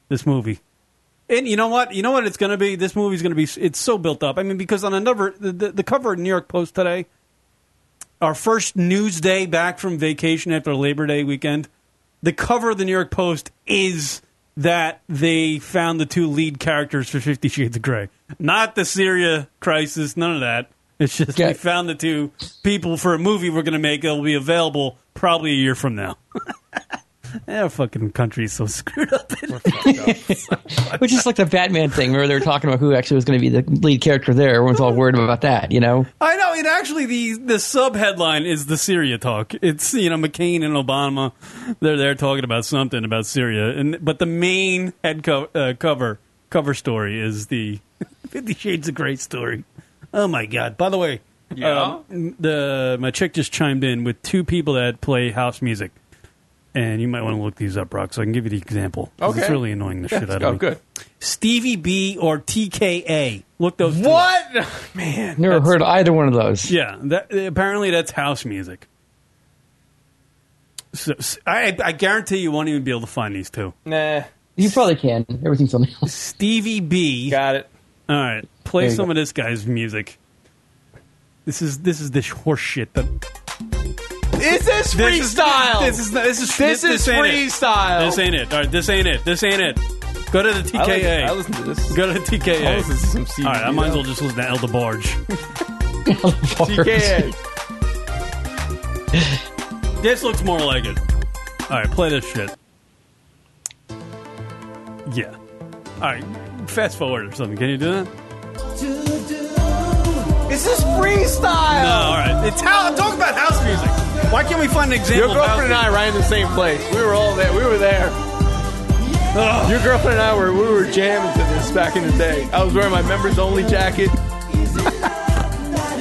Speaker 11: This movie. And you know what? You know what it's going to be. This movie's going to be. It's so built up. I mean, because on another the, the, the cover of New York Post today, our first news day back from vacation after Labor Day weekend, the cover of the New York Post is that they found the two lead characters for Fifty Shades of Grey. Not the Syria crisis. None of that. It's just we found the two people for a movie we're going to make. that will be available probably a year from now. Our fucking country's so screwed up.
Speaker 13: Which is like the Batman thing where they were talking about who actually was going to be the lead character there. Everyone's all worried about that, you know?
Speaker 11: I know. And actually, the the sub headline is the Syria talk. It's you know McCain and Obama, they're there talking about something about Syria, and but the main head co- uh, cover cover story is the Fifty Shades of Grey story. Oh my God! By the way,
Speaker 12: Yeah?
Speaker 11: um, the my chick just chimed in with two people that play house music, and you might want to look these up, Rock, so I can give you the example. 'cause it's
Speaker 12: Okay.
Speaker 11: really annoying the
Speaker 12: Yeah,
Speaker 11: shit
Speaker 12: let's
Speaker 11: out
Speaker 12: go.
Speaker 11: of me.
Speaker 12: Good.
Speaker 11: Stevie B or TKA. Look those. Two
Speaker 12: What?
Speaker 11: up. man?
Speaker 13: Never heard either one of those.
Speaker 11: Yeah, that, apparently that's house music. So, s I I I guarantee you won't even be able to find these two.
Speaker 12: Nah.
Speaker 13: You probably can. Everything's on the
Speaker 11: Stevie B.
Speaker 12: Got it.
Speaker 11: All right,
Speaker 13: There
Speaker 11: play
Speaker 13: you
Speaker 11: some
Speaker 13: go.
Speaker 11: of this guy's music. This is this is this horse shit. That
Speaker 12: Is this freestyle?
Speaker 11: This is this is
Speaker 12: this, is
Speaker 11: ain't it.
Speaker 12: freestyle.
Speaker 11: This ain't it. All right, this ain't it. This ain't it. Go to the TKA.
Speaker 12: I like- I listen to this.
Speaker 11: Go to the TKA.
Speaker 12: I listen to some CBD,
Speaker 11: All right, I might as
Speaker 12: though.
Speaker 11: well just listen to El DeBarge.
Speaker 12: TKA.
Speaker 11: This looks more like it. All right, play this shit. Yeah. All right, fast forward or something. Can you do that?
Speaker 12: Is this freestyle?
Speaker 11: No, all right. It's how talk about house music. Why can't we find an example?
Speaker 12: Your
Speaker 11: of house
Speaker 12: girlfriend and I
Speaker 11: music?
Speaker 12: were in the same place. We were all there. We were there. Your girlfriend and I were we were jamming to this back in the day. I was wearing my members only jacket. this is, I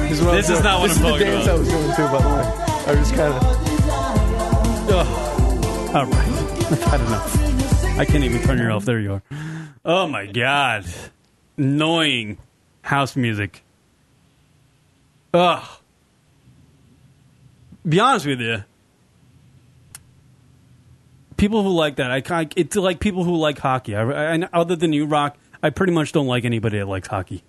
Speaker 12: was
Speaker 11: This is
Speaker 12: doing.
Speaker 11: not what
Speaker 12: this
Speaker 11: I'm
Speaker 12: is
Speaker 11: talking
Speaker 12: the dance
Speaker 11: about.
Speaker 12: I was doing too, by the way. I was just kind
Speaker 11: Ugh.
Speaker 12: of.
Speaker 11: All right. I've had enough. I can't even turn you off. There you are. Oh my god. Annoying house music. Ugh. Be honest with you. People who like that, I, I it's like people who like hockey. I, I, other than you, Rock, I pretty much don't like anybody that likes hockey.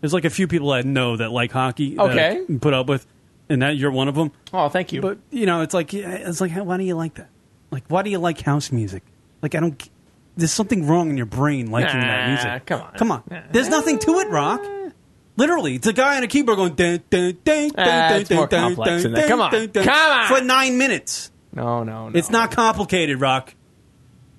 Speaker 11: There's like a few people I know that like hockey. that I
Speaker 12: Okay.
Speaker 11: can put up with, and that you're one of them.
Speaker 12: Oh, thank you.
Speaker 11: But you know, it's like it's like why do you like that? Like why do you like house music? Like I don't. g- There's something wrong in your brain liking that
Speaker 12: Nah,
Speaker 11: music.
Speaker 12: come on.
Speaker 11: come on. There's nothing to it, Rock. Literally, it's a guy on a keyboard going dun, dun, dun, dun,
Speaker 12: Ah,
Speaker 11: dun,
Speaker 12: it's more
Speaker 11: dun, dun,
Speaker 12: complex than that. Come
Speaker 11: dun,
Speaker 12: on.
Speaker 11: dun, dun,
Speaker 12: Come on.
Speaker 11: for nine minutes.
Speaker 12: No, no, no.
Speaker 11: It's not complicated, Rock.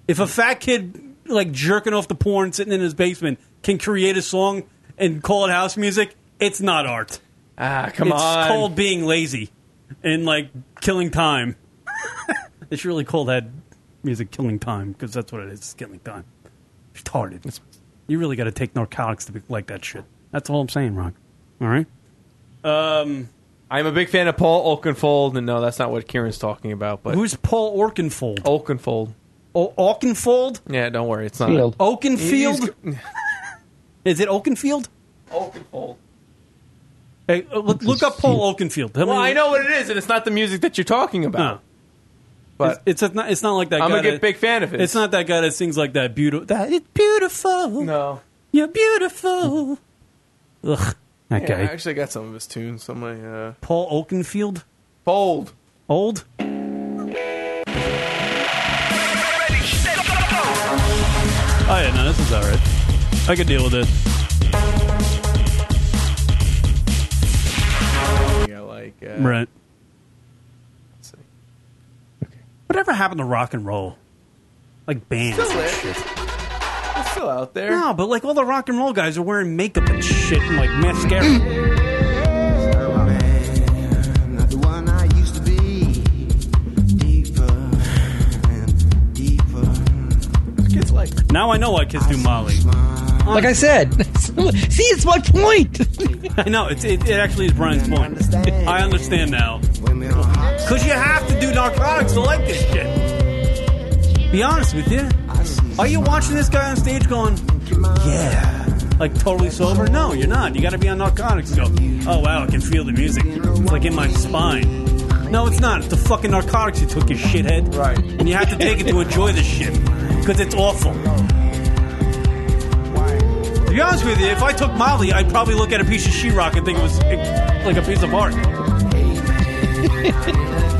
Speaker 11: If a fat kid like jerking off the porn sitting in his basement can create a song and call it house music, it's not art.
Speaker 12: Ah, come
Speaker 11: it's
Speaker 12: on.
Speaker 11: It's called being lazy and like killing time. they should really call that music killing time because that's what it is. It's killing time. Retarded. you really got to take narcotics to be like that shit. That's all I'm saying, Rock. All right. Um,
Speaker 12: I'm a big fan of Paul Oakenfold, and no, that's not what Kieran's talking about. But
Speaker 11: Who's Paul Orkenfold?
Speaker 12: Oakenfold?
Speaker 11: O- Oakenfold?
Speaker 12: Yeah, don't worry, it's not
Speaker 13: Field.
Speaker 11: Oakenfield? Is it Oakenfield? Oh.
Speaker 12: Oakenfold.
Speaker 11: Hey, uh, look, look up Paul Oakenfield. Tell me-
Speaker 12: Well, I know what it is, and it's not the music that you're talking about.
Speaker 11: No. But it's, it's not, it's not like that.
Speaker 12: I'm
Speaker 11: guy
Speaker 12: gonna get
Speaker 11: that-
Speaker 12: big fan of it.
Speaker 11: It's not that guy that sings like that. Beautiful. That it's beautiful.
Speaker 12: No.
Speaker 11: You're beautiful. Ugh. That
Speaker 12: Yeah,
Speaker 11: guy.
Speaker 12: I actually got some of his tunes. Some of my uh,
Speaker 11: Paul Oakenfield.
Speaker 12: Old.
Speaker 11: Old. Oh yeah, no, this is all right. I could deal with it.
Speaker 12: Yeah, like uh,
Speaker 11: Right. Whatever happened to rock and roll? Like bands
Speaker 12: Still
Speaker 11: and
Speaker 12: there.
Speaker 11: shit.
Speaker 12: It's still out there.
Speaker 11: No, but like all the rock and roll guys are wearing makeup and shit and like mascara.
Speaker 3: Not the one I used to be. Deeper and deeper.
Speaker 12: Kids like
Speaker 11: now I know why kids do Molly.
Speaker 13: Like I said, see, it's my point.
Speaker 11: I know it's it, it actually is Brian's point. I understand now. Cause you have to do narcotics to like this shit. Be honest with you. Are you watching this guy on stage going, yeah, like totally sober? No, you're not. You got to be on narcotics. to Go. Oh wow, I can feel the music. It's like in my spine. No, it's not. It's the fucking narcotics you took, you shithead. Right. And you have to take it to enjoy this shit because it's awful. To be honest with you, if I took Molly, I'd probably look at a piece of sheetrock and think it was eh, like a piece of art.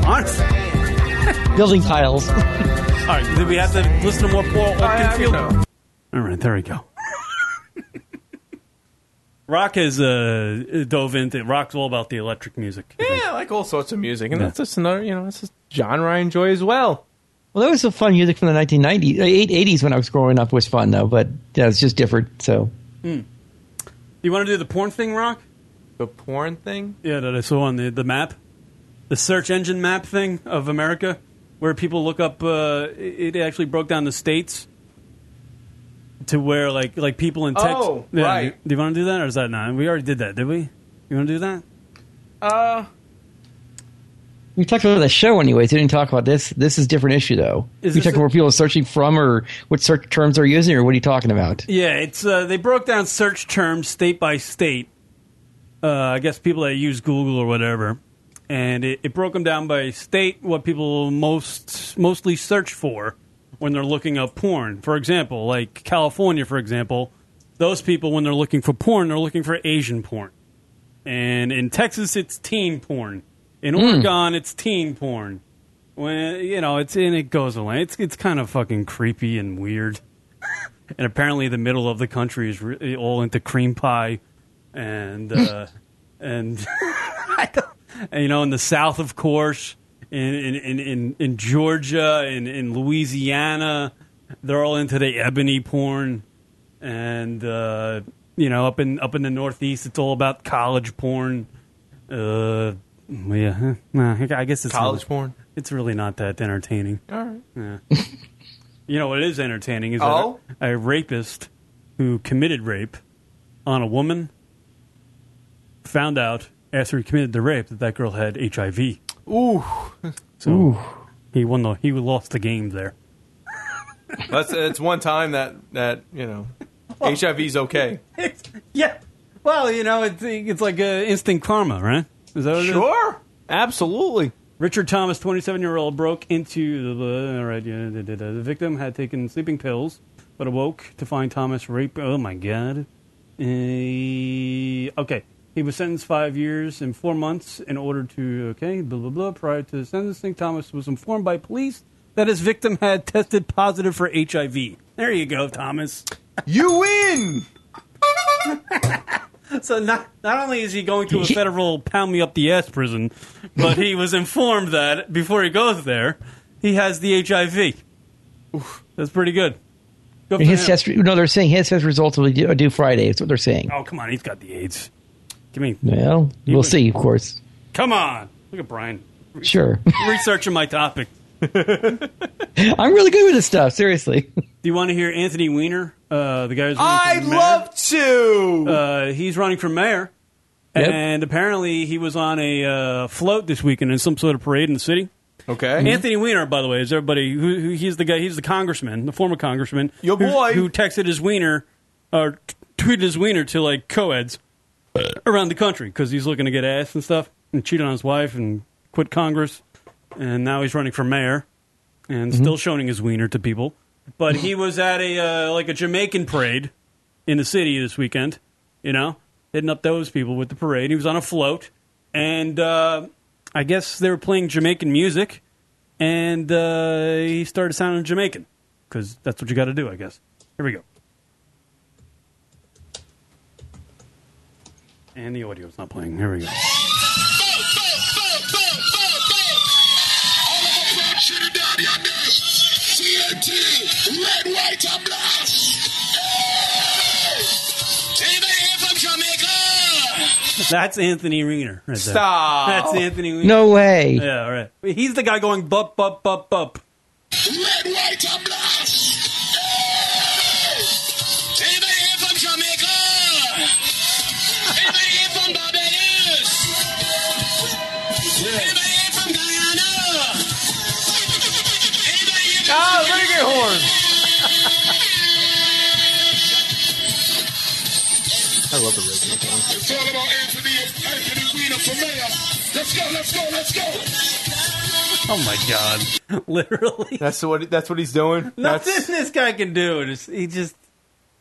Speaker 11: Honestly.
Speaker 13: Building tiles.
Speaker 11: All right, do we have to listen to more Paul
Speaker 12: Oh,
Speaker 11: Oakenfield? All right, there we go. Rock has uh, dove into rock's all about the electric music.
Speaker 12: Yeah, I like all sorts of music, and
Speaker 11: Yeah.
Speaker 12: that's just another, you know, that's just genre I enjoy as well.
Speaker 13: Well, that was some fun music from the 1990s, uh, 80s when I was growing up was fun though, but yeah, it's just different. So
Speaker 11: Hmm. You want to do the porn thing, Rock?
Speaker 12: The porn thing?
Speaker 11: Yeah, that I saw on the, the map, the search engine map thing of America, where people look up. Uh, it it actually broke down the states to where like like people in Texas.
Speaker 12: Oh, right.
Speaker 11: Do, you want to do that, or is that not? We already did that, did we? You want to do that?
Speaker 12: Uh,
Speaker 13: we talked about the show anyways. We didn't talk about this. This is a different issue though.
Speaker 11: Is
Speaker 13: we
Speaker 11: this
Speaker 13: talked
Speaker 11: a-
Speaker 13: about what people are searching from or what search terms are using or what are you talking about?
Speaker 11: Yeah, it's uh, they broke down search terms state by state. Uh, I guess people that use Google or whatever, and it, it broke them down by state what people most mostly search for when they're looking up porn. For example, like California, for example, those people when they're looking for porn, they're looking for Asian porn, and in Texas, it's teen porn. In
Speaker 13: Mm.
Speaker 11: Oregon, it's teen porn. When you know, it's and it goes away. It's it's kind of fucking creepy and weird and apparently the middle of the country is really all into cream pie and uh, and, I don't- and, you know in the south of course in in in in, in Georgia in in Louisiana they're all into the ebony porn and uh, you know up in up in the northeast it's all about college porn uh yeah, huh. Nah, I guess it's
Speaker 12: College
Speaker 11: really-
Speaker 12: porn?
Speaker 11: It's really not that entertaining.
Speaker 12: All right.
Speaker 11: Yeah. you know what is entertaining is
Speaker 12: Oh?
Speaker 11: a, a rapist who committed rape on a woman found out after he committed the rape that that girl had HIV.
Speaker 12: Ooh,
Speaker 11: So he won the he lost the game there.
Speaker 12: that's it's one time that that you know, HIV's okay.
Speaker 11: yeah. Well, you know, it's it's like uh, instant karma, right? Is that what it is?
Speaker 12: Sure. Absolutely.
Speaker 11: Richard Thomas, 27 year old, broke into the. All right, yeah, da, da, da. the victim had taken sleeping pills, but awoke to find Thomas rape. Oh my God. Uh, okay. He was sentenced five years and four months in order to. Okay, blah, blah, blah. Prior to the sentencing, Thomas was informed by police that his victim had tested positive for HIV. There you go, Thomas.
Speaker 12: You win!
Speaker 11: So not not only is he going to a federal pound me up the ass prison, but he was informed that before he goes there, he has the HIV. That's pretty good. Good
Speaker 13: And
Speaker 11: for
Speaker 13: his
Speaker 11: him.
Speaker 13: test, no, they're saying his test results will be due, are due Friday. Is what they're saying.
Speaker 11: Oh, come on. He's got the AIDS. Give me.
Speaker 13: Well, we'll see, of course.
Speaker 11: Come on. Look at Brian.
Speaker 13: Sure.
Speaker 11: Researching my topic.
Speaker 13: I'm really good with this stuff. Seriously.
Speaker 11: Do you want to hear Anthony Weiner, uh, the guy who's running
Speaker 12: I'd
Speaker 11: for mayor?
Speaker 12: love to.
Speaker 11: Uh, he's running for mayor,
Speaker 12: Yep.
Speaker 11: and apparently he was on a uh, float this weekend in some sort of parade in the city.
Speaker 12: Okay,
Speaker 11: Anthony Weiner, by the way, is everybody who, who he's the guy? He's the congressman, the former congressman,
Speaker 12: Your
Speaker 11: who-
Speaker 12: boy.
Speaker 11: who, texted his Weiner or t- tweeted his Weiner to like co-eds around the country because he's looking to get ass and stuff and cheat on his wife and quit Congress, and now he's running for mayor and still showing his wiener to people. But he was at a uh, like a Jamaican parade in the city this weekend, you know, hitting up those people with the parade. He was on a float, and uh, I guess they were playing Jamaican music, and uh, he started sounding Jamaican because that's what you got to do, I guess. Here we go. And the audio's not playing. Here we go.
Speaker 7: Red, white, or black. Anybody here from Jamaica?
Speaker 11: That's Anthony Weiner. Right there.
Speaker 7: Stop.
Speaker 11: That's Anthony Weiner.
Speaker 13: No way.
Speaker 11: Yeah, all right. He's the guy going bup, bup, bup, bup.
Speaker 7: Red, white, or black. Anybody here from Jamaica? Anybody here from Barbados? Anybody here from Guyana? Anybody here from
Speaker 12: Ah, reggae horn. I love the rhythm.
Speaker 7: It's all about Anthony, Anthony Weiner for mayor. Let's go, let's go, let's go.
Speaker 11: Oh my god! Literally,
Speaker 12: that's what that's what he's doing.
Speaker 11: Nothing
Speaker 12: That's
Speaker 11: this guy can do. It is- He just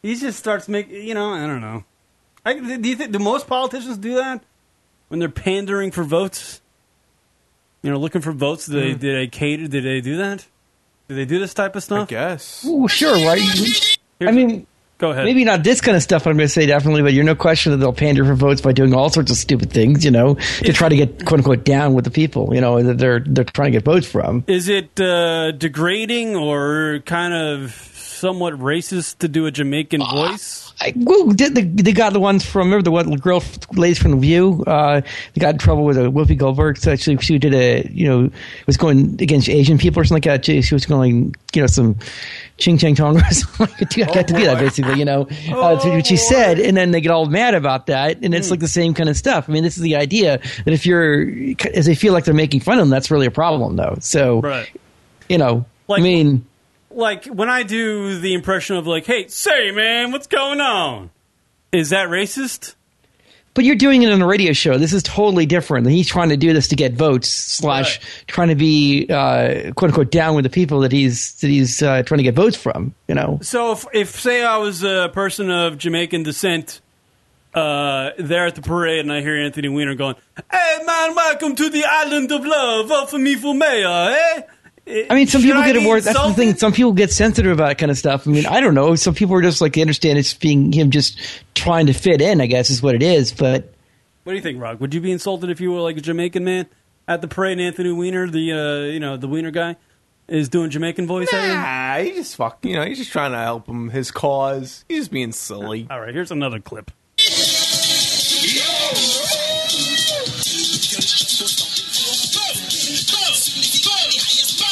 Speaker 11: he just starts making. You know, I don't know. I, do you think do most politicians do that when they're pandering for votes? You know, looking for votes. Do they
Speaker 12: Hmm.
Speaker 13: Mm.
Speaker 11: do they cater? Do they do that? Do they do this type of stuff?
Speaker 12: Yes.
Speaker 13: Ooh, sure. Why? I mean,
Speaker 11: go ahead.
Speaker 13: Maybe not this kind of stuff. I'm going to say definitely, but you're no question that they'll pander for votes by doing all sorts of stupid things. You know, to try to get quote unquote down with the people. You know that they're they're trying to get votes from.
Speaker 11: Is it uh, degrading or kind of somewhat racist to do a Jamaican
Speaker 13: Ah.
Speaker 11: voice?
Speaker 13: I, well, did the, they got the ones from remember the one the girl ladies from the View? Uh, they got in trouble with a Whoopi Goldberg. So she she did a you know was going against Asian people or something like that. She, she was going you know some ching chang tong or something. like that. You got to do that basically, you know. uh, to what she said, and then they get all mad about that, and it's like the same kind of stuff. I mean, this is the idea that if you're as they feel like they're making fun of them, that's really a problem though. So
Speaker 11: Right.
Speaker 13: you know, I mean.
Speaker 11: Like when I do the impression of like, "Hey, say man, what's going on?" Is that racist?
Speaker 13: But you're doing it on a radio show. This is totally different. He's trying to do this to get votes, slash trying to be uh, quote unquote down with the people that he's that he's uh, trying to get votes from. You know,
Speaker 11: So if, if say I was a person of Jamaican descent uh, there at the parade and I hear Anthony Weiner going, "Hey man, welcome to the island of love. Vote for me for mayor." Eh?
Speaker 13: I mean, some
Speaker 11: Should
Speaker 13: people
Speaker 11: I
Speaker 13: get
Speaker 11: be
Speaker 13: award. That's the
Speaker 11: insulted?
Speaker 13: thing. Some people get sensitive about that kind of stuff. I mean, I don't know. Some people are just like they understand it's being him just trying to fit in. I guess is what it is. But
Speaker 11: What do you think, Rock? Would you be insulted if you were like a Jamaican man at the parade? And Anthony Weiner, the uh, you know the Weiner guy, is doing Jamaican voice. at him?
Speaker 12: Nah, he just fuck. You know, he's just trying to help him his cause. He's just being silly.
Speaker 11: All right, here's another clip.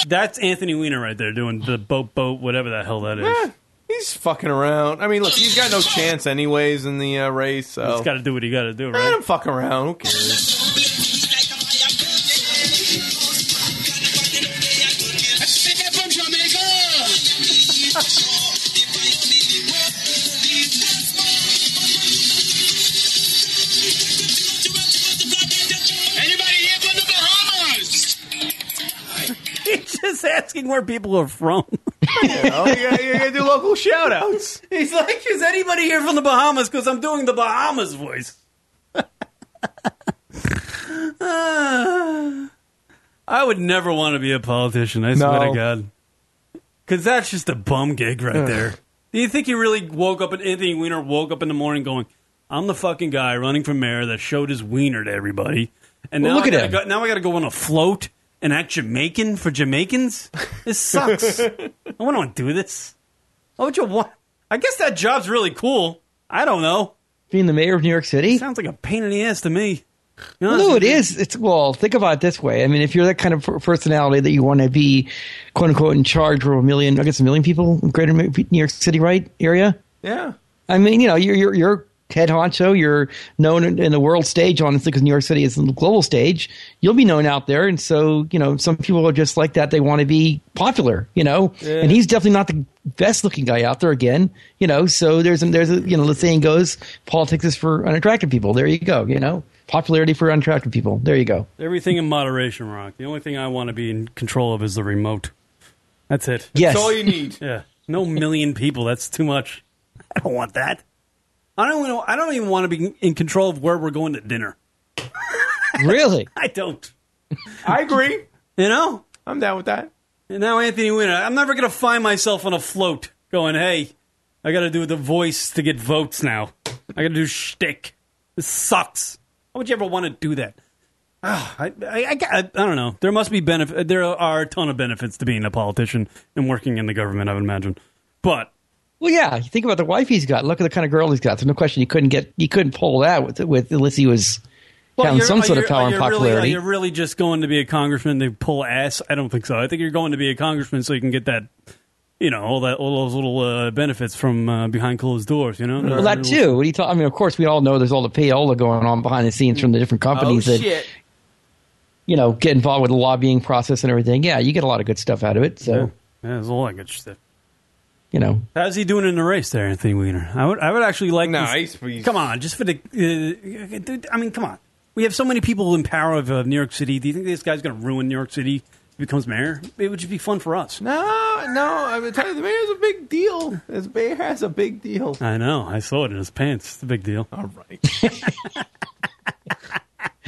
Speaker 11: That's Anthony Weiner right there doing the boat boat whatever the hell that is.
Speaker 12: He's fucking around. I mean, look, he's got no chance anyways in the uh, race. So
Speaker 11: He's got to do what he got to do, right?
Speaker 12: Let him fuck around. Who cares?
Speaker 7: Anybody here from the Bahamas?
Speaker 11: He's just asking where people are from.
Speaker 7: know, you gotta- you
Speaker 12: gotta do local shout outs.
Speaker 11: He's like, is anybody here from the Bahamas? Because I'm doing the Bahamas voice. I would never want to be a politician. I swear
Speaker 12: No.
Speaker 11: to God. Because that's just a bum gig right
Speaker 12: Ugh.
Speaker 11: there. Do you think he really woke up, Anthony Weiner woke up in the morning going, I'm the fucking guy running for mayor that showed his wiener to everybody. And
Speaker 13: Well,
Speaker 11: now
Speaker 13: look
Speaker 11: I
Speaker 13: at
Speaker 11: gotta
Speaker 13: him.
Speaker 11: Go, now I got to go on a float and act Jamaican for Jamaicans? This sucks. I wouldn't want to do this. I Why would you want? I guess that job's really cool. I don't know.
Speaker 13: Being the mayor of New York City
Speaker 11: sounds like a pain in the ass to me.
Speaker 13: no, it is. It's well. Think about it this way. I mean, if you're that kind of per- personality that you want to be, quote unquote, in charge of a million, I guess a million people in Greater New York City, right area.
Speaker 12: Yeah.
Speaker 13: I mean, you know, you're you're, you're head honcho. You're known in, in the world stage, honestly, because New York City is the global stage. You'll be known out there, and so you know, some people are just like that. They want to be popular, you know.
Speaker 12: Yeah.
Speaker 13: And he's definitely not the best looking guy out there. Again, you know, so there's there's a, you know the saying goes, politics is for unattractive people. There you go. You know, popularity for unattractive people. There you go.
Speaker 11: Everything in moderation, Rock. The only thing I want to be in control of is the remote. That's it.
Speaker 13: Yes.
Speaker 12: That's all you need.
Speaker 11: yeah. No million people. That's too much. I don't want that. I don't. Even, I don't even want to be in control of where we're going to dinner.
Speaker 13: Really?
Speaker 11: I don't.
Speaker 12: I agree.
Speaker 11: You know,
Speaker 12: I'm down with that.
Speaker 11: And now Anthony Weiner. I'm never going to find myself on a float going, "Hey, I got to do the voice to get votes now. I got to do shtick. This sucks. How would you ever want to do that?" Ah, I, I, I, I don't know. There must be benefit. There are a ton of benefits to being a politician and working in the government. I would imagine, but
Speaker 13: Well, yeah. You think about the wife he's got. Look at the kind of girl he's got. There's no question he couldn't get. He couldn't pull that with with unless he was having
Speaker 11: you're-
Speaker 13: some
Speaker 11: are
Speaker 13: sort
Speaker 11: you-
Speaker 13: of power
Speaker 11: are
Speaker 13: and
Speaker 11: you
Speaker 13: popularity.
Speaker 11: Really, are you really just going to be a congressman to pull ass? I don't think so. I think you're going to be a congressman so you can get that, you know, all that all those little uh, benefits from uh, behind closed doors. You know,
Speaker 13: Well, that too. What do you talk? I mean, of course, we all know there's all the payola going on behind the scenes from the different
Speaker 11: Oh,
Speaker 13: companies that you know get involved with the lobbying process and everything. Yeah, you get a lot of good stuff out of it. So
Speaker 11: Yeah, yeah it's all that good stuff.
Speaker 13: you know,
Speaker 11: How's he doing in the race there, Anthony Weiner? I would, I would actually like.
Speaker 12: No,
Speaker 11: this-
Speaker 12: he's- he's-
Speaker 11: come on, just for the. Uh, dude, I mean, come on. We have so many people in power of uh, New York City. Do you think this guy's going to ruin New York City? If he becomes mayor, it would just be fun for us.
Speaker 12: No, no. I'm telling you, the mayor's a big deal. This mayor has a big deal.
Speaker 11: I know. I saw it in his pants. It's a big deal. All
Speaker 12: right.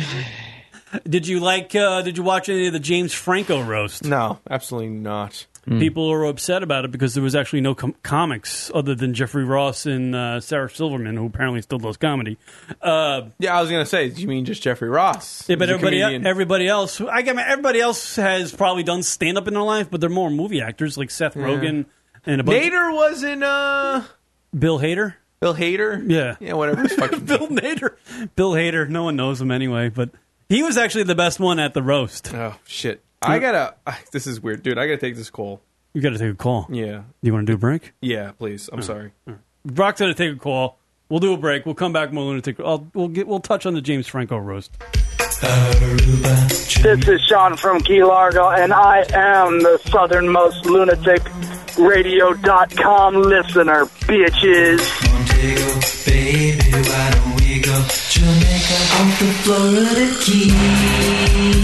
Speaker 11: did you like? Uh, did you watch any of the James Franco roast?
Speaker 12: No, absolutely not.
Speaker 11: People were upset about it because there was actually no com- comics other than Jeffrey Ross and uh, Sarah Silverman, who apparently still does comedy. Uh,
Speaker 12: yeah, I was gonna say. Do you mean just Jeffrey Ross?
Speaker 11: Yeah, but
Speaker 12: He's a
Speaker 11: everybody,
Speaker 12: comedian.
Speaker 11: everybody else, I mean, everybody else has probably done stand up in their life, but they're more movie actors like Seth
Speaker 12: Yeah.
Speaker 11: Rogen and a bunch.
Speaker 12: Nader was in uh,
Speaker 11: Bill Hader.
Speaker 12: Bill Hader.
Speaker 11: Yeah,
Speaker 12: yeah, whatever. his fucking-
Speaker 11: Bill Nader. Bill Hader. No one knows him anyway, but he was actually the best one at the roast.
Speaker 12: Oh shit! I gotta. I- This is weird, dude. I gotta take this call.
Speaker 11: You got to take a call.
Speaker 12: Yeah.
Speaker 11: You want to do a break?
Speaker 12: Yeah, please. I'm
Speaker 11: Oh.
Speaker 12: sorry.
Speaker 11: Brock's gonna take a call. We'll do a break. We'll come back. We're gonna take. I'll, we'll get. We'll touch on the James Franco roast.
Speaker 5: This is Sean from Key Largo, and I am the southernmost lunatic radio.com listener, bitches.
Speaker 7: Baby, why don't we go Jamaica off the Florida Keys?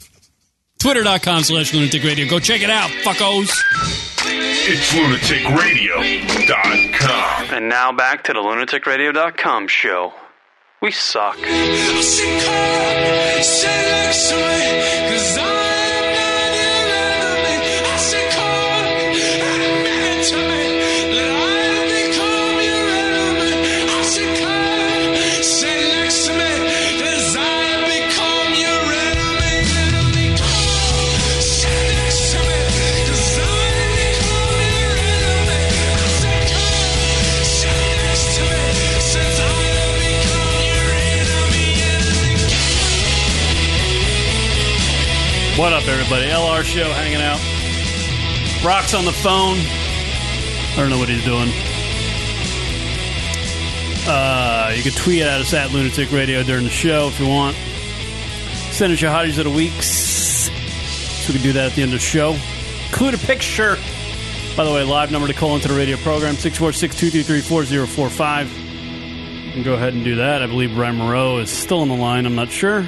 Speaker 8: Twitter.com slash lunatic radio. Go check it out, fuckos.
Speaker 10: It's lunaticradio.com.
Speaker 22: And now back to the lunaticradio.com show. We suck.
Speaker 7: Since I have become your enemy, enemy.
Speaker 11: What up, everybody? LR show hanging out. Brock's on the phone. I don't know what he's doing. Uh, you can tweet at us at Lunatic Radio during the show if you want. Send us your hotties of the weeks. So we can do that at the end of the show. Include a picture. By the way, live number to call into the radio program 646 233 4045. Go ahead and do that. I believe Brian Moreau is still on the line. I'm not sure.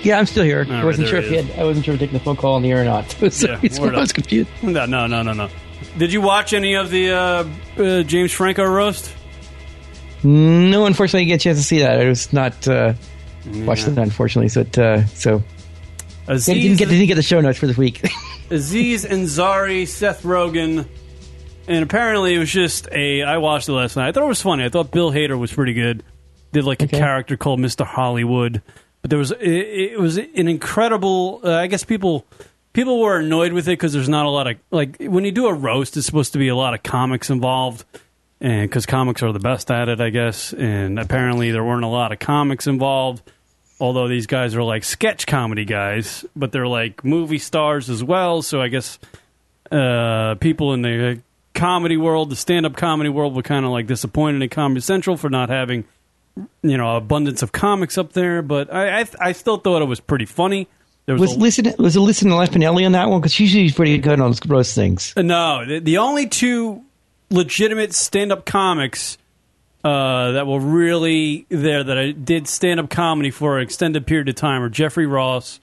Speaker 13: yeah, I'm still here.
Speaker 11: All
Speaker 13: I wasn't sure
Speaker 11: right, there
Speaker 13: if
Speaker 11: he
Speaker 13: he had. I wasn't sure if taking the phone call on the air or not. So it's
Speaker 11: word
Speaker 13: I was
Speaker 11: up.
Speaker 13: confused.
Speaker 11: No, no, no, no, no. Did you watch any of the uh, uh, James Franco roast?
Speaker 13: No, unfortunately, I didn't get a chance to see that. I was not uh, watching that, unfortunately. So, it, uh, so
Speaker 11: Aziz-
Speaker 13: didn't get didn't get the show notes for this week.
Speaker 11: Aziz Ansari, Seth Rogen, and apparently it was just a. I watched it last night. I thought it was funny. I thought Bill Hader was pretty good. Did like a character called Mister Hollywood, but there was it, it was an incredible. Uh, I guess people people were annoyed with it because there's not a lot of like when you do a roast, it's supposed to be a lot of comics involved, and because comics are the best at it, I guess. And apparently there weren't a lot of comics involved although these guys are like sketch comedy guys, but they're like movie stars as well. So I guess uh, people in the comedy world, the stand-up comedy world, were kind of like disappointed at Comedy Central for not having you know abundance of comics up there. But I I, I still thought it was pretty funny. There
Speaker 13: was
Speaker 11: was,
Speaker 13: listen was it listen to Les Pinelli on that one because she's usually pretty good on those things.
Speaker 11: a, Uh, no the, the only two legitimate stand-up comics. Uh, that were really there that I did stand up comedy for an extended period of time are Jeffrey Ross,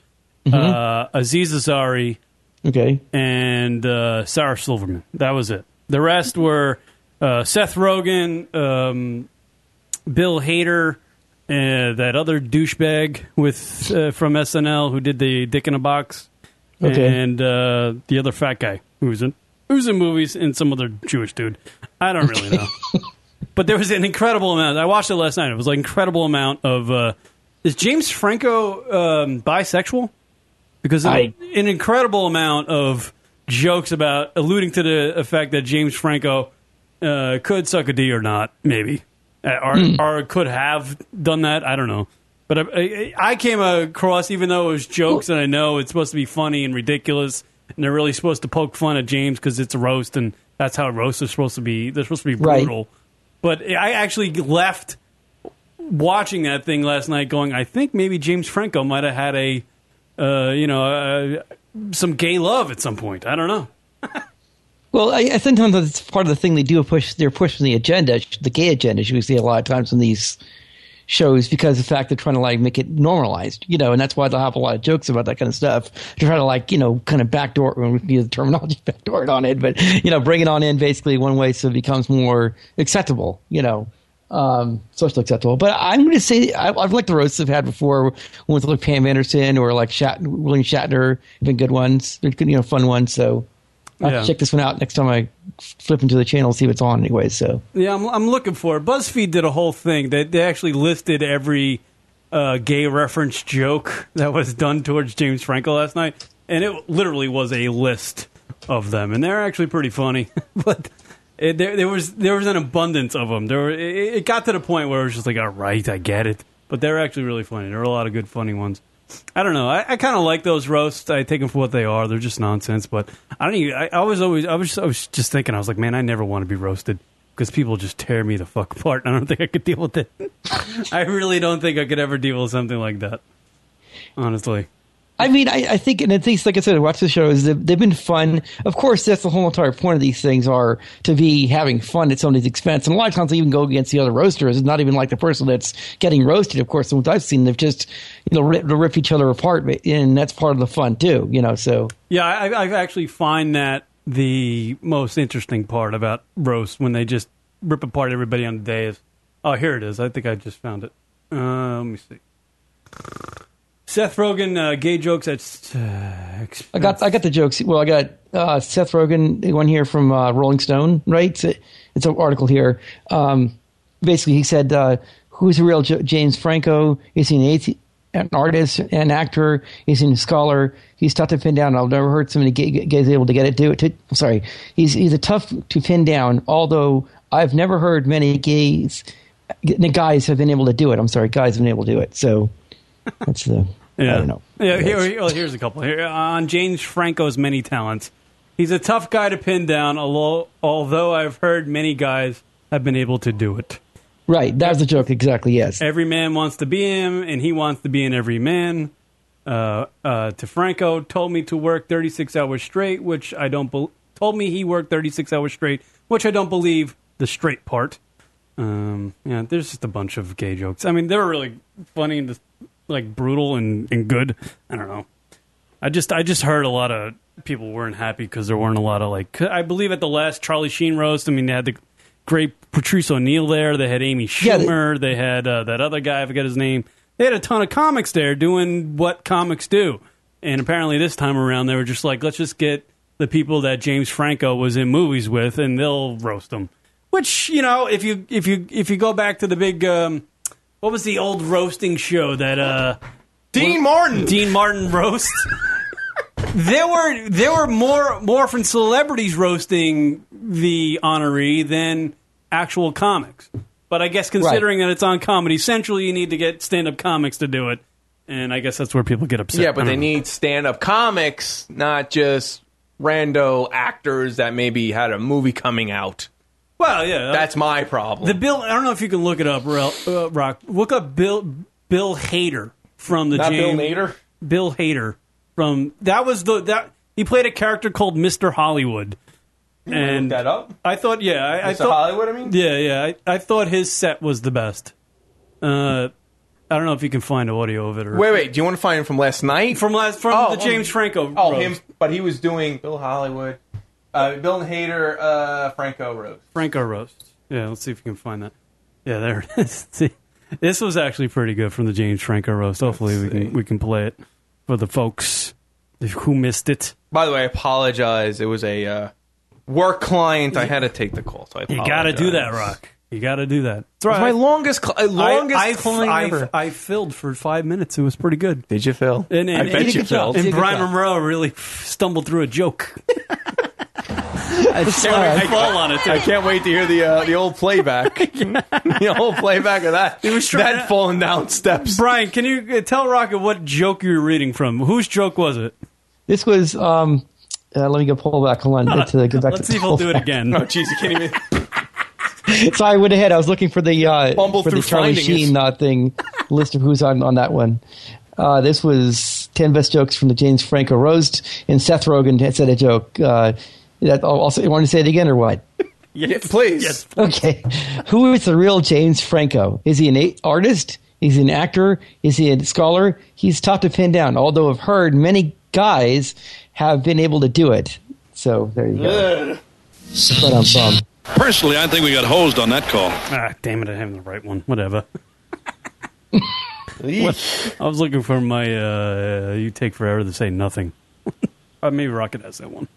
Speaker 11: uh, Aziz Ansari,
Speaker 13: Okay,
Speaker 11: and uh, Sarah Silverman. That was it. The rest were uh, Seth Rogen, um, Bill Hader, uh, that other douchebag with uh, from SNL who did the Dick in a Box,
Speaker 13: Okay.
Speaker 11: and uh, the other fat guy who's in who's in movies, and some other Jewish dude. I don't really know. But there was an incredible amount. I watched it last night. It was like incredible amount of. Uh, is James Franco um, bisexual? Because of
Speaker 13: I-
Speaker 11: an incredible amount of jokes about alluding to the effect that James Franco uh, could suck a D or not, maybe, Uh, or,
Speaker 13: Hmm.
Speaker 11: or could have done that. I don't know. But I, I, I came across, even though it was jokes, and I know it's supposed to be funny and ridiculous, and they're really supposed to poke fun at James because it's a roast, and that's how roasts are supposed to be. They're supposed to be
Speaker 13: Right.
Speaker 11: brutal. But I actually left watching that thing last night, going, I think maybe James Franco might have had a, uh, you know, uh, some gay love at some point. I don't know.
Speaker 13: Well, I, I think sometimes that's part of the thing they do push. They're pushing the agenda, the gay agenda. You see a lot of times in these shows because of the fact they're trying to like make it normalized, you know, and that's why they'll have a lot of jokes about that kind of stuff to try to like you know kind of backdoor you know, the terminology backdoor it on it, but you know bring it on in basically one way so it becomes more acceptable, you know. Um, socially acceptable, but I'm going to say I, I've liked the roasts I've had before with like Pam Anderson or like Shat, William Shatner, have been good ones, they're good, you know, fun ones. So I'll have
Speaker 11: Yeah.
Speaker 13: to check this one out next time I flip into the channel, see what's on anyway. So
Speaker 11: Yeah, I'm, I'm looking for it. BuzzFeed did a whole thing. They, they actually listed every uh, gay reference joke that was done towards James Franco last night, and it literally was a list of them, and they're actually pretty funny. but it, there, there was there was an abundance of them. There were, it, it got to the point where it was just like, all right, I get it. But they're actually really funny. There were a lot of good funny ones. I don't know. I, I kind of like those roasts. I take them for what they are. They're just nonsense. But I don't. Even, I, I was always. I was. I was just thinking. I was like, man, I never want to be roasted because people just tear me the fuck apart. I don't think I could deal with it. I really don't think I could ever deal with something like that. Honestly,
Speaker 13: I mean, I, I think, and at least, like I said, I watch the shows. They've, they've been fun. Of course, that's the whole entire point of these things are to be having fun at somebody's expense. And a lot of times, they even go against the other roasters. It's not even like the person that's getting roasted. Of course, the ones I've seen, they've just you know rip, rip each other apart, but- and that's part of the fun too. You know, so
Speaker 11: yeah, I, I actually find that the most interesting part about roasts when they just rip apart everybody on the day is. Oh, here it is. I think I just found it. Uh, let me see. Seth Rogen, uh, gay jokes at. Uh,
Speaker 13: I got I got the jokes. Well, I got uh, Seth Rogen the one here from uh, Rolling Stone, right? It's, a, it's an article here. Um, basically, he said, uh, "Who's the real J- James Franco? Is he an, athe- an artist, an actor? Is he a scholar? He's tough to pin down. I've never heard so many gay, gays able to get it. Do it. To, I'm sorry, he's he's a tough to pin down. Although I've never heard many gays, the guys have been able to do it. I'm sorry, guys have been able to do it. So that's the I don't know.
Speaker 11: Yeah, here, here- well, here's a couple. Here, on James Franco's many talents, he's a tough guy to pin down. Although, although I've heard many guys have been able to do it.
Speaker 13: Right, that was the joke exactly. Yes.
Speaker 11: Every man wants to be him, and he wants to be in every man. Uh, uh, Franco told me to work 36 hours straight, which I don't. Be- told me he worked 36 hours straight, which I don't believe. The straight part. Um, yeah, there's just a bunch of gay jokes. I mean, they were really funny and just, like brutal and, and good. I don't know. I just I just heard a lot of people weren't happy because there weren't a lot of like I believe at the last Charlie Sheen roast. I mean, they had the great Patrice O'Neill there. They had Amy Schumer. they had uh, that other guy. I forget his name. They had a ton of comics there doing what comics do. And apparently, this time around, they were just like, let's just get the people that James Franco was in movies with, and they'll roast them. Which you know, if you if you if you go back to the big, um, what was the old roasting show that uh, Dean Martin Dean Martin roast? there were there were more more from celebrities roasting the honoree than actual comics. But I guess considering that it's on Comedy Central, you need to get stand up comics to do it, and I guess that's where people get upset. Hmm.
Speaker 12: yeah, but
Speaker 11: I
Speaker 12: they
Speaker 11: don't know.
Speaker 12: need stand-up comics, not just rando actors that maybe had a movie coming out.
Speaker 11: Well, yeah,
Speaker 12: that's my problem.
Speaker 11: The Bill, I don't know if you can look it up, Rel- uh, Rock. Look up Bill Bill Hader from the
Speaker 12: Not Bill
Speaker 11: James-
Speaker 12: Nader?
Speaker 11: Bill Hader from that was the that he played a character called Mister Hollywood.
Speaker 12: You really looked that up?
Speaker 11: I thought, yeah, I, I
Speaker 12: Mr.
Speaker 11: thought
Speaker 12: Hollywood, I mean?
Speaker 11: yeah, yeah. I, I thought his set was the best. Uh, I don't know if you can find audio of it. Or
Speaker 12: Wait, wait. Do you want to find him from last night?
Speaker 11: From last, from the James Franco
Speaker 12: Oh,
Speaker 11: roast.
Speaker 12: him. But he was doing Bill Hollywood, uh, Bill Hader, uh, Franco roast.
Speaker 11: Franco roast. Yeah, let's see if we can find that. Yeah, there it is. See, this was actually pretty good from the James Franco roast. Hopefully, we can we can play it for the folks who missed it.
Speaker 12: By the way, I apologize. It was a uh, work client. I had to take the call, so I
Speaker 11: You
Speaker 12: apologize.
Speaker 11: got to do that, Rock. You got to do that. It's
Speaker 12: It was my longest, cl- uh, longest
Speaker 11: I, I,
Speaker 12: client
Speaker 11: I,
Speaker 12: ever.
Speaker 11: I filled for five minutes. It was pretty good.
Speaker 12: Did you fill?
Speaker 11: And,
Speaker 12: I
Speaker 11: and,
Speaker 12: bet
Speaker 11: and,
Speaker 12: you filled.
Speaker 11: And Brian Monroe really stumbled through a joke.
Speaker 12: It's
Speaker 11: Sorry, I fall on it, too.
Speaker 12: I can't wait to hear the uh, the old playback, the old playback of that.
Speaker 11: He was trying
Speaker 12: that
Speaker 11: to-
Speaker 12: falling down steps.
Speaker 11: Brian, can you uh, tell Rocket what joke you were reading from? Whose joke was it?
Speaker 13: This was. Um, uh, let me go pull back. Hold on. Get to, get back
Speaker 11: Let's
Speaker 13: to
Speaker 11: see if he'll do it
Speaker 13: pullback.
Speaker 11: again.
Speaker 12: jeez, you can't even.
Speaker 13: Sorry, I went ahead. I was looking for the uh,
Speaker 12: Fumble
Speaker 13: for the
Speaker 12: through
Speaker 13: Charlie
Speaker 12: findings.
Speaker 13: Sheen uh, thing list of who's on on that one. Uh, this was ten best jokes from the James Franco roast, and Seth Rogen had said a joke. Uh, that also, you want to say it again or what?
Speaker 12: Yes, please. Yes,
Speaker 13: Okay, who is the real James Franco? Is he an a- artist? Is he an actor? Is he a scholar? He's tough to pin down. Although I've heard many guys have been able to do it. So there you go. But I'm bummed.
Speaker 2: Personally, I think we got hosed on that call.
Speaker 11: Ah, damn it! I have the right one. Whatever. What- I was looking for my. Uh, you take forever to say nothing. uh, maybe Rocket has that one.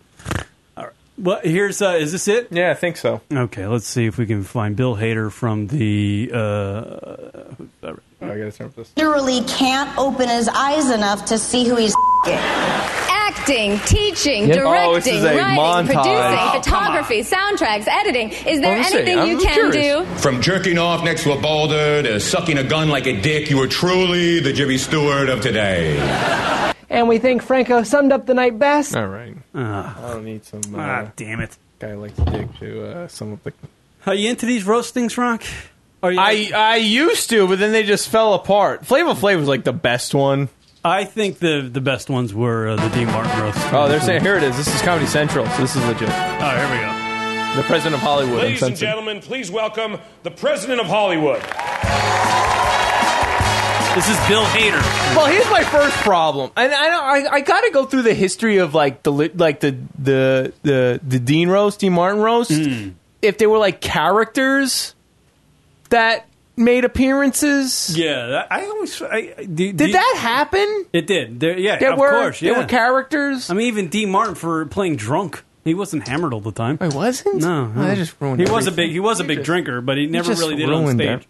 Speaker 11: All right. Well, here's. Uh, is this it?
Speaker 12: Yeah, I think so.
Speaker 11: Okay, let's see if we can find Bill Hader from the. Uh, I
Speaker 12: Oh, gotta turn up this.
Speaker 4: literally can't open his eyes enough to see who he's
Speaker 6: Acting, teaching,
Speaker 4: Yep.
Speaker 6: directing,
Speaker 4: Oh, this is a
Speaker 6: writing,
Speaker 4: montage.
Speaker 6: producing,
Speaker 4: Oh,
Speaker 6: photography, soundtracks, editing. Is there
Speaker 23: Well, let's see.
Speaker 6: anything
Speaker 23: I'm
Speaker 6: you can
Speaker 23: curious.
Speaker 6: do?
Speaker 23: From jerking off next to a boulder to sucking a gun like a dick, you were truly the Jimmy Stewart of today.
Speaker 24: And we think Franco summed up the night best.
Speaker 12: All right. I don't need some. Uh,
Speaker 11: Ah, damn it!
Speaker 12: Guy like to dig to uh, some of the.
Speaker 11: Are you into these roast things, Rock? Are you
Speaker 12: I I used to, but then they just fell apart. Flavor Flav was like the best one.
Speaker 11: I think the the best ones were uh, the Dean Martin roast.
Speaker 12: Oh, they're saying here it is. This is Comedy Central, so this is legit.
Speaker 11: Oh, here we go.
Speaker 12: The president of Hollywood.
Speaker 25: Ladies and
Speaker 12: uncensored.
Speaker 25: gentlemen, please welcome the president of Hollywood.
Speaker 11: This is Bill Hader.
Speaker 12: Well, here's my first problem, and I don't- I, I got to go through the history of like the li- like the the the the Dean roast, Dean Martin roast.
Speaker 11: Hmm.
Speaker 12: If they were like characters that made appearances,
Speaker 11: Yeah, that- I always. I, I- do,
Speaker 12: did that happen?
Speaker 11: It did. There, yeah,
Speaker 12: There
Speaker 11: of
Speaker 12: were-
Speaker 11: course.
Speaker 12: there
Speaker 11: Yeah.
Speaker 12: were characters.
Speaker 11: I mean, even Dean Martin for playing drunk. He wasn't hammered all the time. I
Speaker 12: wasn't.
Speaker 11: No, no.
Speaker 12: Well, that just ruined
Speaker 11: He was a
Speaker 12: everything.
Speaker 11: big. He was a
Speaker 12: You
Speaker 11: big
Speaker 12: just-
Speaker 11: drinker, but he
Speaker 12: you
Speaker 11: never
Speaker 12: just
Speaker 11: really did it on
Speaker 12: ruined
Speaker 11: stage.
Speaker 12: ev-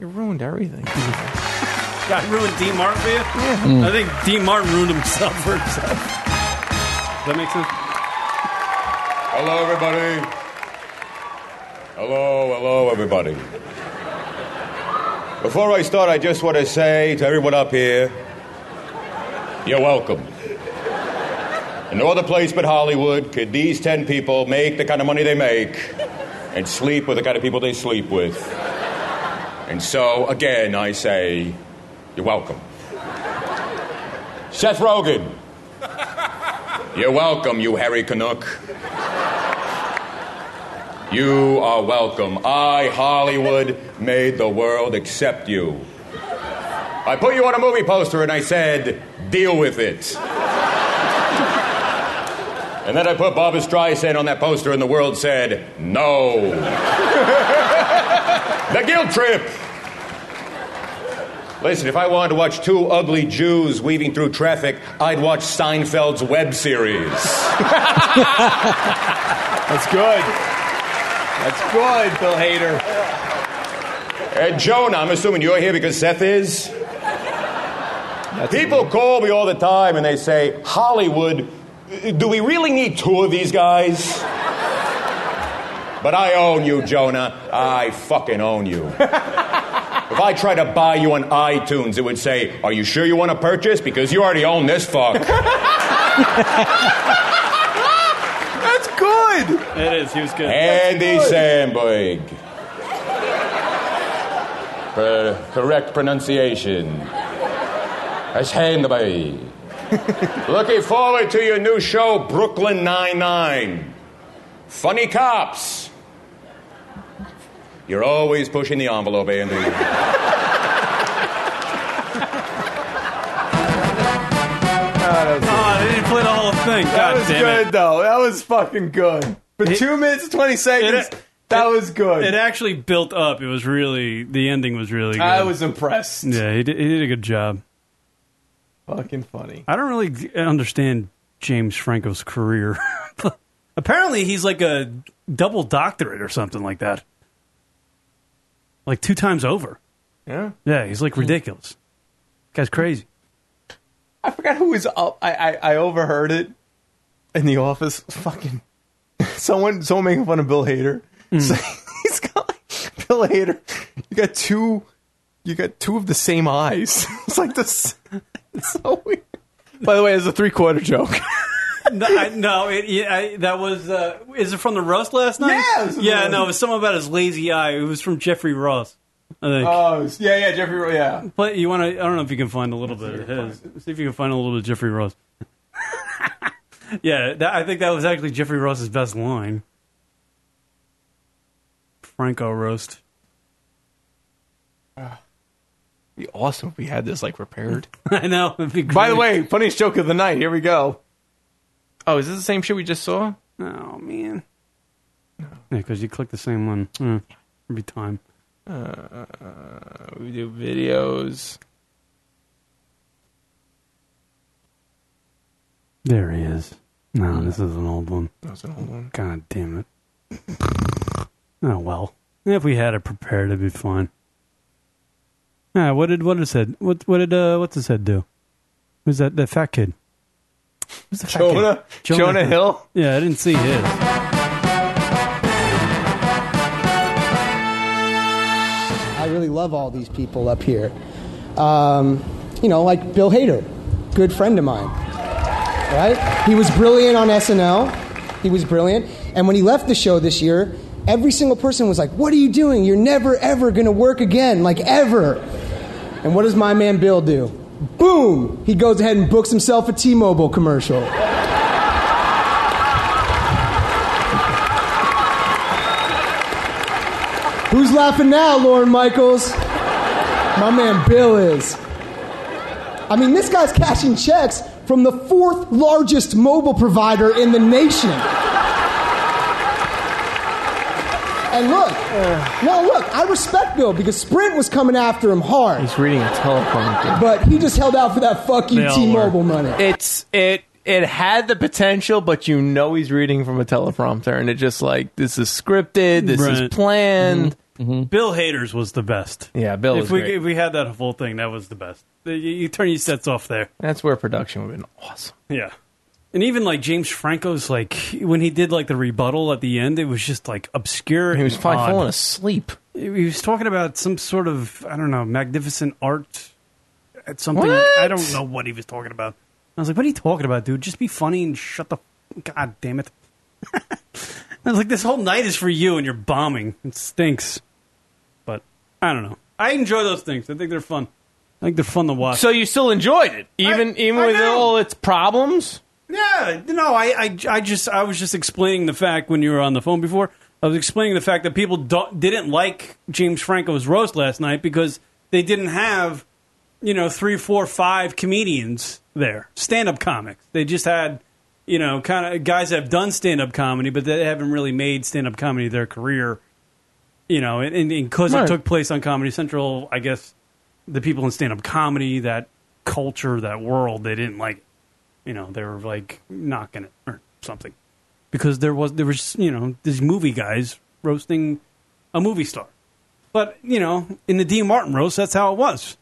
Speaker 12: you ruined everything.
Speaker 11: Yeah, I ruined Dean Martin for you.
Speaker 12: Mm.
Speaker 11: I think Dean Martin ruined himself for himself. Does that make sense?
Speaker 26: Hello, everybody. Hello, hello, everybody. Before I start, I just want to say to everyone up here, you're welcome. In no other place but Hollywood could these 10 people make the kind of money they make and sleep with the kind of people they sleep with. And so, again, I say, you're welcome. Seth Rogen, you're welcome, you hairy Canuck. You are welcome. I, Hollywood, made the world accept you. I put you on a movie poster and I said, deal with it. And then I put Barbara Streisand on that poster and the world said, no. Guilt trip! Listen, if I wanted to watch two ugly Jews weaving through traffic, I'd watch Seinfeld's web series. That's good. That's good, Bill Hader. And Jonah, Uh, I'm assuming you're here because Seth is? People call me all the time and they say, Hollywood, do we really need two of these guys? But I own you, Jonah. I fucking own you. If I try to buy you on iTunes, it would say, Are you sure you want to purchase? Because you already own this fuck.
Speaker 12: That's good.
Speaker 11: It is. He was good.
Speaker 26: Andy Samberg. Per- correct pronunciation. Samberg. Looking forward to your new show, Brooklyn Nine-Nine. Funny cops. You're always pushing the envelope, Andy.
Speaker 11: Oh, they didn't play the whole thing.
Speaker 12: that
Speaker 11: God
Speaker 12: was
Speaker 11: damn
Speaker 12: good,
Speaker 11: it.
Speaker 12: though. That was fucking good. For two minutes and 20 seconds, that was good.
Speaker 11: It actually built up. It was really the ending was really. good.
Speaker 12: I was impressed.
Speaker 11: Yeah, he did, he did a good job.
Speaker 12: Fucking funny.
Speaker 11: I don't really g- understand James Franco's career. Apparently, he's like a double doctorate or something like that. Like two times over.
Speaker 12: Yeah.
Speaker 11: Yeah, he's like ridiculous. Guy's crazy.
Speaker 12: I forgot who was up. I, I, I overheard it in the office. Fucking someone someone making fun of Bill Hader. So he's got like, Bill Hader. You got two. You got two of the same eyes. it's like this. It's so weird. By the way, it's a three quarter joke.
Speaker 11: no, I, no it, yeah, I, that was. Uh, is it from the Rust last night?
Speaker 12: Yeah, it was from The
Speaker 11: yeah.
Speaker 12: Rust.
Speaker 11: No, it was something about his lazy eye. It was from Jeffrey Ross. I think.
Speaker 12: Oh it's- yeah, yeah, Jeffrey. Ro- Yeah,
Speaker 11: Play, you want to? I don't know if you can find a little bit of his. See if you can find a little bit of Jeffrey Ross. yeah, that, I think that was actually Jeffrey Ross's best line. Franco roast.
Speaker 12: It'd be awesome if we had this like repaired.
Speaker 11: I know.
Speaker 12: By the way, funniest joke of the night. Here we go. Oh, is this the same shit we just saw?
Speaker 11: Oh man. Yeah, because you click the same one Hmm. every time.
Speaker 12: Uh, we do videos.
Speaker 11: There he is. No, this is an old one.
Speaker 12: That's an old one.
Speaker 11: God damn it. oh well. If we had it prepared, it'd be fine. Yeah, what did what it said? What what did uh what's it said do? Who's that that fat kid? Who's the fat kid?
Speaker 12: Jonah- Jonah Hill?
Speaker 11: Yeah, I didn't see his.
Speaker 14: I really love all these people up here. Um, you know, like Bill Hader, good friend of mine. Right? He was brilliant on SNL. He was brilliant. And when he left the show this year, every single person was like, What are you doing? You're never, ever going to work again. Like, ever. And what does my man Bill do? Boom! He goes ahead and books himself a T Mobile commercial. Who's laughing now, Lauren Michaels? My man Bill is. I mean, this guy's cashing checks from the fourth largest mobile provider in the nation. And look, no, look, I respect Bill because Sprint was coming after him hard. He's
Speaker 12: reading a telephone.
Speaker 14: But he just held out for that fuck you
Speaker 12: They all
Speaker 14: T-Mobile money.
Speaker 12: It's it it had the potential, but you know he's reading from a teleprompter, and it just like this is scripted, this
Speaker 11: Right.
Speaker 12: is planned.
Speaker 11: Bill Hader's was the best.
Speaker 12: Yeah, Bill
Speaker 11: if
Speaker 12: was
Speaker 11: we
Speaker 12: great.
Speaker 11: if we had that whole thing, that was the best. You, you turn your sets off there.
Speaker 12: That's where production would have been awesome.
Speaker 11: Yeah. And even like James Franco's like when he did like the rebuttal at the end, it was just like obscure.
Speaker 12: He was
Speaker 11: and
Speaker 12: probably
Speaker 11: odd.
Speaker 12: falling asleep.
Speaker 11: He was talking about some sort of I don't know magnificent art, at something I don't
Speaker 12: What?
Speaker 11: know what he was talking about. I was like, "What are you talking about, dude? Just be funny and shut the god damn it." I was like, "This whole night is for you and you're bombing. It stinks." But I don't know. I enjoy those things. I think they're fun. I think they're fun to watch.
Speaker 12: So you still enjoyed it, even even with all its problems.
Speaker 11: Yeah, no, I, I, I just, I was just explaining the fact when you were on the phone before. I was explaining the fact that people don't, didn't like James Franco's roast last night because they didn't have, you know, three, four, five comedians there, stand-up comics. They just had, you know, kind of guys that have done stand-up comedy, but they haven't really made stand-up comedy their career you know, and- and because
Speaker 12: Right.
Speaker 11: it took place on Comedy Central, I guess the people in stand up comedy, that culture, that world, they didn't like, it. you know, they were like knocking it or something, because there was there was you know these movie guys roasting a movie star, but you know, in the Dean Martin roast, that's how it was.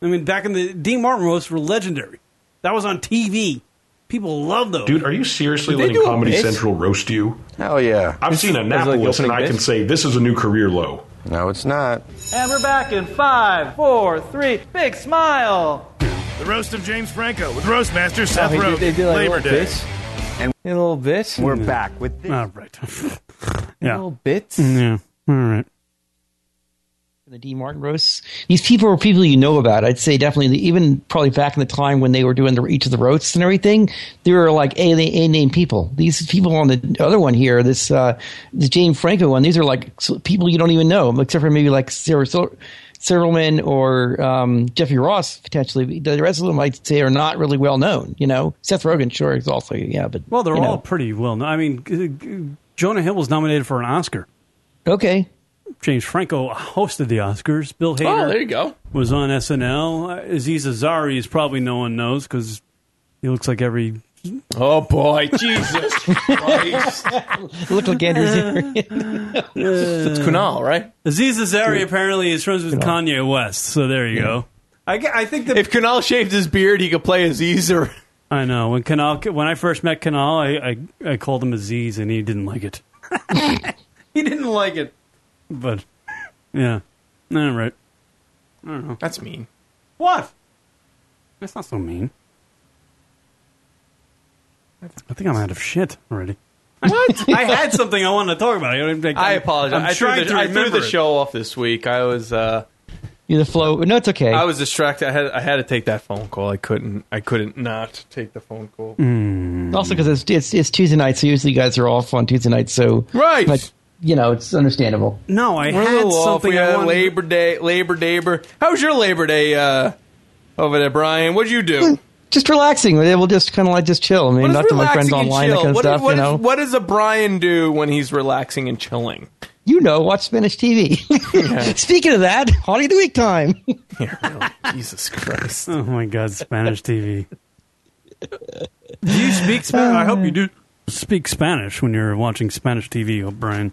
Speaker 11: I mean, back in the Dean Martin roasts were legendary. That was on TV. People loved those.
Speaker 14: Dude, are you seriously
Speaker 11: Did they
Speaker 14: letting
Speaker 11: do a
Speaker 14: Comedy
Speaker 11: bit?
Speaker 14: Central roast you?
Speaker 15: Hell yeah.
Speaker 14: I've seen a
Speaker 15: Isn't it like
Speaker 14: Napa list and
Speaker 15: opening
Speaker 14: I can
Speaker 15: bits?
Speaker 14: say this is a new career low.
Speaker 15: No, it's not.
Speaker 16: And we're back in five, four, three. Big smile.
Speaker 17: The roast of James Franco with Roastmaster
Speaker 16: Oh,
Speaker 17: Seth
Speaker 16: he did-
Speaker 17: Rogen.
Speaker 16: they did, like,
Speaker 17: Labor
Speaker 16: little
Speaker 17: Day.
Speaker 16: bits.
Speaker 12: And a little bit. We're back
Speaker 15: with
Speaker 12: this.
Speaker 11: All right.
Speaker 12: A little bit.
Speaker 11: Uh, Yeah. All right.
Speaker 13: The D. Martin roasts. These people are people you know about. I'd say definitely, even probably back in the time when they were doing the, each of the roasts and everything, they were like A A name people. These people on the other one here, this uh, the Jane Franco one, these are like s- people you don't even know, except for maybe like Sarah Sil- Silverman or um, Jeffrey Ross potentially. The rest of them I'd say are not really well known. You know, Seth Rogen, sure, is also yeah, but
Speaker 11: Well, they're
Speaker 13: you know.
Speaker 11: all pretty well known. I mean, g- g- Jonah Hill was nominated for an Oscar.
Speaker 13: Okay.
Speaker 11: James Franco hosted the Oscars. Bill Hader.
Speaker 12: Oh, there you go.
Speaker 11: Was on SNL. Uh, Aziz Ansari is probably no one knows because he looks like every.
Speaker 12: Oh boy, Jesus Christ!
Speaker 13: Look like Andrew
Speaker 12: It's Kunal, right?
Speaker 11: Aziz Ansari apparently is friends with Kanye West. So there you go. I, g- I think that
Speaker 12: if Kunal shaved his beard, he could play Aziz or
Speaker 11: I know when Kanal when I first met Kanal, I, I I called him Aziz and he didn't like it. he didn't like it. But yeah, all right. I don't know.
Speaker 12: That's mean.
Speaker 11: What? That's not so mean. I think I'm out of shit already. What? I had something I wanted to talk about. I,
Speaker 12: I apologize.
Speaker 11: I'm
Speaker 12: I threw,
Speaker 11: trying
Speaker 12: the,
Speaker 11: to
Speaker 12: I threw
Speaker 11: remember
Speaker 12: the
Speaker 11: it.
Speaker 12: show off this week. I was uh,
Speaker 13: You're the flow. No, it's okay.
Speaker 12: I was distracted. I had I had to take that phone call. I couldn't I couldn't not take the phone call. Mm.
Speaker 13: Also, because it's, it's it's Tuesday night, so usually you guys are off on Tuesday night, so
Speaker 12: Right.
Speaker 13: But you know, it's understandable.
Speaker 11: No, I
Speaker 12: We're a
Speaker 11: had
Speaker 12: little off.
Speaker 11: something
Speaker 12: We
Speaker 11: I
Speaker 12: had
Speaker 11: wanted.
Speaker 12: Labor Day, Labor Day. How was your Labor Day uh, over there, Brian? What'd you do?
Speaker 13: Just relaxing. We'll just kind of like just chill. I mean, not to my friends
Speaker 12: Relaxing and
Speaker 13: online, that
Speaker 12: chill.
Speaker 13: kind of
Speaker 12: What is-
Speaker 13: stuff.
Speaker 12: what
Speaker 13: you
Speaker 12: is-
Speaker 13: know,
Speaker 12: what does a Brian do when he's relaxing and chilling?
Speaker 13: you know, watch Spanish TV. Speaking of that, holiday of the week time.
Speaker 12: Jesus Christ!
Speaker 11: Oh my God, Spanish TV. do you speak Spanish? I hope you do speak Spanish when you're watching Spanish TV, O'Brien.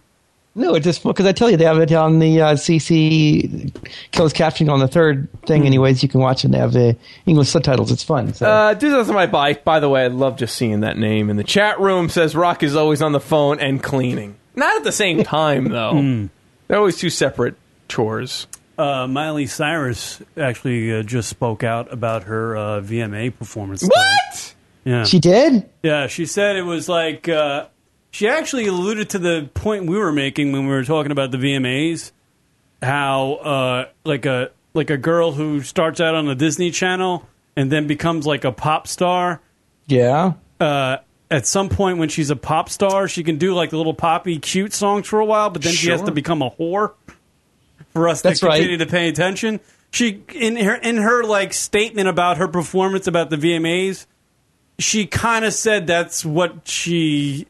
Speaker 13: no, it's just because I tell you they have it on the uh, CC closed captioning on the third thing. Anyways, you can watch it. and They have the English subtitles. It's fun. So.
Speaker 12: Mm. Uh, do this on my bike. By the way, I love just seeing that name in the chat room. Says Rock is always on the phone and cleaning. Not at the same time though.
Speaker 11: Mm.
Speaker 12: They're always two separate chores.
Speaker 11: Hmm. Uh, Miley Cyrus actually uh, just spoke out about her uh, VMA performance.
Speaker 12: What?
Speaker 11: Yeah.
Speaker 13: She did.
Speaker 11: Yeah, she said it was like uh, she actually alluded to the point we were making when we were talking about the VMAs, how uh, like a like a girl who starts out on the Disney Channel and then becomes like a pop star.
Speaker 13: Yeah.
Speaker 11: Uh, at some point, when she's a pop star, she can do like little poppy cute songs for a while, but then she has
Speaker 13: Sure.
Speaker 11: to become a whore for us
Speaker 13: That's
Speaker 11: to
Speaker 13: right.
Speaker 11: continue to pay attention. She in her in her like statement about her performance about the VMAs, she kind of said that's what she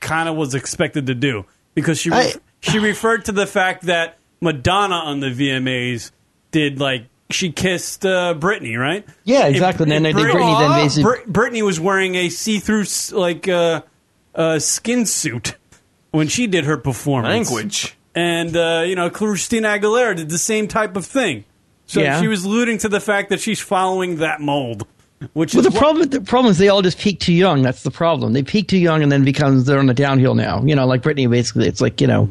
Speaker 11: kind of was expected to do because she ref- she referred to the fact that Madonna on the VMAs did like she kissed uh, Britney, right?
Speaker 13: Yeah, exactly. And then they did
Speaker 11: Brit-
Speaker 13: Britney, then
Speaker 11: Aw,
Speaker 13: basically-
Speaker 11: Brit- Britney was wearing a see-through s- like uh, uh, skin suit when she did her performance.
Speaker 12: Language.
Speaker 11: And uh, you know, Christina Aguilera did the same type of thing. So
Speaker 13: Yeah.
Speaker 11: she was alluding to the fact that she's following that mold, which
Speaker 13: well,
Speaker 11: is
Speaker 13: the
Speaker 11: what-
Speaker 13: problem the problem is they all just peak too young. That's the problem. They peak too young, and then becomes they're on the downhill now. You know, like Britney, basically, it's like you know,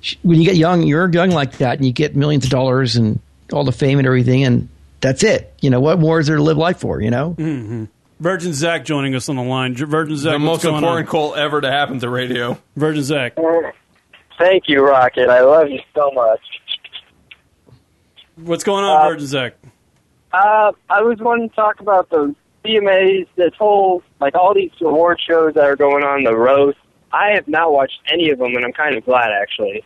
Speaker 13: sh- when you get young, you're young like that, and you get millions of dollars and all the fame and everything, and that's it. You know, what more is there to live life for? You know,
Speaker 11: hmm Virgin Zach joining us on the line. J- Virgin Zach,
Speaker 12: the
Speaker 11: what's
Speaker 12: most
Speaker 11: going on?
Speaker 12: important call ever to happen to radio.
Speaker 11: Virgin Zach.
Speaker 5: Thank you, Rocket. I love you so much.
Speaker 11: What's going on, Virgin Zach?
Speaker 5: Uh, I was wanting to talk about the VMAs, this whole, like all these award shows that are going on, the roast. I have not watched any of them, and I'm kind of glad, actually.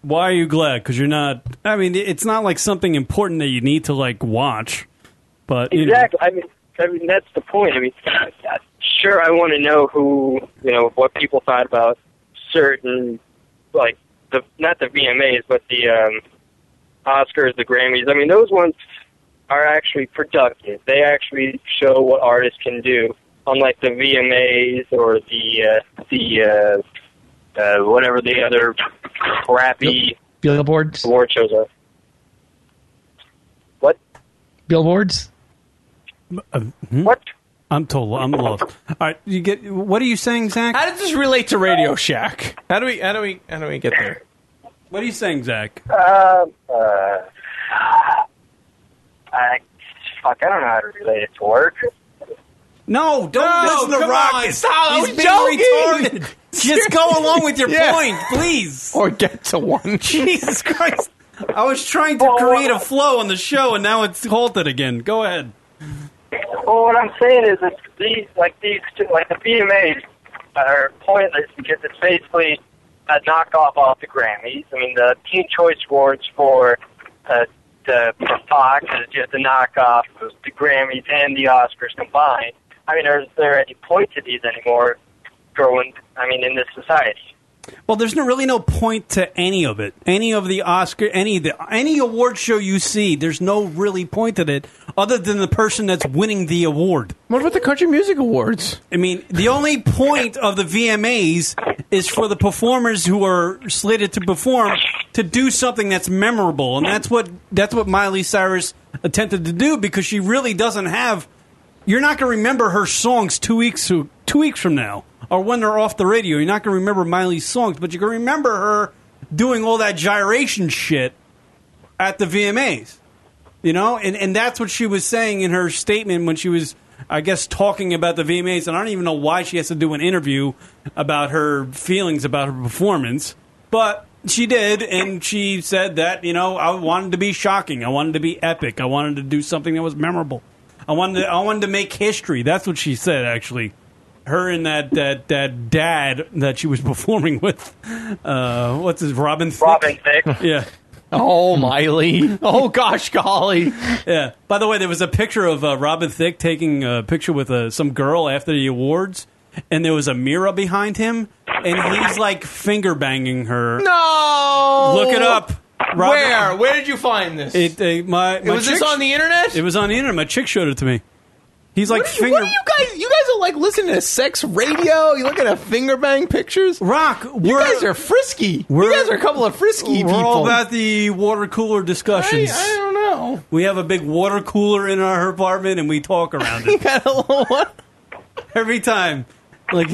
Speaker 11: Why are you glad? Because you're not. I mean, it's not like something important that you need to like watch. But you know.
Speaker 5: Exactly. I mean, I mean that's the point. I mean, sure, I want to know who you know what people thought about certain like the not the VMAs, but the um, Oscars, the Grammys. I mean, those ones are actually productive. They actually show what artists can do, unlike the VMAs or the uh, the uh, uh, whatever the other crappy
Speaker 13: Billboards.
Speaker 5: award shows are.
Speaker 13: Billboards.
Speaker 11: What? Uh, hmm? I'm told. I'm lost. All right, you get. What are you saying, Zach?
Speaker 12: How does this relate to Radio Shack? How do we? How do we? How do we get there?
Speaker 11: What are you saying, Zach?
Speaker 5: Um, uh, I, fuck, I don't know how to relate it to work.
Speaker 11: No, don't
Speaker 5: No,
Speaker 11: listen to
Speaker 5: come
Speaker 11: Rocket.
Speaker 5: on, stop, I
Speaker 11: He's
Speaker 5: was
Speaker 11: being
Speaker 5: joking.
Speaker 11: retarded. Just go along with your
Speaker 5: Yeah.
Speaker 11: point, please.
Speaker 12: Or get to one.
Speaker 11: Jesus Christ. I was trying to create a flow on the show, and now it's halted again. Go ahead.
Speaker 5: Well, what I'm saying is, it's these like these two, like the BMAs are pointless because it's basically a knockoff off the Grammys. I mean, the Teen Choice Awards for uh, the for Fox is just a knockoff of the Grammys and the Oscars combined. I mean, are there any point to these anymore? Growing, I mean, in this society.
Speaker 11: Well, there's no, really no point to any of it. Any of the Oscar, any of the any award show you see, there's no really point to it other than the person that's winning the award.
Speaker 12: What about the Country Music Awards?
Speaker 11: I mean, the only point of the VMAs is for the performers who are slated to perform to do something that's memorable, and that's what that's what Miley Cyrus attempted to do because she really doesn't have. You're not going to remember her songs two weeks to, two weeks from now, or when they're off the radio. You're not going to remember Miley's songs, but you can remember her doing all that gyration shit at the VMAs. You know, and, and that's what she was saying in her statement when she was, I guess, talking about the VMAs. And I don't even know why she has to do an interview about her feelings about her performance, but she did, and she said that you know I wanted to be shocking, I wanted to be epic, I wanted to do something that was memorable, I wanted to, I wanted to make history. That's what she said actually. Her and that that, that dad that she was performing with, uh, what's his Robin Thicke? Robin
Speaker 5: Thicke.
Speaker 11: yeah.
Speaker 12: Oh, Miley. Oh, gosh, golly.
Speaker 11: Yeah. By the way, there was a picture of uh, Robin Thicke taking a picture with uh, some girl after the awards, and there was a mirror behind him, and he's like finger banging her.
Speaker 12: No.
Speaker 11: Look it up. Robin-
Speaker 12: Where? Where did you find this?
Speaker 11: It, uh, my, my
Speaker 12: was this
Speaker 11: chick-
Speaker 12: on the internet?
Speaker 11: It was on the internet. My chick showed it to me. He's like
Speaker 12: What do you-
Speaker 11: finger.
Speaker 12: What do you guys? You guys are like listening to sex radio. You looking at finger bang pictures?
Speaker 11: Rock.
Speaker 12: You guys are frisky. You guys are a couple of frisky
Speaker 11: We're
Speaker 12: people.
Speaker 11: all about the water cooler discussions.
Speaker 12: I don't know.
Speaker 11: We have a big water cooler in our apartment, and we talk around it. Every time. Like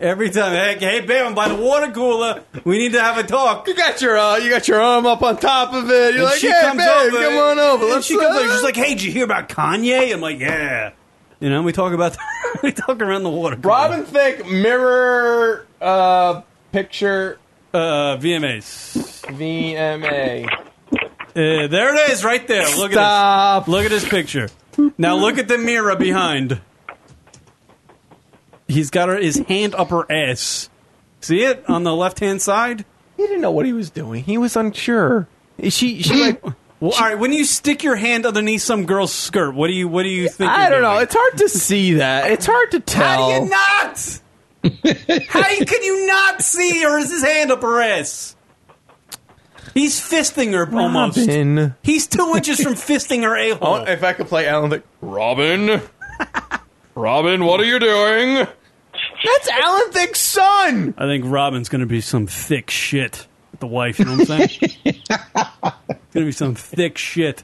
Speaker 11: every time, hey, hey, babe, I'm by the water cooler. We need to have a talk.
Speaker 12: You got your, uh, you got your arm up on top of it. You're
Speaker 11: And
Speaker 12: like,
Speaker 11: she
Speaker 12: hey,
Speaker 11: comes
Speaker 12: babe,
Speaker 11: over,
Speaker 12: come on over.
Speaker 11: and
Speaker 12: Let's. uh,
Speaker 11: she comes over. She's like, hey, did you hear about Kanye? I'm like, yeah. You know, we talk about we talk around the water. cooler.
Speaker 12: Robin Thicke mirror uh, picture
Speaker 11: uh, VMAs.
Speaker 12: VMA.
Speaker 11: Uh, there it is, right there. Look at this. Look at this picture. Now look at the mirror behind. He's got her, his hand up her ass. See it on the left hand side?
Speaker 12: He didn't know what he was doing. He was unsure. She she like.
Speaker 11: Well, all right. When you stick your hand underneath some girl's skirt, what do you what do you think?
Speaker 12: I
Speaker 11: you're
Speaker 12: don't know.
Speaker 11: doing?
Speaker 12: It's hard to see that. It's hard to tell.
Speaker 11: How do you not? How you, can you not see her? Is his hand up her ass? He's fisting her almost.
Speaker 12: Robin.
Speaker 11: He's two inches from fisting her a hole.
Speaker 12: If I could play Alan, Thicke.
Speaker 14: Robin? Robin, what are you doing?
Speaker 12: that's Alan Thicke's son.
Speaker 11: I think Robin's going to be some thick shit with the wife. You know what I'm saying? going to be some thick shit.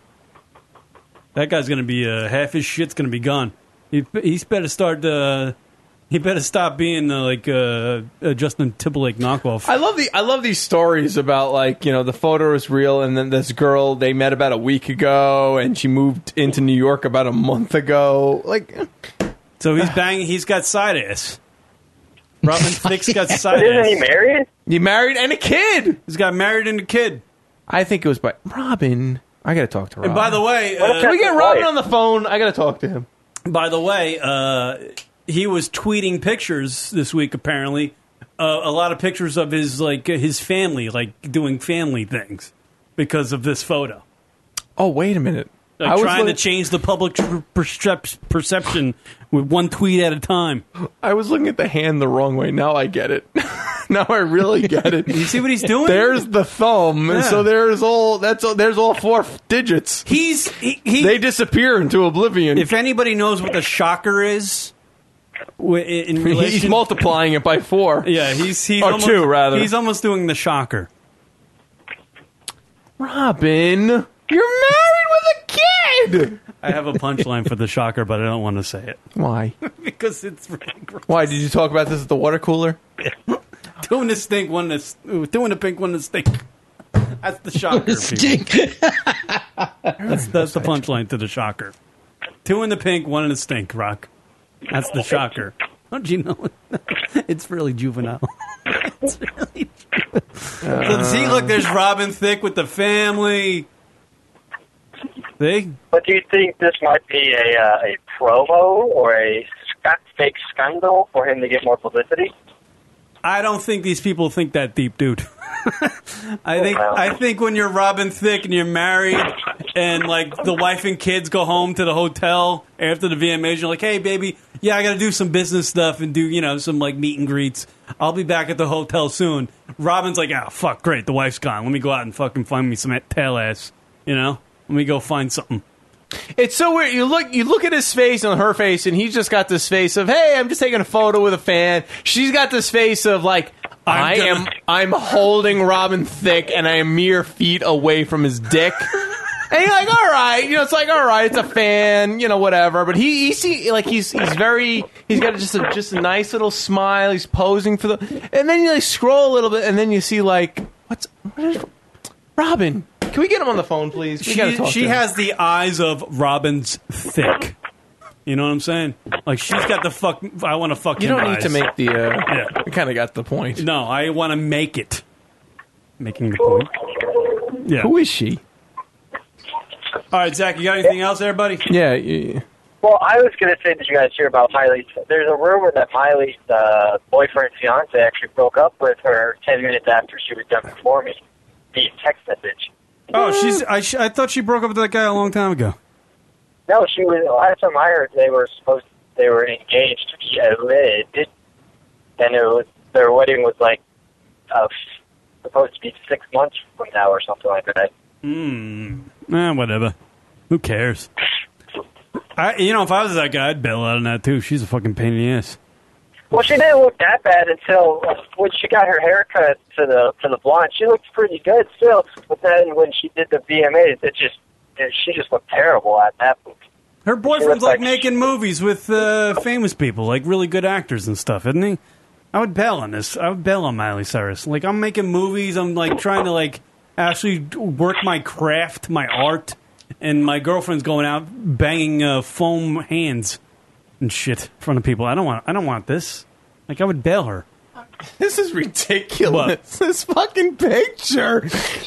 Speaker 11: That guy's going to be uh, half his shit's going to be gone. He he's better start. Uh, he better stop being uh, like uh, uh, Justin Timberlake knockoff.
Speaker 12: I love the I love these stories about like you know the photo is real and then this girl they met about a week ago and she moved into New York about a month ago like
Speaker 11: So he's banging. He's got side ass. Robin Thicke's got side
Speaker 5: Isn't
Speaker 11: ass.
Speaker 5: he married?
Speaker 12: you married and a kid
Speaker 11: He's got married and a kid.
Speaker 12: I think it was by Robin I gotta talk to Robin
Speaker 11: And by the way, uh,
Speaker 12: can we get Robin on the phone I gotta talk to him
Speaker 11: By the way, uh, he was tweeting pictures this week. Apparently, uh, a lot of pictures of his like his family, like doing family things because of this photo.
Speaker 12: oh wait a minute
Speaker 11: Like
Speaker 12: I was
Speaker 11: trying
Speaker 12: look-
Speaker 11: to change the public per- percep- perception with one tweet at a time.
Speaker 12: I was looking at the hand the wrong way. Now I get it. now I really get it. you
Speaker 11: see what he's doing?
Speaker 12: There's the thumb, and
Speaker 11: Yeah.
Speaker 12: so there's all that's all, there's all four f- digits.
Speaker 11: He's he, he
Speaker 12: they disappear into oblivion.
Speaker 11: If anybody knows what the shocker is, wi- in in
Speaker 12: he's
Speaker 11: relation,
Speaker 12: multiplying it by four.
Speaker 11: yeah, he's he's
Speaker 12: or
Speaker 11: almost,
Speaker 12: two rather.
Speaker 11: He's almost doing the shocker.
Speaker 12: Robin, you're married with a kid.
Speaker 11: I have a punchline for the shocker, but I don't want to say it
Speaker 12: Why?
Speaker 11: because it's really gross.
Speaker 12: Why did you talk about this at the water cooler?
Speaker 11: Doing the stink, one the doing the pink, one the stink. That's the shocker.
Speaker 13: Stink.
Speaker 11: That's that's the punchline to the shocker. Two in the pink, one in the stink. Rock. That's the shocker. Don't you know? it's really juvenile. So, see, look, there's Robin Thicke with the family. See?
Speaker 5: But do you think this might be a uh, a promo or a sc- fake scandal for him to get more publicity?
Speaker 11: I don't think these people think that deep, dude. I think I think when you're Robin Thicke and you're married, and like the wife and kids go home to the hotel after the VMAs, you're like, "Hey, baby, yeah, I got to do some business stuff and do you know some like meet and greets. I'll be back at the hotel soon." Robin's like, "Ah, fuck, great, the wife's gone. Let me go out and fucking find me some tail ass. You know, let me go find something."
Speaker 12: It's so weird. You look, you look at his face and her face, and he's just got this face of, "Hey, I'm just taking a photo with a fan." She's got this face of like,
Speaker 11: I'm
Speaker 12: "I am,
Speaker 11: gonna-
Speaker 12: I'm holding Robin Thicke, and I am mere feet away from his dick." and you're like, "All right, you know, it's like, all right, it's a fan, you know, whatever." But he, he see, like, he's he's very, he's got just a just a nice little smile. He's posing for the, and then you like scroll a little bit, and then you see like, what's what is, Robin? Can we get him on the phone, please? We gotta
Speaker 11: She,
Speaker 12: talk to
Speaker 11: she
Speaker 12: him.
Speaker 11: has the eyes of Robin's thick. You know what I'm saying? Like she's got the fuck. I want to fuck.
Speaker 12: You
Speaker 11: him
Speaker 12: don't need
Speaker 11: eyes.
Speaker 12: to make the. Uh,
Speaker 11: Yeah.
Speaker 12: I kind of got the point.
Speaker 11: No, I want to make it. Making the point. Yeah.
Speaker 12: Who is she?
Speaker 11: All right, Zach, you got anything else there, buddy?
Speaker 12: Yeah. yeah.
Speaker 5: Well, I was going to say that you guys hear about Miley's. There's a rumor that Miley's uh, boyfriend, fiance, actually broke up with her ten minutes after she was done performing. The text message.
Speaker 11: Oh, she's. I, sh- I thought she broke up with that guy a long time ago.
Speaker 5: No, she was. Last time I heard, they were supposed they were engaged. Yeah, it did, and it was their wedding was like uh, supposed to be six months from now or something like that.
Speaker 11: Hmm. Eh, whatever. Who cares? I, you know, if I was that guy, I'd bail out on that too. She's a fucking pain in the ass.
Speaker 5: Well, she didn't look that bad until uh, when she got her haircut to the to the blonde. She looked pretty good still, but then when she did the VMAs, it just it, she just looked terrible at that. point.
Speaker 11: Her boyfriend's
Speaker 5: She looks
Speaker 11: like making movies with uh, famous people, like really good actors and stuff, isn't he? I would bail on this. I would bail on Miley Cyrus. Like I'm making movies. I'm like trying to like actually d- work my craft, my art, and my girlfriend's going out banging uh, foam hands and shit in front of people. I don't want. I don't want this. Like I would bail her.
Speaker 12: This is ridiculous. This fucking picture.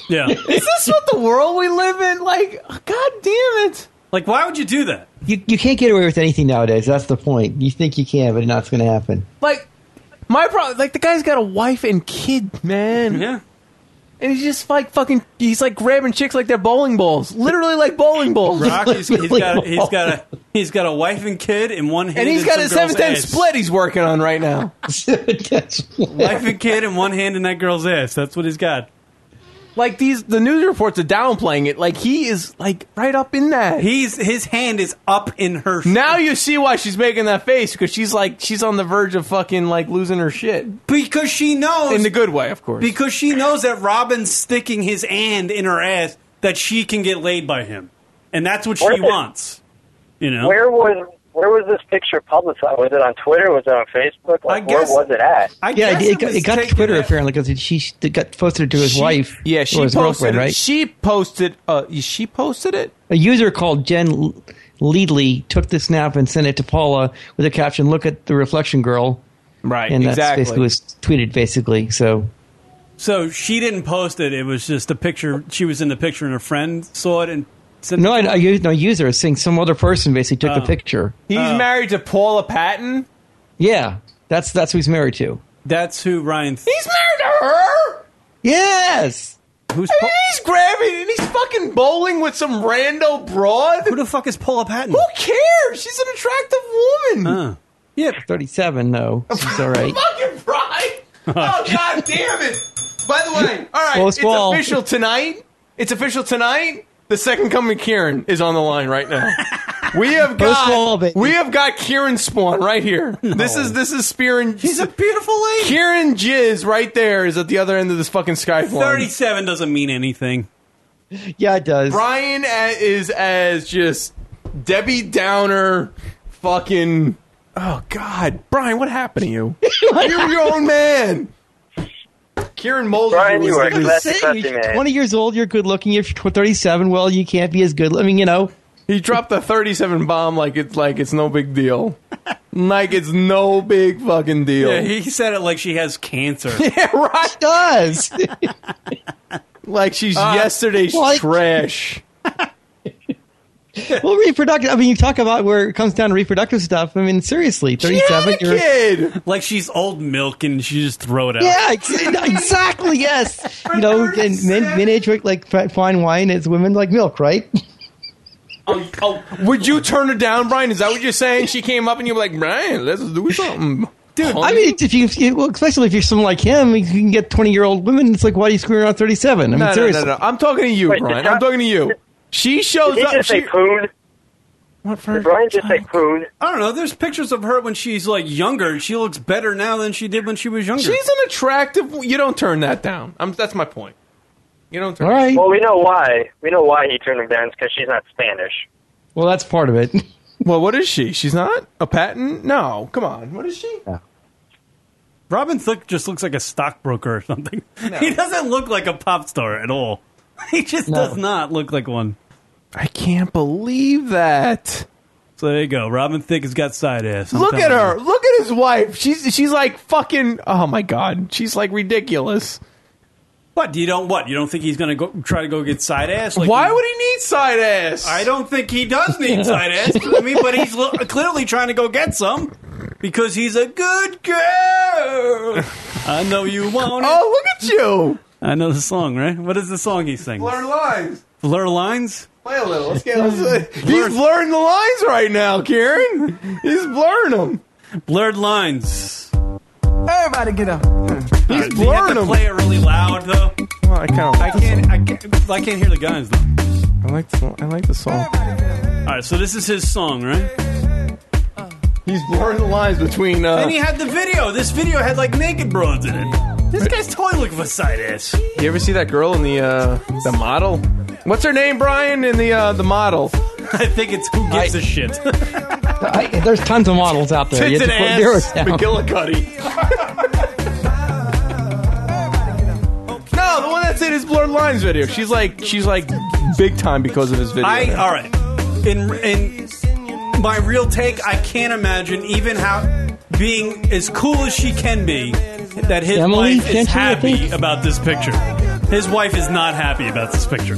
Speaker 11: Yeah.
Speaker 12: is this what the world we live in? Like, god damn it.
Speaker 11: Like why would you do that?
Speaker 13: You, you can't get away with anything nowadays. That's the point. You think you can, but not going to happen.
Speaker 12: Like, my problem. Like, the guy's got a wife and kid, man.
Speaker 11: Yeah.
Speaker 12: And he's just like fucking. He's like grabbing chicks like they're bowling balls. Literally like bowling balls.
Speaker 11: Rock. He's, he's got. He's got a. He's got a wife and kid in one hand.
Speaker 12: And he's
Speaker 11: in
Speaker 12: got
Speaker 11: some
Speaker 12: a
Speaker 11: girl's
Speaker 12: seven ten
Speaker 11: ass.
Speaker 12: split he's working on right now.
Speaker 11: Wife and kid in one hand in that girl's ass. That's what he's got.
Speaker 12: Like these, the news reports are downplaying it. Like he is like right up in that.
Speaker 11: He's his hand is up in her.
Speaker 12: Now you see why she's making that face because she's like she's on the verge of fucking like losing her shit
Speaker 11: Because she knows.
Speaker 12: in the good way, of course.
Speaker 11: Because she knows that Robin's sticking his hand in her ass that she can get laid by him, and that's what she
Speaker 5: Where-
Speaker 11: wants. You know.
Speaker 5: Where was where was this picture publicized? Was it on Twitter? Was it on Facebook? Like,
Speaker 11: guess-
Speaker 5: where was it at?
Speaker 11: I
Speaker 13: yeah,
Speaker 11: guess
Speaker 13: it,
Speaker 11: it
Speaker 13: got,
Speaker 11: was
Speaker 13: it got to
Speaker 11: taken
Speaker 13: Twitter
Speaker 11: out-
Speaker 13: apparently because she it got posted to his
Speaker 12: She-
Speaker 13: wife.
Speaker 12: yeah, she
Speaker 13: or his
Speaker 12: posted.
Speaker 13: girlfriend,
Speaker 12: It,
Speaker 13: right?
Speaker 12: She posted. Uh, she posted it.
Speaker 13: a user called Jen L- Leadley took the snap and sent it to Paula with a caption, "Look at the reflection, girl."
Speaker 12: Right,
Speaker 13: and that's
Speaker 11: exactly.
Speaker 13: basically was tweeted. Basically, so
Speaker 11: So she didn't post it. It was just a picture. She was in the picture, and her friend saw it and said,
Speaker 13: no, I, I used no user. It's saying some other person basically took
Speaker 11: Oh.
Speaker 13: the picture.
Speaker 12: He's married to Paula Patton.
Speaker 13: Yeah, that's that's who he's married to.
Speaker 11: "That's who Ryan." Th-
Speaker 12: He's married to her.
Speaker 13: Yes,
Speaker 11: Who's
Speaker 12: I mean, he's grabbing and he's fucking bowling with some rando broad. Who
Speaker 11: the fuck is Paula Patton?
Speaker 12: Who cares? She's an attractive woman.
Speaker 11: Yeah,
Speaker 13: thirty-seven. No, it's all right.
Speaker 12: Fucking pride. oh god damn it! By the way, all right,
Speaker 13: Well,
Speaker 12: it's
Speaker 13: squall.
Speaker 12: official tonight. It's official tonight. The second coming, of Kieran, is on the line right now. We have got we have got Kieran Spawn right here. This is this is Spearin. He's a
Speaker 11: beautiful lady.
Speaker 12: Kieran Jizz right there is at the other end of this fucking Skype line.
Speaker 11: Thirty-seven doesn't mean anything.
Speaker 13: Yeah, it does.
Speaker 12: Brian a- is as just Debbie Downer, fucking. Oh God, Brian, what happened to you? You're your own man. Kieran Mulder.
Speaker 5: Brian, you
Speaker 12: was
Speaker 5: are
Speaker 12: the-
Speaker 5: classy,
Speaker 12: Say-
Speaker 5: classy man.
Speaker 13: Twenty years old, you're good looking. If you're thirty-seven, well, you can't be as good. I mean, you know.
Speaker 12: He dropped the 37 bomb like it's like it's no big deal. like it's no big fucking deal.
Speaker 11: Yeah, he said it like she has cancer.
Speaker 12: Yeah, right. She
Speaker 13: does.
Speaker 12: like she's
Speaker 11: Uh,
Speaker 12: yesterday's
Speaker 13: like-
Speaker 12: trash.
Speaker 13: well, reproductive. I mean, you talk about where it comes down to reproductive stuff. I mean, seriously, thirty-seven. you're-
Speaker 11: Like she's old milk and she just throw it out.
Speaker 13: Yeah, ex- exactly. Yes, you know, and men, men age like, like fi- fine wine. It's women like milk, right?
Speaker 12: Oh, Would you turn her down, Brian? Is that what you're saying? She came up and you were like, Brian, let's do something. Dude,
Speaker 13: I mean, if you you- well, especially if you're someone like him, you can get twenty year old women. It's like, why are you screwing around thirty-seven? I mean,
Speaker 12: no, no,
Speaker 13: seriously.
Speaker 12: no, no. I'm talking to you,
Speaker 13: Wait,
Speaker 12: Brian.
Speaker 13: did
Speaker 12: I'm talking to you. She shows
Speaker 5: Did he
Speaker 12: up.
Speaker 5: just
Speaker 12: she-
Speaker 5: say poon? What for? Did Brian just say poon?
Speaker 11: I don't know. There's pictures of her when she's like younger. and She looks better now than she did when she was younger.
Speaker 12: she's an attractive. You don't turn that down. I'm, that's my point. You don't turn.
Speaker 5: Well, we know why. We know why he turned him down. because she's not Spanish.
Speaker 13: Well, that's part of it.
Speaker 12: Well, what is she? She's not a patent. No, come on. What is she?
Speaker 11: Robin Thicke just looks like a stockbroker or something. He doesn't look like a pop star at all. He just does not look like one.
Speaker 12: I can't believe that.
Speaker 11: So there you go. Robin Thicke has got side ass. I'm
Speaker 12: Look
Speaker 11: telling
Speaker 12: at
Speaker 11: you.
Speaker 12: her. Look at his wife. She's she's like fucking. Oh my god. She's like ridiculous.
Speaker 11: What you don't? What you don't think he's going to go try to go get side ass? Like
Speaker 12: Why
Speaker 11: he-
Speaker 12: would he need side ass?
Speaker 11: I don't think he does need side ass. I mean, but he's lo- clearly trying to go get some because he's a good girl. I know you want it.
Speaker 12: Oh, look at you.
Speaker 11: I know the song, right? What is the song he sings?
Speaker 12: Blur lines.
Speaker 11: Blur lines.
Speaker 12: Play a little. Let's get. Let's, he's blurring the lines right now, Karen. He's blurring them.
Speaker 11: Blurred lines. Uh,
Speaker 12: Everybody get up. He's
Speaker 11: Do you have
Speaker 12: blurring
Speaker 11: to
Speaker 12: them.
Speaker 11: play it really loud though?
Speaker 12: Well, I can't.
Speaker 11: I can't. I can't. I can't hear the guns though.
Speaker 12: I like the. I like the song.
Speaker 11: All right, so this is his song, right?
Speaker 12: He's blurring the lines between. Uh,
Speaker 11: and he had the video. This video had like naked broads in it. This guy's totally looking for side ass.
Speaker 12: You ever see that girl in the uh, the model? What's her name, Brian? In the uh, the model?
Speaker 11: I think it's who gives a shit.
Speaker 13: I, there's tons of models out there. You
Speaker 12: Tits and
Speaker 13: have to put yours
Speaker 12: ass.
Speaker 13: down.
Speaker 12: McGillicuddy. no, the one that's in his blurred lines video. She's like she's like big time because of his video.
Speaker 11: I all right. In in my real take, I can't imagine even how being as cool as she can be that his
Speaker 13: Emily,
Speaker 11: wife
Speaker 13: can't
Speaker 11: is
Speaker 13: you, I
Speaker 11: happy
Speaker 13: think?
Speaker 11: about this picture. His wife is not happy about this picture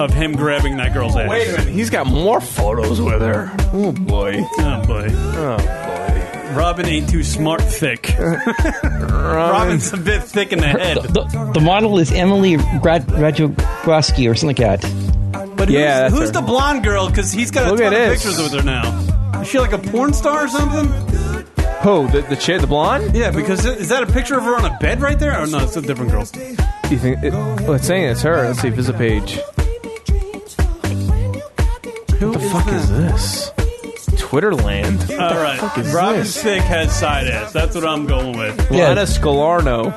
Speaker 11: of him grabbing that girl's ass.
Speaker 12: Wait a minute. He's got more photos with her. Oh boy.
Speaker 11: Oh boy.
Speaker 12: Oh boy.
Speaker 11: Robin ain't too smart thick. Robin's a bit thick in the head.
Speaker 13: The, the model is Emily Grad- Radwaski or something like that.
Speaker 11: But
Speaker 13: Yeah,
Speaker 11: who's,
Speaker 13: that's
Speaker 11: who's
Speaker 13: her.
Speaker 11: the blonde girl? Because he's got a
Speaker 13: Look
Speaker 11: ton
Speaker 13: at
Speaker 11: of
Speaker 13: this.
Speaker 11: pictures with her now. Is she like a porn star or something?
Speaker 12: Who the the chick, the blonde?
Speaker 11: Yeah, because i- is that a picture of her on a bed right there? Or no, it's a different girl.
Speaker 12: Do you think? It, well, it's saying it's her. Let's see if there's a page. Who the fuck is this? Twitter land.
Speaker 11: All right,
Speaker 12: fuck is
Speaker 11: Robin
Speaker 12: this?
Speaker 11: Thicke has side ass. That's what I'm going with.
Speaker 12: Lana Scalarno.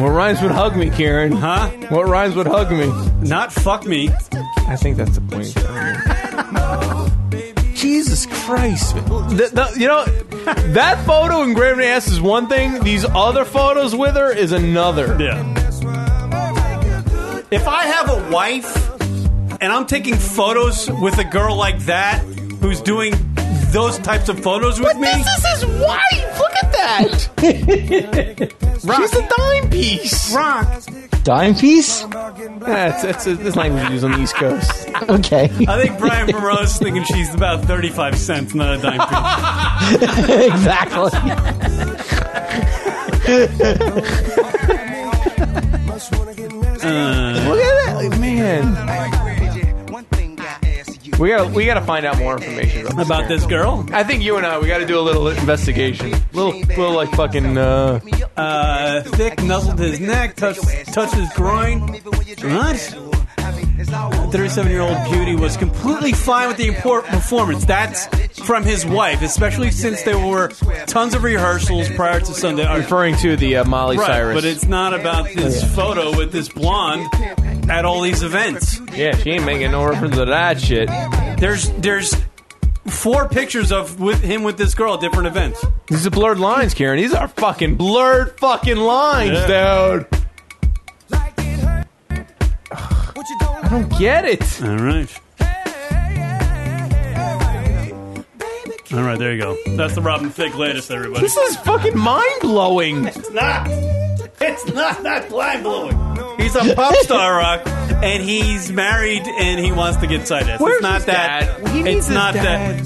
Speaker 12: What rhymes with hug me, Karen?
Speaker 11: Huh?
Speaker 12: What rhymes with hug me?
Speaker 11: Not fuck me.
Speaker 12: I think that's the point. Jesus Christ. The, the- you know, that photo in Graham ass is one thing. These other photos with her is another.
Speaker 11: Yeah. If I have a wife and I'm taking photos with a girl like that who's doing those types of photos with me,
Speaker 12: is his wife. Look at that. She's a dime piece.
Speaker 11: Rock.
Speaker 13: Dime piece?
Speaker 12: That's, that's, that's language used on the East Coast.
Speaker 13: Okay.
Speaker 11: I think Brian Burroughs thinking she's about 35 cents, not a dime piece.
Speaker 13: exactly.
Speaker 11: Uh.
Speaker 12: Look at that, man. We got to we got to find out more information about this,
Speaker 11: About this girl.
Speaker 12: I think you and I we got to do a little investigation. Little little like fucking uh,
Speaker 11: uh thick nuzzled his neck, touched touched his groin. What? 37 year old beauty was completely fine with the impor- performance. That's from his wife, especially since there were tons of rehearsals prior to Sunday. Or-
Speaker 12: referring to the uh, Molly
Speaker 11: right,
Speaker 12: Cyrus.
Speaker 11: But it's not about this photo with this blonde at all these events.
Speaker 12: Yeah, she ain't making no reference to that shit.
Speaker 11: There's there's four pictures of with him with this girl at different events.
Speaker 12: These are blurred lines, Karen. These are fucking blurred fucking lines, dude. I don't get it.
Speaker 11: All right. All right, there you go. That's the Robin Thicke latest, everybody.
Speaker 12: This is fucking mind blowing.
Speaker 11: It's not. It's not that blind blowing. He's a pop star, Rock, and he's married, and he wants to get cited.
Speaker 12: Where's
Speaker 11: it's not
Speaker 12: his
Speaker 11: that.
Speaker 12: dad? He needs
Speaker 11: it's
Speaker 12: his
Speaker 11: not that.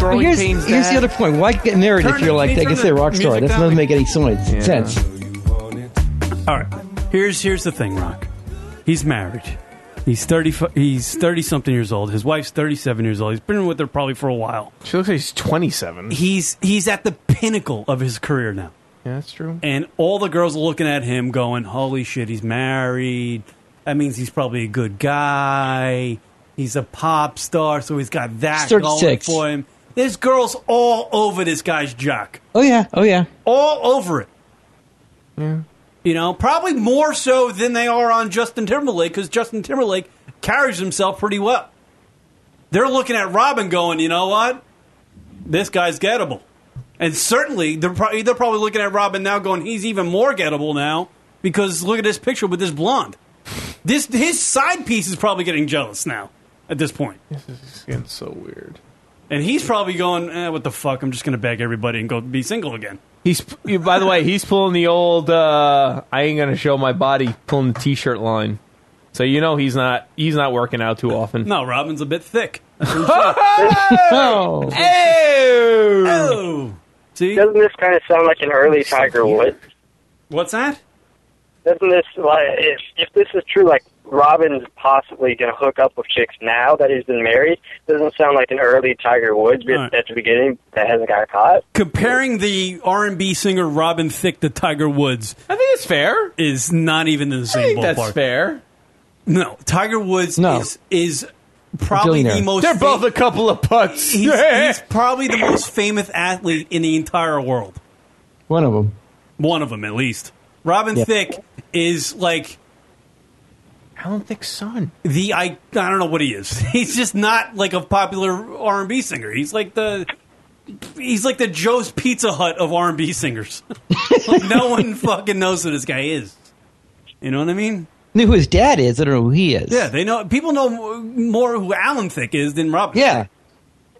Speaker 13: But here's, here's the other point. Why get married
Speaker 11: Turn
Speaker 13: if you're
Speaker 11: it-
Speaker 13: like
Speaker 11: can you
Speaker 13: that? It's
Speaker 11: turn
Speaker 13: a
Speaker 11: the
Speaker 13: rock star. That
Speaker 11: music down?
Speaker 13: doesn't make any sense.
Speaker 11: Yeah.
Speaker 13: sense.
Speaker 11: All right. Here's here's the thing, Rock. He's married. He's thirty. fu- He's thirty something years old. His wife's thirty seven years old. He's been with her probably for a while.
Speaker 12: She looks like she's twenty seven.
Speaker 11: He's he's at the pinnacle of his career now.
Speaker 12: Yeah, that's true.
Speaker 11: And all the girls are looking at him going, holy shit, he's married. That means he's probably a good guy. He's a pop star, so he's got that
Speaker 13: He's 36.
Speaker 11: going for him. There's girls all over this guy's jock.
Speaker 13: Oh yeah. Oh yeah.
Speaker 11: All over it. You know, probably more so than they are on Justin Timberlake because Justin Timberlake carries himself pretty well. They're looking at Robin going, you know what? This guy's gettable. And certainly, they're, pro- they're probably looking at Robin now going, he's even more gettable now because look at this picture with this blonde. This His side piece is probably getting jealous now at this point.
Speaker 12: It's getting so weird.
Speaker 11: And he's probably going, eh, what the fuck? I'm just going to beg everybody and go be single again.
Speaker 12: He's you- by the way, he's pulling the old uh, "I ain't gonna show my body" pulling the T-shirt line. So you know he's not he's not working out too often.
Speaker 11: No, Robin's a bit thick.
Speaker 12: oh,
Speaker 11: oh. See?
Speaker 5: Doesn't this kind of sound like an early Tiger Woods?
Speaker 11: What's that?
Speaker 5: Doesn't this like if if this is true, like Robin's possibly going to hook up with chicks now that he's been married? Doesn't sound like an early Tiger Woods bit
Speaker 11: Right.
Speaker 5: at the beginning that hasn't got caught.
Speaker 11: Comparing the R&B singer Robin Thicke to Tiger Woods
Speaker 12: I think it's fair.
Speaker 11: is not even in the
Speaker 12: I
Speaker 11: same
Speaker 12: think
Speaker 11: ballpark.
Speaker 12: that's fair.
Speaker 11: No, Tiger Woods is is probably the
Speaker 12: Billionaire.
Speaker 11: most.
Speaker 12: They're both a couple of putts.
Speaker 11: He's, he's probably the most famous athlete in the entire world.
Speaker 13: One of them.
Speaker 11: One of them, at least. Robin
Speaker 13: Yeah.
Speaker 11: Thicke is like
Speaker 12: Alan Thicke's son.
Speaker 11: the I. I don't know what he is. He's just not like a popular R and B singer. He's like the. He's like the Joe's Pizza Hut of R and B singers. like no one fucking knows who this guy is. You know what I mean?
Speaker 13: Knew who his dad is. I don't know who he is.
Speaker 11: Yeah, they know people know more who Alan Thicke is than Robin.
Speaker 13: Yeah.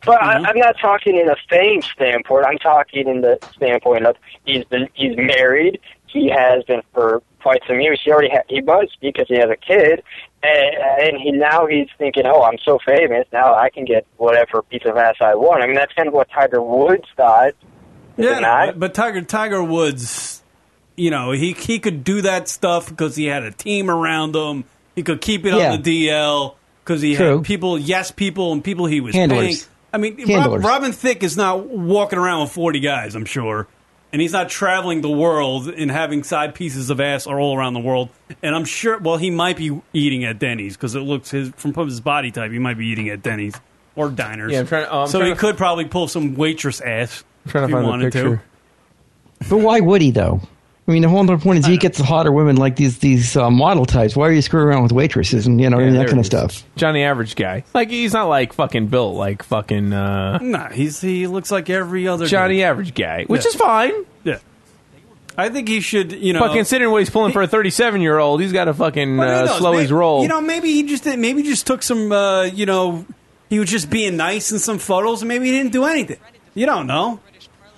Speaker 5: But I, I'm not talking in a fame standpoint. I'm talking in the standpoint of he's been he's married. He has been for quite some years. He already ha- he must because he has a kid, and, and he now he's thinking, oh, I'm so famous now I can get whatever piece of ass I want. I mean that's kind of what Tiger Woods thought. is
Speaker 11: Yeah,
Speaker 5: it not?
Speaker 11: but- but Tiger Tiger Woods, you know, he he could do that stuff because he had a team around him. He could keep it
Speaker 13: Yeah.
Speaker 11: on the DL because he
Speaker 13: True.
Speaker 11: had people, yes, people, and people he was
Speaker 13: Handlers.
Speaker 11: paying. I mean, Rob,
Speaker 13: Handlers.
Speaker 11: Robin Thicke is not walking around with forty guys, I'm sure, and he's not traveling the world and having side pieces of ass are all around the world. And I'm sure, well, he might be eating at Denny's because it looks his from his body type, he might be eating at Denny's or diners.
Speaker 12: Yeah, I'm trying- oh, I'm
Speaker 11: so
Speaker 12: trying
Speaker 11: he
Speaker 12: to-
Speaker 11: could probably pull some waitress ass
Speaker 12: trying
Speaker 11: if
Speaker 12: to
Speaker 11: he
Speaker 12: find the
Speaker 11: wanted to.
Speaker 12: picture.
Speaker 13: But why would he though? I mean, the whole other point is he gets the hotter women like these these uh, model types. Why are you screwing around with waitresses and you know and
Speaker 12: there
Speaker 13: that kind
Speaker 12: it
Speaker 13: of
Speaker 12: is.
Speaker 13: stuff?
Speaker 12: Johnny Average guy. Like he's not like fucking built like fucking uh,
Speaker 11: Nah, he's he looks like every other
Speaker 12: Johnny
Speaker 11: guy.
Speaker 12: Average guy, which
Speaker 11: Yeah.
Speaker 12: is fine.
Speaker 11: Yeah, I think he should. You know,
Speaker 12: but considering what he's pulling for a 37 year old, he's got to fucking
Speaker 11: Well, who
Speaker 12: uh,
Speaker 11: knows?
Speaker 12: slow
Speaker 11: May-
Speaker 12: his roll.
Speaker 11: You know, maybe he just did, maybe he just took some. Uh, you know, he was just being nice in some photos, and maybe he didn't do anything. You don't know.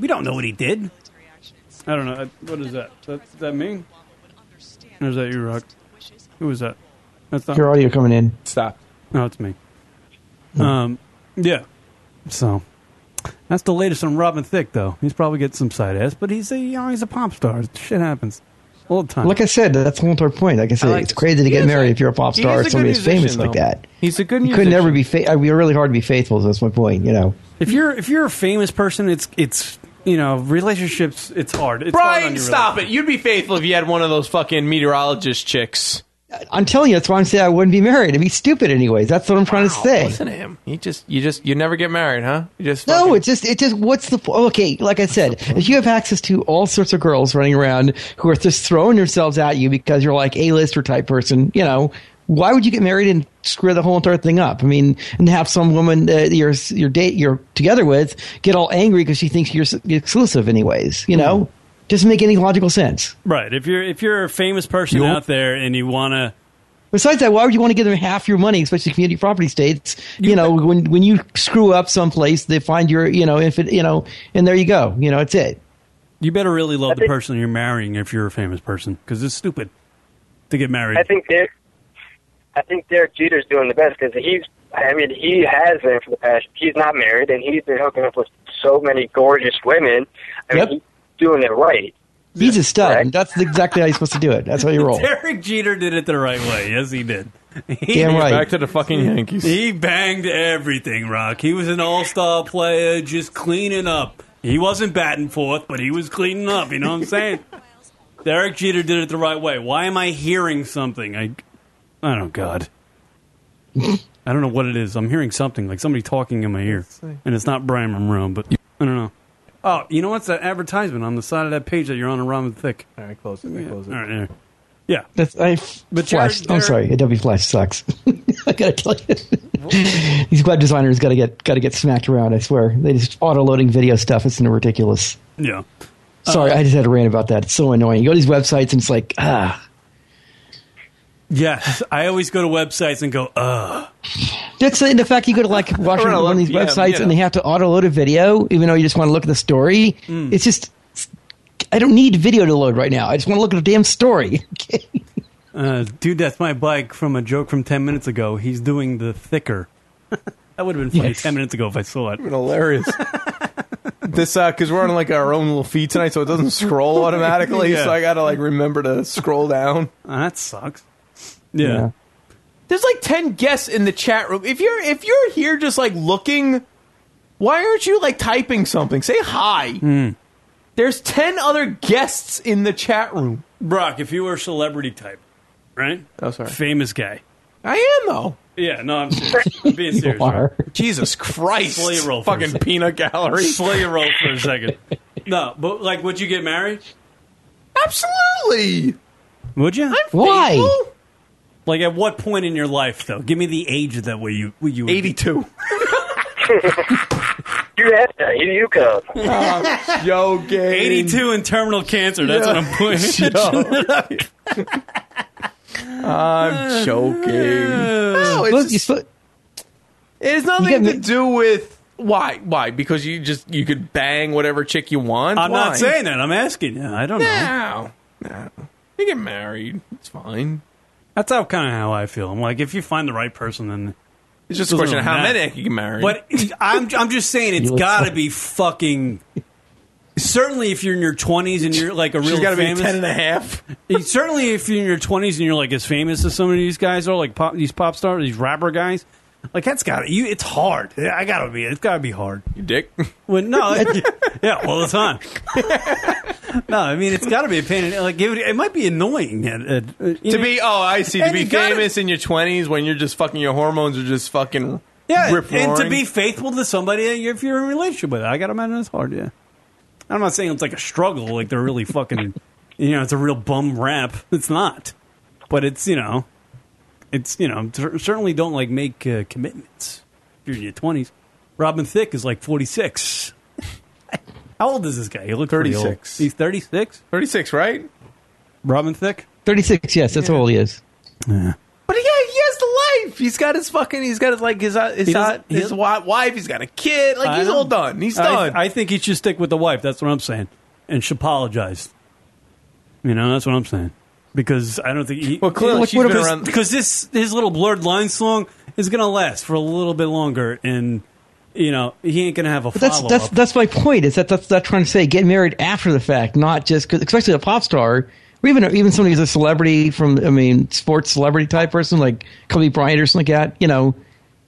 Speaker 11: We don't know what he did. I don't know. What is that? That, that mean? Or is that you, Rock? Who was that? That's not
Speaker 13: Your audio coming in.
Speaker 12: Stop.
Speaker 11: No, it's me. Um, yeah. So, That's the latest on Robin Thicke, though. He's probably getting some side ass, but he's a you know, he's a pop star. Shit happens all the time.
Speaker 13: Like I said, that's one more point. Like I said,
Speaker 11: I like
Speaker 13: it's
Speaker 11: this.
Speaker 13: crazy to
Speaker 11: He
Speaker 13: get
Speaker 11: is
Speaker 13: married
Speaker 11: a-
Speaker 13: if you're a pop
Speaker 11: he
Speaker 13: star
Speaker 11: is
Speaker 13: or
Speaker 11: a
Speaker 13: somebody
Speaker 11: good
Speaker 13: that's famous
Speaker 11: musician,
Speaker 13: like
Speaker 11: though.
Speaker 13: that.
Speaker 12: He's a good
Speaker 13: You could never be. Fa- I'd be really hard to be faithful. That's my point. You know.
Speaker 11: If you're if you're a famous person, it's it's you know relationships. It's hard. It's hard on
Speaker 12: Brian,
Speaker 11: your
Speaker 12: stop it. You'd be faithful if you had one of those fucking meteorologist chicks.
Speaker 13: I'm telling you, that's why I'm saying I wouldn't be married. It'd be stupid, anyways. That's what I'm trying to say.
Speaker 12: Listen to him. You just, you just, you never get married, huh? You just
Speaker 13: No, it's just it just what's the po- okay? Like I said, if you have access to all sorts of girls running around who are just throwing themselves at you because you're like a lister type person, you know, why would you get married and screw the whole entire thing up? I mean, and have some woman that you're you're date you're together with get all angry because she thinks you're s- exclusive, anyways. You know, doesn't make any logical sense.
Speaker 11: Right. If you're if you're a famous person out there and you want to
Speaker 13: Besides that, why would you want to give them half your money, especially community property states? You know, when when you screw up someplace, they find your you know if it you know, and there you go. You know, it's it.
Speaker 11: You better really love the person you're marrying if you're a famous person, because it's stupid to get married.
Speaker 5: I think Derek, I think Derek Jeter's doing the best because he's. I mean, he has been for the past. He's not married, and he's been hooking up with so many gorgeous women. I mean, he's doing it right.
Speaker 13: He's a stud. and That's exactly how you're supposed to do it. That's how you roll.
Speaker 11: Derek Jeter did it the right way. Yes, he did. He
Speaker 13: Damn right. Back
Speaker 12: to the fucking Yankees.
Speaker 11: He banged everything, Rock. He was an all-star player, just cleaning up. He wasn't batting fourth, but he was cleaning up. You know what I'm saying? Derek Jeter did it the right way. Why am I hearing something? I, I don't. God, I don't know what it is. I'm hearing something like somebody talking in my ear,
Speaker 1: see.
Speaker 11: and it's not Brian Monroe, but I don't know. Oh, you know what's that advertisement on the side of that page that you're on a Ramen Thick? All right, close it. Yeah. Close it. All right, yeah. Yeah.
Speaker 13: That's I
Speaker 11: But
Speaker 13: flash.
Speaker 11: Jared-
Speaker 13: I'm
Speaker 11: Jared-
Speaker 13: sorry, Adobe Flash sucks. I gotta tell you, these web designers gotta get gotta get smacked around. I swear, they just auto loading video stuff. It's ridiculous.
Speaker 11: Yeah. Uh-huh.
Speaker 13: Sorry, I just had a rant about that. It's so annoying. You go to these websites and it's like, ah,
Speaker 11: Yes, I always go to websites and go, uh, ugh.
Speaker 13: That's in the fact you go to like watch
Speaker 11: Wanna
Speaker 13: one of
Speaker 11: look-
Speaker 13: these
Speaker 11: yeah,
Speaker 13: websites
Speaker 11: yeah.
Speaker 13: and they have to auto load a video, even though you just want to look at the story.
Speaker 11: Mm.
Speaker 13: It's just I don't need video to load right now. I just want to look at a damn story.
Speaker 11: Uh, dude, that's my bike from a joke from 10 minutes ago. He's doing the thicker. that would have been funny 10 minutes ago if I saw it.
Speaker 12: hilarious. this uh because we're on like our own little feed tonight so it doesn't scroll automatically
Speaker 11: Yeah.
Speaker 12: so i gotta like remember to scroll down
Speaker 11: that sucks Yeah.
Speaker 12: there's like 10 guests in the chat room if you're if you're here just like looking why aren't you like typing something say hi
Speaker 11: Hmm.
Speaker 12: there's 10 other guests in the chat room
Speaker 11: Brock, if you were a celebrity type, right?
Speaker 12: Oh, sorry.
Speaker 11: Famous guy.
Speaker 12: i am though
Speaker 11: Yeah, no, I'm serious. I'm being serious.
Speaker 12: are. Jesus Christ.
Speaker 11: Slow your roll for a
Speaker 12: Fucking
Speaker 11: second.
Speaker 12: peanut gallery.
Speaker 11: Slow your roll for a second. No, but like, would you get married?
Speaker 12: Absolutely.
Speaker 11: Would you?
Speaker 13: Why?
Speaker 11: Like, at what point in your life, though? Give me the age that way you where you
Speaker 12: eighty-two.
Speaker 5: You have to. Here you go.
Speaker 12: Yo, gay.
Speaker 11: 82 and terminal cancer. That's what I'm
Speaker 12: Yeah.
Speaker 11: putting.
Speaker 12: I'm joking. No, Oh, it's just- it has
Speaker 11: You get
Speaker 12: nothing to
Speaker 11: me-
Speaker 12: do with why. Why? Because you just you could bang whatever chick you want.
Speaker 11: I'm
Speaker 12: Why?
Speaker 11: not saying that. I'm asking you. I don't know.
Speaker 12: No, no. You get married. It's fine.
Speaker 11: That's how kind of how I feel. I'm like, if you find the right person, then
Speaker 12: It's just a question of how many you can marry.
Speaker 11: But I'm I'm just saying, it's
Speaker 12: You look
Speaker 11: got to
Speaker 12: fine.
Speaker 11: be fucking. Certainly, if you're in your 20s and you're like a
Speaker 12: She's
Speaker 11: real
Speaker 12: gotta be
Speaker 11: famous,
Speaker 12: 10 and a half.
Speaker 11: certainly, if you're in your 20s and you're like as famous as some of these guys are, like pop, these pop stars, these rapper guys, like that's got to you. It's hard. I gotta be. It's gotta be hard.
Speaker 12: You dick.
Speaker 11: Well, no, yeah, all the time. no, I mean it's got to be a pain. in- Like, it, it might be annoying. At, at, you
Speaker 12: to
Speaker 11: know-
Speaker 12: be oh I see to
Speaker 11: And
Speaker 12: be
Speaker 11: you gotta-
Speaker 12: famous in your twenties when you're just fucking your hormones are just fucking
Speaker 11: yeah, and to
Speaker 12: rip-roaring.
Speaker 11: be faithful to somebody that you're, if you're in a relationship with. I got to imagine it's hard. Yeah, I'm not saying it's like a struggle. Like they're really fucking. You know, it's a real bum rap. It's not, but it's you know, it's you know, cer- certainly don't like make uh, commitments. If you're in your 20s, Robin Thicke is like 46. How old is this guy? He looks pretty old.
Speaker 12: 36.
Speaker 11: He's 36.
Speaker 12: 36, right?
Speaker 11: Robin Thicke?
Speaker 13: 36, yes, that's how old he is.
Speaker 12: But yeah, he has the life. He's got his fucking. He's got his like his uh, his,
Speaker 11: He
Speaker 12: uh,
Speaker 11: doesn't- he
Speaker 12: his
Speaker 11: doesn't-
Speaker 12: wi- wife. He's got a kid. Like
Speaker 11: I
Speaker 12: he's
Speaker 11: know.
Speaker 12: all done. He's
Speaker 11: I-
Speaker 12: done.
Speaker 11: I, think he should stick with the wife. That's what I'm saying, and she apologized. You know, that's what I'm saying because I don't think he. Well,
Speaker 12: clearly she's been
Speaker 11: because,
Speaker 12: around-
Speaker 11: because this his little blurred line song is going to last for a little bit longer, and you know, he ain't going to have a
Speaker 13: But that's
Speaker 11: follow
Speaker 13: that's
Speaker 11: up.
Speaker 13: that's my point. Is that that's that's trying to say get married after the fact, not just 'cause- especially a pop star or even even somebody who's a celebrity from I mean sports celebrity type person like Kobe Bryant or something like that. You know,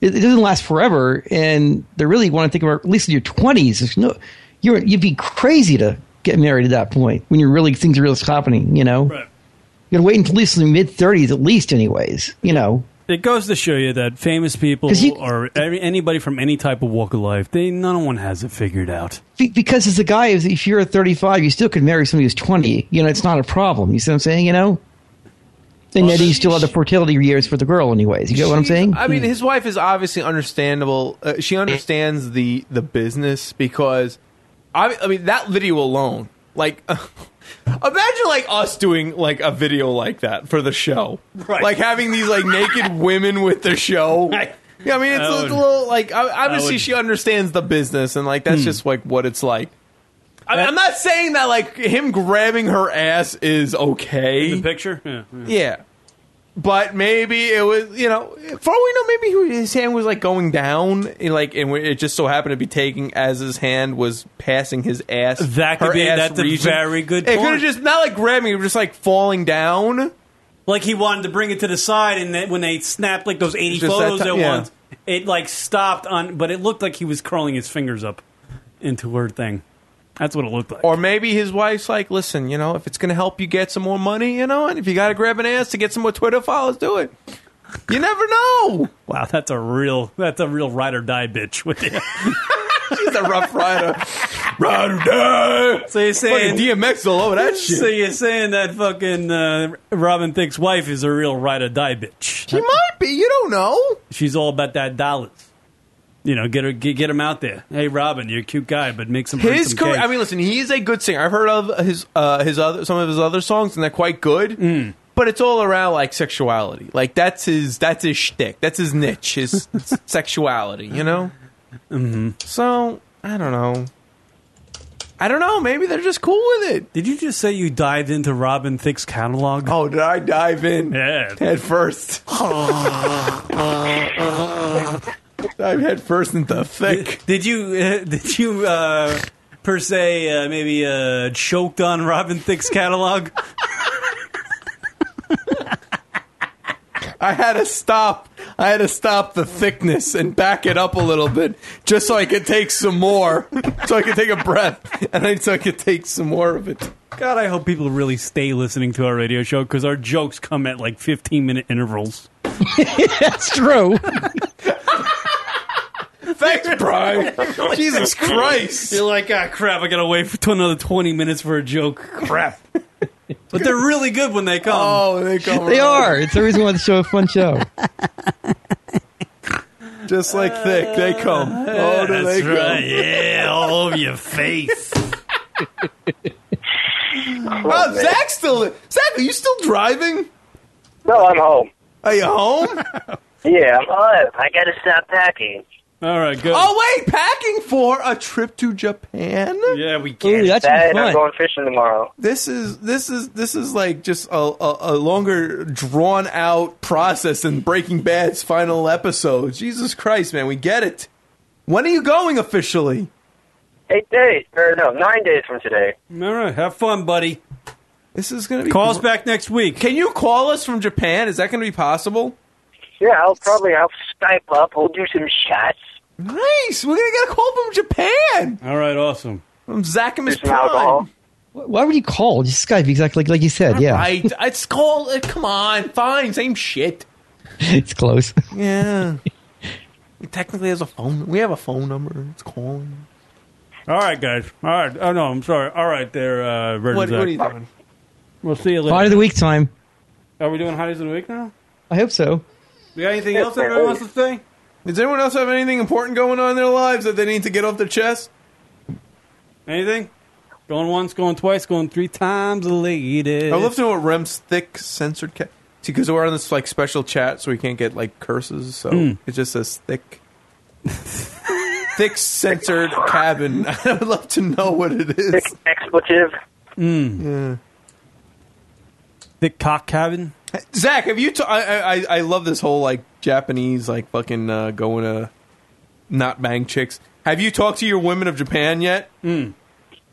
Speaker 13: it, it doesn't last forever, and they really want to think about at least in your twenties. There's no, you're you'd be crazy to get married at that point when you're really things are really happening. You know, you got to wait until at least in the mid thirties, at least, anyways. You know.
Speaker 11: It goes to show you that famous people or every, anybody from any type of walk of life, they no one has it figured out.
Speaker 13: Be- because as a guy, if- if you're 35, you still could marry somebody who's 20. You know, it's not a problem. You see what I'm saying? You know, and then you still have the fertility years for the girl, anyways. You get what I'm
Speaker 12: She's-
Speaker 13: saying?
Speaker 12: I mean, his wife is obviously understandable. Uh, she understands the the business because, I, I mean, that video alone, like, imagine like us doing like a video like that for the show,
Speaker 7: Right.
Speaker 12: Like having these like naked women with the show. Yeah, I mean, it's,
Speaker 7: That
Speaker 12: a-
Speaker 7: would-
Speaker 12: it's a little like ob- obviously
Speaker 7: would- Hmm.
Speaker 12: she understands the business and like that's just like what it's like. I, I'm not saying that like him grabbing her ass is okay.
Speaker 11: The picture, yeah,
Speaker 12: Yeah. But maybe it was, you know, for all we know, maybe he- his hand was like going down, and like, and it just so happened to be taking as his hand was passing his ass.
Speaker 11: That could
Speaker 12: her
Speaker 11: be-
Speaker 12: ass
Speaker 11: that's a
Speaker 12: region.
Speaker 11: very good
Speaker 12: It could have
Speaker 11: point.
Speaker 12: just not like grabbing, it was just like falling down.
Speaker 11: Like he wanted to bring it to the side, and then when they snapped like those eighty
Speaker 12: Just that
Speaker 11: photos
Speaker 12: ti-
Speaker 11: at
Speaker 12: yeah.
Speaker 11: once, it like stopped on, but it looked like he was curling his fingers up into her thing. That's what it looked like.
Speaker 12: Or maybe his wife's like, listen, you know, if it's gonna help you get some more money, you know, and if you gotta grab an ass to get some more Twitter followers, do it. You never know.
Speaker 11: Wow, that's a real that's a real ride or die bitch with you.
Speaker 12: She's a rough rider. Ride or die.
Speaker 11: So you're saying
Speaker 12: Fucking DMX all over that shit.
Speaker 11: So you're saying that fucking uh, Robin Thicke's wife is a real ride or die bitch.
Speaker 12: She might be. You don't know.
Speaker 11: She's all about that dollars. You know, get her get, get him out there. Hey, Robin, you're a cute guy, but make some bring
Speaker 12: His
Speaker 11: some
Speaker 12: career.
Speaker 11: cake.
Speaker 12: I mean, listen, he's a good singer. I've heard of his uh, his other some of his other songs, and they're quite good. But it's all around like sexuality. Like that's his that's his shtick. That's his niche. His s- sexuality. You know.
Speaker 11: Mm-hmm.
Speaker 12: So I don't know. I don't know. Maybe they're just cool with it.
Speaker 11: Did you just say you dived into Robin Thicke's catalog?
Speaker 12: Oh, did I dive in?
Speaker 11: Yeah,
Speaker 12: head first. dive head first into thick.
Speaker 11: Did, did you uh, did you uh, per se uh, maybe uh, choked on Robin Thicke's catalog?
Speaker 12: I had to stop. I had to stop the thickness and back it up a little bit, just so I could take some more, so I could take a breath, and then so I could take some more of it.
Speaker 11: God, I hope people really stay listening to our radio show because our jokes come at like 15 minute intervals.
Speaker 13: That's true.
Speaker 12: Thanks, Brian. Jesus Christ.
Speaker 11: You're like, ah, crap, I gotta wait for to another 20 minutes for a joke. Crap. but they're really good when they come.
Speaker 12: Oh, they come.
Speaker 13: They are. It's the reason why the show is a fun show.
Speaker 12: Just like thick, they come. Oh, do
Speaker 11: Uh, That's
Speaker 12: they come?
Speaker 11: right. Yeah, all over your face.
Speaker 5: Oh,
Speaker 12: Wow, Zach's still. Zach, are you still driving?
Speaker 5: No, I'm home.
Speaker 12: Are you home?
Speaker 5: Yeah, I'm on. I gotta stop packing.
Speaker 11: All right, good.
Speaker 12: Oh wait, packing for a trip to Japan.
Speaker 11: Yeah, we
Speaker 12: can.
Speaker 5: that, and I'm going fishing tomorrow.
Speaker 12: This is this is this is like just a, a, a longer drawn out process than Breaking Bad's final episode. Jesus Christ, man, we get it. When are you going officially?
Speaker 5: Eight days, or no, nine days from today.
Speaker 11: All right, have fun, buddy.
Speaker 12: This is gonna be
Speaker 11: Call us back next week.
Speaker 12: Can you call us from Japan? Is that gonna be possible?
Speaker 5: Yeah, I'll probably I'll Skype up. We'll do some shots.
Speaker 12: Nice. We're gonna get a call from Japan.
Speaker 11: All right, awesome.
Speaker 12: From Zach and Miss
Speaker 13: some alcohol.
Speaker 12: Prime.
Speaker 13: Why would you call? Just Skype exactly like, like you said. Yeah,
Speaker 12: Right. It's called. uh, Come on. Fine. Same shit.
Speaker 13: it's close.
Speaker 12: Yeah. It technically has a phone. We have a phone number. It's calling.
Speaker 11: All right, guys. All right. Oh, no, I'm sorry. All right, there, uh, Virgin
Speaker 12: What, what
Speaker 11: Zach.
Speaker 12: are you doing?
Speaker 11: We'll see you later.
Speaker 13: Part of the week time.
Speaker 11: Are we doing Hotties of the Week now?
Speaker 13: I hope so.
Speaker 11: We got anything else everyone wants to say?
Speaker 12: Does anyone else have anything important going on in their lives that they need to get off their chest?
Speaker 11: Anything? Going once, going twice, going three times later.
Speaker 12: I love to know what Rem's thick censored cat. See, because we're on this like special chat, so we can't get like curses. So
Speaker 11: Mm.
Speaker 12: it just says thick, thick censored cabin. I would love to know what it is. Thick
Speaker 5: expletive.
Speaker 11: Mm. The cock cabin.
Speaker 12: Zach, have you? T- I, I I- I love this whole like Japanese like fucking uh, going to not bang chicks. Have you talked to your women of Japan yet?
Speaker 11: Hmm.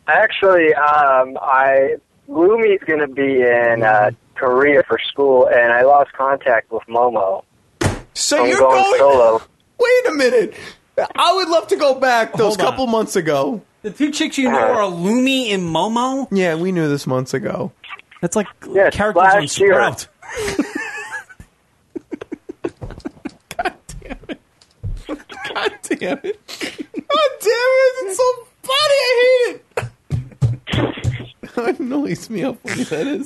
Speaker 5: Actually, um, I Lumi's going to be in uh, Korea for school, and I lost contact with Momo.
Speaker 12: So
Speaker 5: I'm
Speaker 12: you're
Speaker 5: going,
Speaker 12: going-
Speaker 5: solo.
Speaker 12: Wait a minute. I would love to go back those
Speaker 11: Hold on.
Speaker 12: couple months ago.
Speaker 11: The two chicks you know are Lumi and Momo.
Speaker 12: Yeah, we knew this months ago.
Speaker 11: That's like characters on
Speaker 12: last year.
Speaker 11: Sprout.
Speaker 12: God damn it. God damn it. It's so funny. I hate it. It annoys me how funny that is.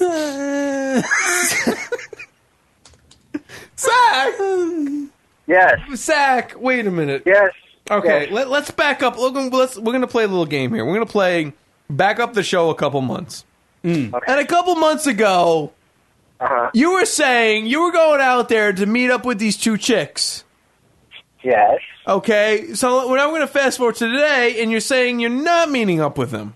Speaker 12: Zach!
Speaker 5: Yes.
Speaker 12: Zach, wait a minute.
Speaker 5: Yes.
Speaker 12: Okay,
Speaker 5: Yes.
Speaker 12: Let, let's back up. Look, Let's, we're going to play a little game here. We're going to play back up the show a couple months. And a couple months ago,
Speaker 5: Uh-huh.
Speaker 12: you were saying you were going out there to meet up with these two chicks.
Speaker 5: Yes.
Speaker 12: Okay, so now we're going to fast forward to today, and you're saying you're not meeting up with them.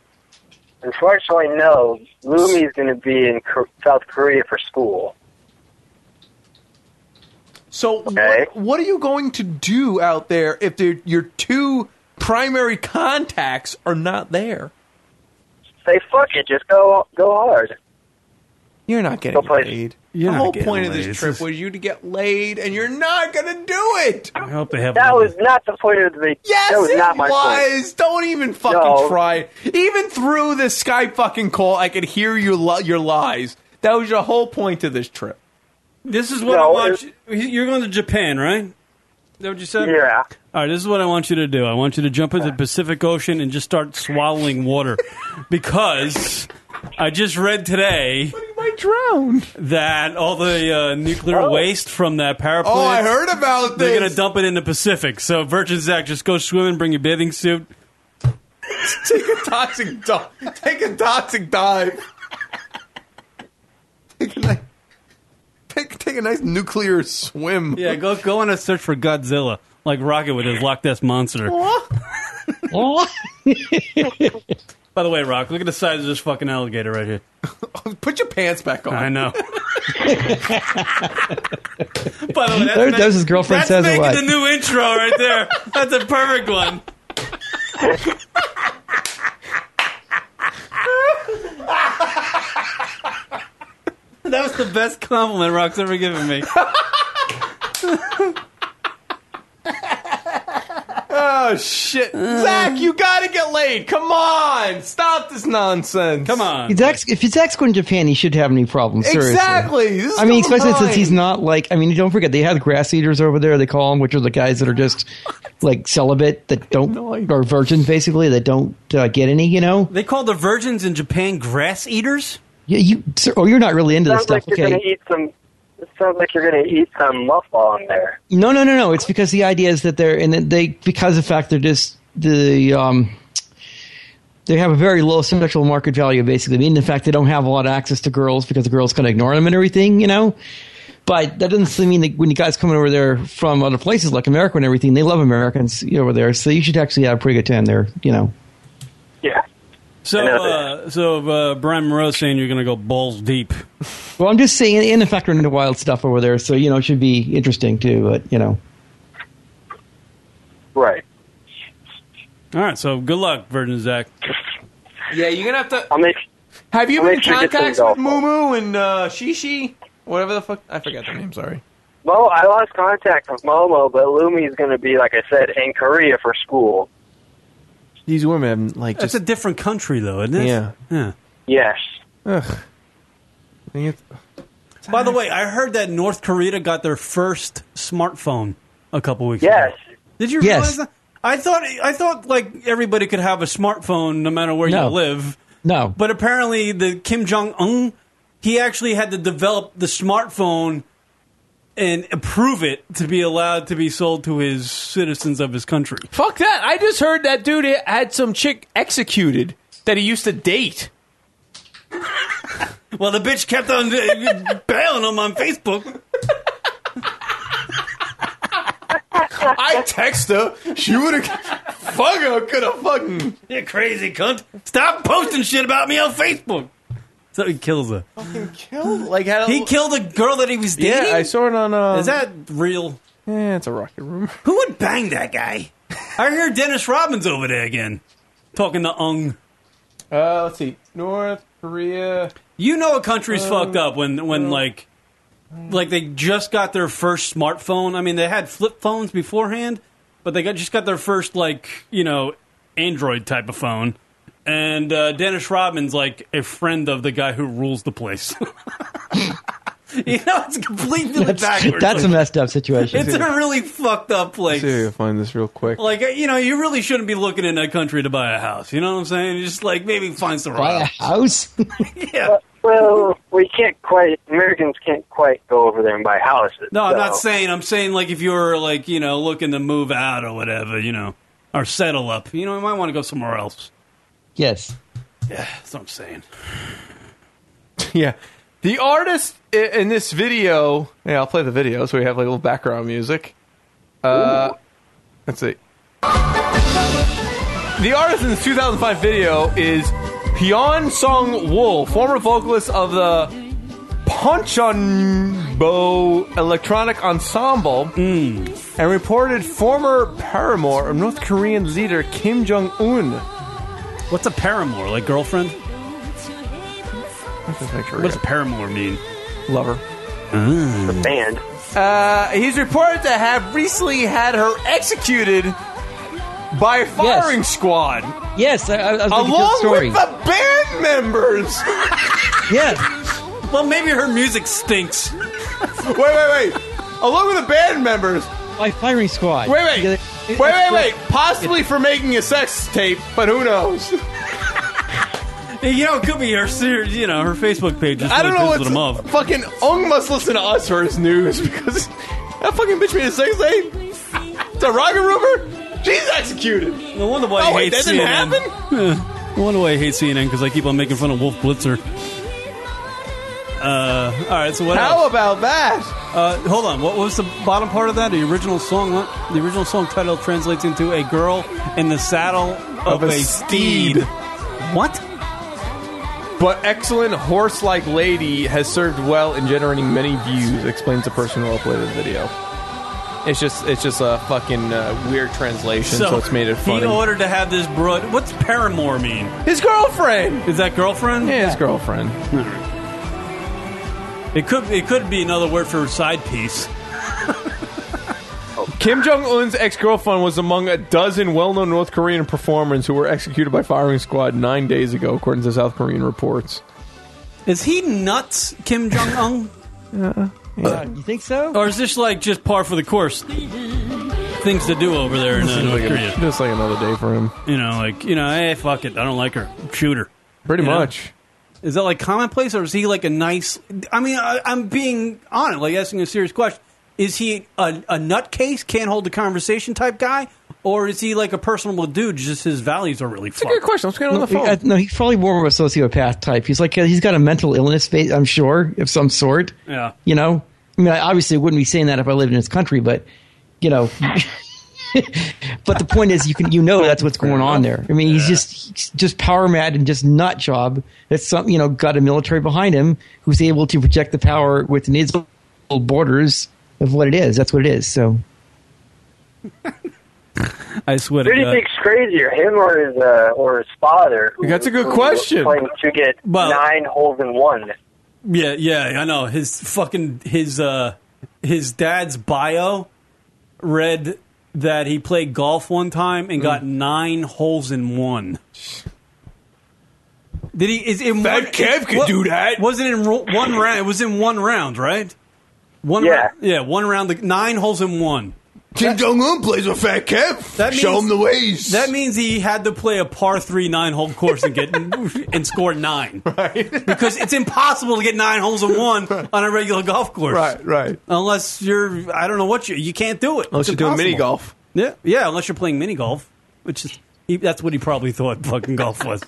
Speaker 5: Unfortunately, no. Lumi's going to be in Ko- South Korea for school.
Speaker 12: So what, what are you going to do out there if they're- your two primary contacts are not there?
Speaker 5: Say fuck it, just go go hard.
Speaker 12: You're not getting laid. the
Speaker 5: not
Speaker 12: whole
Speaker 5: getting
Speaker 12: point of
Speaker 5: laid.
Speaker 12: this
Speaker 5: It's
Speaker 12: trip
Speaker 5: just-
Speaker 12: was you to get laid, and you're not going to do it.
Speaker 11: I hope they have.
Speaker 5: That was not the point of the.
Speaker 12: Yes,
Speaker 5: that was
Speaker 12: it
Speaker 5: not my
Speaker 12: was. Don't even fucking
Speaker 5: No.
Speaker 12: try. Even through this Skype fucking call, I could hear your li- your lies. That was your whole point of this trip.
Speaker 11: This is what I
Speaker 12: No,
Speaker 11: want. You, you're going to Japan, right? Is that what you said?
Speaker 5: Yeah.
Speaker 11: All right. This is what I want you to do. I want you to jump into the Pacific Ocean and just start swallowing water, because I just read today
Speaker 12: I drowned.
Speaker 11: that all the uh, nuclear waste from that power plant.
Speaker 12: Oh, I heard about
Speaker 11: They're
Speaker 12: this.
Speaker 11: going to dump it in the Pacific. So Virgin Zach, just go swimming, bring your bathing suit.
Speaker 12: Take a toxic dive. Take a toxic dive. Take a, ni- take, take a nice nuclear swim.
Speaker 11: Yeah, go go on a search for Godzilla, like Rocket with his Loch Ness monster. By the way, Rock, look at the size of this fucking alligator right here.
Speaker 12: Put your pants back on.
Speaker 11: I know. By the way, that's
Speaker 13: There-
Speaker 11: ma-
Speaker 13: there's his girlfriend
Speaker 11: that's
Speaker 13: says it
Speaker 11: making
Speaker 13: what?
Speaker 11: the new intro right there. That's a perfect one. that was the best compliment Rock's ever given me.
Speaker 12: Oh shit, Zach, you gotta get laid. Come on, stop this nonsense. Come on.
Speaker 13: If Zach's, if Zach's going to Japan, he should have any problems. Seriously.
Speaker 12: Exactly. This is
Speaker 13: I mean,
Speaker 12: the
Speaker 13: especially since
Speaker 12: line.
Speaker 13: he's not like. I mean, don't forget they have grass eaters over there. They call them, which are the guys that are just like celibate that don't or virgins basically that don't uh, get any. You know.
Speaker 11: They call the virgins in Japan grass eaters.
Speaker 13: Yeah, you. Sir, oh, you're not really
Speaker 5: point.
Speaker 13: into this
Speaker 5: Sounds
Speaker 13: stuff.
Speaker 5: like you're
Speaker 13: okay.
Speaker 5: going to eat some. It sounds like you're going to eat some muffball in there.
Speaker 13: No, no, no, no. It's because the idea is that they're and they because of the fact they're just the um, they have a very low sexual market value basically. I mean, the fact they don't have a lot of access to girls because the girls kind of ignore them and everything, you know. But that doesn't mean that when you guys coming over there from other places like America and everything, they love Americans over there. So you should actually have a pretty good time there, you know.
Speaker 5: Yeah.
Speaker 11: So, uh, so uh, Brian Moreau saying you're going to go balls deep.
Speaker 13: Well, I'm just saying, in fact, we're into wild stuff over there, so you know it should be interesting too. But you know,
Speaker 5: Right.
Speaker 11: All right. So good luck, Virgin Zach.
Speaker 12: Yeah, you're gonna have to.
Speaker 5: I'll make.
Speaker 12: Have you
Speaker 11: I'll
Speaker 12: been in
Speaker 11: make sure you get some
Speaker 12: contacts with
Speaker 11: golf
Speaker 12: Moo Moo and uh, Shishi? Whatever the fuck, I forgot the name. Sorry.
Speaker 5: Well, I lost contact with Momo, but Lumi's going to be, like I said, in Korea for school.
Speaker 12: These women like
Speaker 11: It's a different country, though, isn't it?
Speaker 12: Yeah.
Speaker 11: Yeah.
Speaker 5: Yes.
Speaker 12: Ugh.
Speaker 11: By the way, I heard that North Korea got their first smartphone a couple weeks ago. Yes. Did you
Speaker 13: Yes.
Speaker 11: realize that? I thought I thought like everybody could have a smartphone no matter where
Speaker 13: No.
Speaker 11: you live.
Speaker 13: no,
Speaker 11: But apparently the Kim Jong Un he actually had to develop the smartphone and approve it to be allowed to be sold to his citizens of his country.
Speaker 12: Fuck that! I just heard that dude had some chick executed that he used to date.
Speaker 11: Well, the bitch kept on uh, bailing him on Facebook.
Speaker 12: I text her. She would have. Fuck her. Could have fucking.
Speaker 11: You crazy cunt. Stop posting shit about me on Facebook. So he kills her.
Speaker 12: Killed. Like had a,
Speaker 11: He killed a girl that he was dating?
Speaker 12: Yeah, I saw it on. Uh,
Speaker 11: Is that real?
Speaker 12: Yeah, it's a rocket rumor.
Speaker 11: Who would bang that guy? I hear Dennis Robbins over there again, talking to Ung.
Speaker 12: Uh, let's see. North Korea.
Speaker 11: You know a country's
Speaker 12: Um,
Speaker 11: fucked up when when like like they just got their first smartphone. I mean, they had flip phones beforehand, but they got just got their first like you know Android type of phone. And uh, Dennis Rodman's like a friend of the guy who rules the place. you know, it's completely
Speaker 13: That's,
Speaker 11: backwards.
Speaker 13: that's a messed up situation.
Speaker 11: It's a really fucked up place.
Speaker 12: See, I'll find this real quick.
Speaker 11: Like you know, you really shouldn't be looking in that country to buy a house. You know what I'm saying? You just like maybe find some
Speaker 13: Buy a house.
Speaker 11: yeah.
Speaker 5: Well, we can't quite. Americans can't quite go over there and buy houses.
Speaker 11: No, I'm
Speaker 5: so.
Speaker 11: not saying. I'm saying like if you're like you know looking to move out or whatever, you know, or settle up, you know, you might want to go somewhere else.
Speaker 13: Yes.
Speaker 11: Yeah, that's what I'm saying.
Speaker 12: yeah. The artist i- in this video. Yeah, I'll play the video so we have like a little background music. Uh, let's see. The artist in this 2005 video is Hyun Song Wool, former vocalist of the Ponchonbo Electronic Ensemble, and reported former paramour of North Korean leader Kim Jong Un.
Speaker 11: What's a paramour? Like girlfriend?
Speaker 12: What
Speaker 11: does paramour mean? Ah.
Speaker 12: Lover.
Speaker 11: The
Speaker 5: band.
Speaker 12: Uh, he's reported to have recently had her executed by a firing squad.
Speaker 13: Yes, I, I was looking through the
Speaker 12: along
Speaker 13: story.
Speaker 12: with the band members.
Speaker 13: yes.
Speaker 11: Well, maybe her music stinks.
Speaker 12: wait, wait, wait. Along with the band members.
Speaker 13: By firing squad.
Speaker 12: Wait, wait, wait, wait, wait, Possibly for making a sex tape, but who knows?
Speaker 11: You know, it could be her. ser- You know, her Facebook page. Just
Speaker 12: I don't
Speaker 11: really
Speaker 12: know
Speaker 11: pisses them off.
Speaker 12: what's fucking Ong must listen to us for his news because that fucking bitch made a sex tape. The rocket rumor, she's executed.
Speaker 11: No wonder why
Speaker 12: oh,
Speaker 11: I
Speaker 12: wait,
Speaker 11: hate
Speaker 12: that didn't
Speaker 11: CNN.
Speaker 12: happen.
Speaker 11: Yeah. No wonder why I hate CNN because I keep on making fun of Wolf Blitzer. Uh, all right, so what?
Speaker 12: How
Speaker 11: else?
Speaker 12: about that?
Speaker 11: Uh, hold on. What was the bottom part of that? The original song. What? The original song title translates into "A girl in the saddle of,
Speaker 12: Of a
Speaker 11: steed." What?
Speaker 12: But excellent horse-like lady has served well in generating many views, explains the person who uploaded the video. It's just it's just a fucking uh, weird translation, so, it's made it funny.
Speaker 11: He ordered to have this broad. What's paramour mean?
Speaker 12: his girlfriend,
Speaker 11: Is that girlfriend?
Speaker 12: yeah, his girlfriend.
Speaker 11: It could. It could be another word for side piece.
Speaker 12: Kim Jong Un's ex-girlfriend was among a dozen well-known North Korean performers who were executed by firing squad nine days ago, according to South Korean reports.
Speaker 11: Is he nuts, Kim Jong Un?
Speaker 13: You think so?
Speaker 11: Or is this like just par for the course? Things to do over there in uh,
Speaker 12: Just
Speaker 11: North
Speaker 12: like a-
Speaker 11: Korea.
Speaker 12: just like another day for him,
Speaker 11: You know, like you know, hey, fuck it, I don't like her. Shoot her.
Speaker 12: pretty
Speaker 11: You know?
Speaker 12: much.
Speaker 11: Is that like commonplace, or is he like a nice? I mean, I, I'm being honest, like asking a serious question. Is he a, a nutcase, can't hold a conversation type guy, or is he like a personable dude? Just his values are really
Speaker 12: Good
Speaker 11: fucked.
Speaker 12: question. Let's get on the phone.
Speaker 13: Uh, no, he's probably more of a sociopath type. He's like he's got a mental illness, fa- I'm sure, of some sort.
Speaker 11: Yeah.
Speaker 13: You know, I mean, I obviously wouldn't be saying that if I lived in this country, but you know, but the point is, you can you know that's what's going on there. I mean, he's just he's just power mad and just nut job. That's some you know got a military behind him who's able to project the power within his little borders of what it is. That's what it is. So
Speaker 11: I swear
Speaker 5: Who do
Speaker 11: to
Speaker 5: you
Speaker 11: God.
Speaker 5: think's crazier, him or his uh, or his father? who-
Speaker 12: That's a good
Speaker 5: who
Speaker 12: question.
Speaker 5: Claimed to get
Speaker 11: Well-
Speaker 5: nine holes in one.
Speaker 11: Yeah, yeah, I know. His fucking his uh his dad's bio read that he played golf one time
Speaker 27: Mm.
Speaker 11: and got nine holes in one. Did he? Is in
Speaker 12: That
Speaker 11: one,
Speaker 12: Kev could
Speaker 11: what-
Speaker 12: do that.
Speaker 11: Wasn't in ro- one round. It was in one round, right? One.
Speaker 5: Yeah.
Speaker 11: round- yeah. One round. The nine holes in one.
Speaker 27: Kim Jong Un plays with Fat Kev.
Speaker 11: That
Speaker 27: Show
Speaker 11: means-
Speaker 27: him the ways.
Speaker 11: That means he had to play a par three nine hole course and get and score nine. Right. because it's impossible to get nine holes in one on a regular golf course.
Speaker 12: Right, right.
Speaker 11: Unless you're, I don't know what you, you can't do it. It's
Speaker 12: Unless you're doing
Speaker 11: impossible.
Speaker 12: mini golf.
Speaker 11: Yeah, yeah. Unless you're playing mini golf, which is he, that's what he probably thought fucking golf was.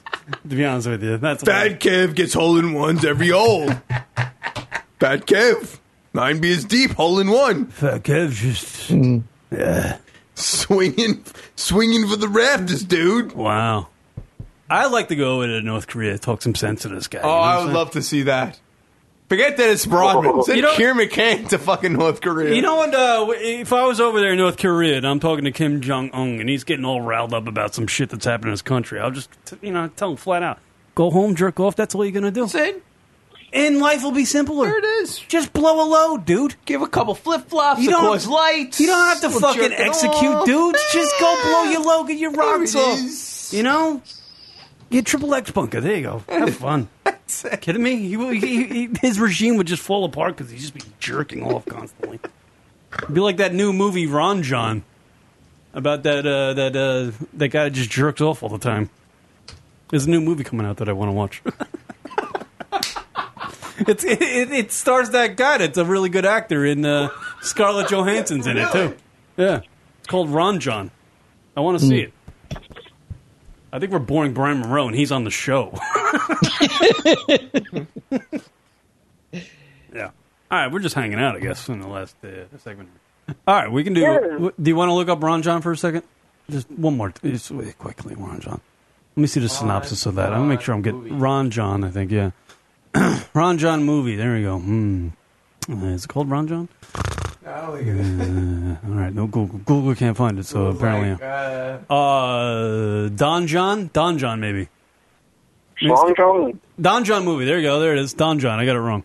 Speaker 11: to be honest with you, that's what-
Speaker 27: Fat Kev gets hole in ones every hole. Fat Kev. Nine beers deep, hole in one.
Speaker 11: Fuck, Kev, just
Speaker 27: Swinging, swinging for the rafters, dude.
Speaker 11: wow. I'd like to go over to North Korea talk some sense to this guy.
Speaker 27: Oh, I would love to see that.
Speaker 12: Forget that it's Broadman. Send
Speaker 11: You know-
Speaker 12: Kier McCain to fucking North Korea.
Speaker 11: You know what? Uh, if I was over there in North Korea and I'm talking to Kim Jong Un and he's getting all riled up about some shit that's happened in his country, I'll just t- you know tell him flat out, go home, jerk off. That's all you're gonna do. That's
Speaker 12: it.
Speaker 11: And life will be simpler. There it
Speaker 12: is.
Speaker 11: Just blow a load, dude.
Speaker 12: Give a couple flip flops.
Speaker 11: You
Speaker 12: You
Speaker 11: don't-
Speaker 12: don't cause lights.
Speaker 11: You don't have to
Speaker 12: We'll
Speaker 11: fucking
Speaker 12: jerk it
Speaker 11: execute
Speaker 12: off.
Speaker 11: dudes. Just go blow your load, get your rocks
Speaker 12: it
Speaker 11: off. You know, you triple X bunker. There you go. Have fun. Kidding me? He, would- he, he, his regime would just fall apart because he'd just be jerking off constantly. It'd be like that new movie Ron John about that uh, that uh, that guy that just jerked off all the time. There's a new movie coming out that I want to watch. it's it, it, it stars that guy that's a really good actor in uh, Scarlett Johansson's in it too. Yeah, it's called Ron John. I want to see it. I think we're boring Brian Monroe, and he's on the show. yeah. All right, we're just hanging out, I guess, in the last uh, segment. All right, we can do.
Speaker 1: Yeah.
Speaker 11: Do you want to look up Ron John for a second? Just one more, just really quickly, Ron John. Let me see the synopsis of that. I'll make sure I'm getting Ron John. I think yeah, Ron John movie. There we go. Hmm. Uh, Is it called Ron John? Uh, all right, no Google. Google can't find it, so apparently. uh, Don John? Don John, maybe.
Speaker 5: Long John?
Speaker 11: Don John movie. There you go. There it is. Don John. I got it wrong.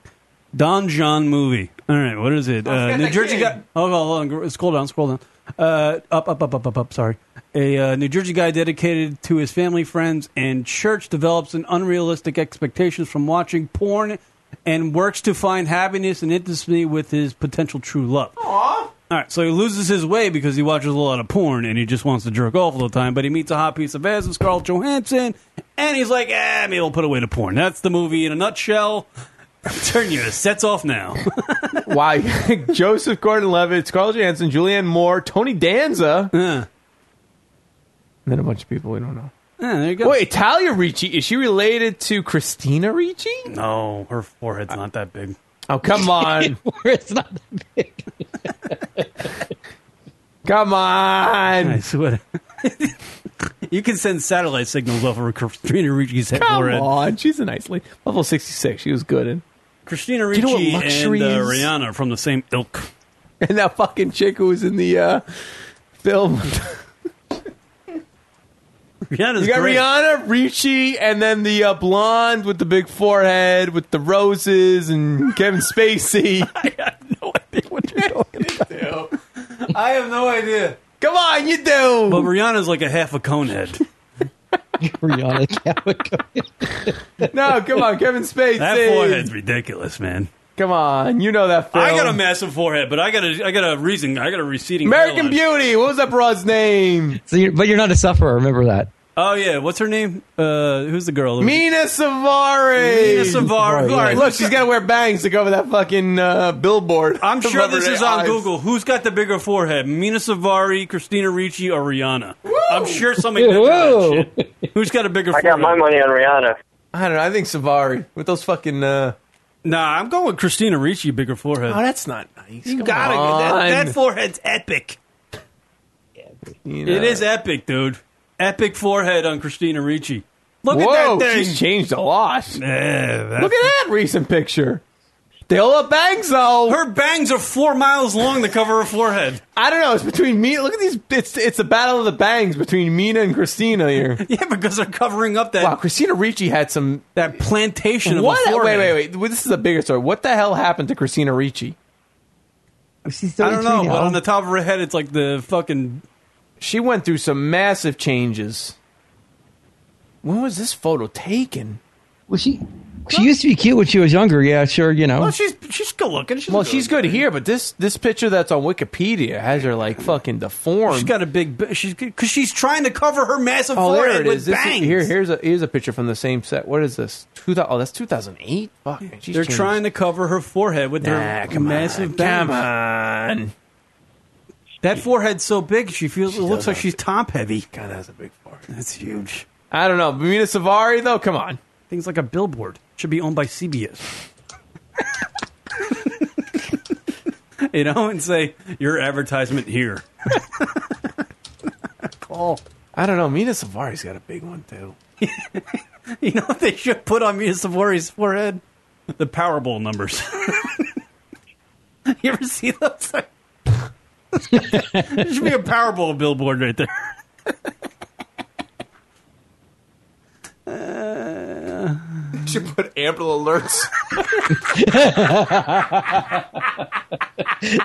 Speaker 11: Don John movie. All right, what is it? Uh, New Jersey guy. Oh, hold on. Scroll down. Scroll down. Uh, up, up, up, up, up, up. Sorry. A uh, New Jersey guy dedicated to his family, friends, and church develops an unrealistic expectations from watching porn, and works to find happiness and intimacy with his potential true love. All right, so he loses his way because he watches a lot of porn and he just wants to jerk off all the time. But he meets a hot piece of ass with Scarlett Johansson, and he's like, "Ah, maybe I'll put away the porn." That's the movie in a nutshell. Turn your sets off now.
Speaker 12: Why? Joseph Gordon-Levitt, Scarlett Johansson, Julianne Moore, Tony Danza, and then a bunch of people we don't know.
Speaker 11: Yeah, there you go.
Speaker 12: Wait, Talia Ricci is she related to Christina Ricci?
Speaker 11: No, her forehead's not that big.
Speaker 12: Oh come on,
Speaker 13: it's not
Speaker 12: that big. come on,
Speaker 11: I swear. you can send satellite signals off of Christina Ricci's head
Speaker 12: come
Speaker 11: forehead.
Speaker 12: on, she's a nice lady. Level sixty six, she was good in.
Speaker 11: Christina
Speaker 12: Do you
Speaker 11: Ricci
Speaker 12: know what
Speaker 11: and
Speaker 12: luxury
Speaker 11: uh,
Speaker 12: is?
Speaker 11: Rihanna are from the same ilk.
Speaker 12: And that fucking chick who was in the uh, film.
Speaker 11: Rihanna's
Speaker 12: you got
Speaker 11: great.
Speaker 12: Rihanna, Ricci, and then the uh, blonde with the big forehead with the roses and Kevin Spacey. I
Speaker 11: I have no idea.
Speaker 12: Come on, you do.
Speaker 11: But Rihanna's like a half a cone head.
Speaker 13: Rihanna.
Speaker 12: no, come on, Kevin Spacey.
Speaker 11: That forehead's ridiculous, man.
Speaker 12: Come on, you know that film.
Speaker 11: I got a massive forehead, but I got a I got a reason I got a receding.
Speaker 12: American
Speaker 11: hairline.
Speaker 12: Beauty. What was that broad's name?
Speaker 13: So you're, but you're not a sufferer. Remember that.
Speaker 11: Oh yeah, what's her name? Uh, who's the girl?
Speaker 12: Mina Savari.
Speaker 11: Mina Savari.
Speaker 12: All right, look, she's got to wear bangs to cover that fucking uh, billboard.
Speaker 11: I'm sure
Speaker 12: Above
Speaker 11: this
Speaker 12: her
Speaker 11: is on
Speaker 12: eyes.
Speaker 11: Google. Who's got the bigger forehead? Mina Savari, Christina Ricci, or Rihanna? I'm sure somebody did that shit. Who's got a bigger
Speaker 5: I
Speaker 11: forehead?
Speaker 5: got my money on Rihanna.
Speaker 12: I don't know. I think Savari with those fucking. Uh...
Speaker 11: Nah, I'm going with Christina Ricci, bigger forehead.
Speaker 12: Oh, that's not nice.
Speaker 11: You
Speaker 12: Come
Speaker 11: gotta that,
Speaker 12: on.
Speaker 11: that forehead's epic.
Speaker 12: You know.
Speaker 11: It is epic, dude. Epic forehead on Christina Ricci. Look
Speaker 12: Whoa,
Speaker 11: at that thing.
Speaker 12: She's changed a lot.
Speaker 11: that's-
Speaker 12: Look at that recent picture. Still have bangs though.
Speaker 11: Her bangs are four miles long to cover her forehead.
Speaker 12: I don't know. It's between me. Look at these. It's it's a battle of the bangs between Mina and Christina here.
Speaker 11: Yeah, because they're covering up that
Speaker 12: wow, Christina Ricci had some
Speaker 11: that plantation of
Speaker 12: what?
Speaker 11: a
Speaker 12: wait,
Speaker 11: forehead.
Speaker 12: wait, wait. This is a bigger story. What the hell happened to Christina Ricci?
Speaker 11: I don't know, but on the top of her head, it's like the fucking.
Speaker 12: She went through some massive changes. When was this photo taken?
Speaker 13: Was she? She used to be cute when she was younger. Yeah, sure. You know.
Speaker 11: Well, she's she's good looking. She's
Speaker 12: Oh. Well, she's good here, but this this picture that's on Wikipedia has her like fucking deformed.
Speaker 11: She's got a big. b- She's because she's trying to cover her massive
Speaker 12: Oh,
Speaker 11: forehead
Speaker 12: there it
Speaker 11: with
Speaker 12: is. This is-
Speaker 11: bangs.
Speaker 12: here, here's a here's a picture from the same set. What is this? Two thousand. Oh, that's two thousand eight. Fuck. man, she's
Speaker 11: They're
Speaker 12: changed.
Speaker 11: trying to cover her forehead with
Speaker 12: Nah,
Speaker 11: their
Speaker 12: come
Speaker 11: massive
Speaker 12: on,
Speaker 11: bangs.
Speaker 12: Come on.
Speaker 11: That forehead's so big, she feels it looks like she's top heavy.
Speaker 12: God, that's a big forehead.
Speaker 11: That's huge.
Speaker 12: I don't know. Mina Savari though. Come on.
Speaker 11: Things like a billboard should be owned by CBS. you know, and say your advertisement here. Call.
Speaker 12: I don't know. Mina Savari's got a big one too.
Speaker 11: You know what they should put on Mina Savori's forehead? the Powerball numbers. you ever see those? there should be a Powerball billboard right there.
Speaker 12: should put Ample alerts.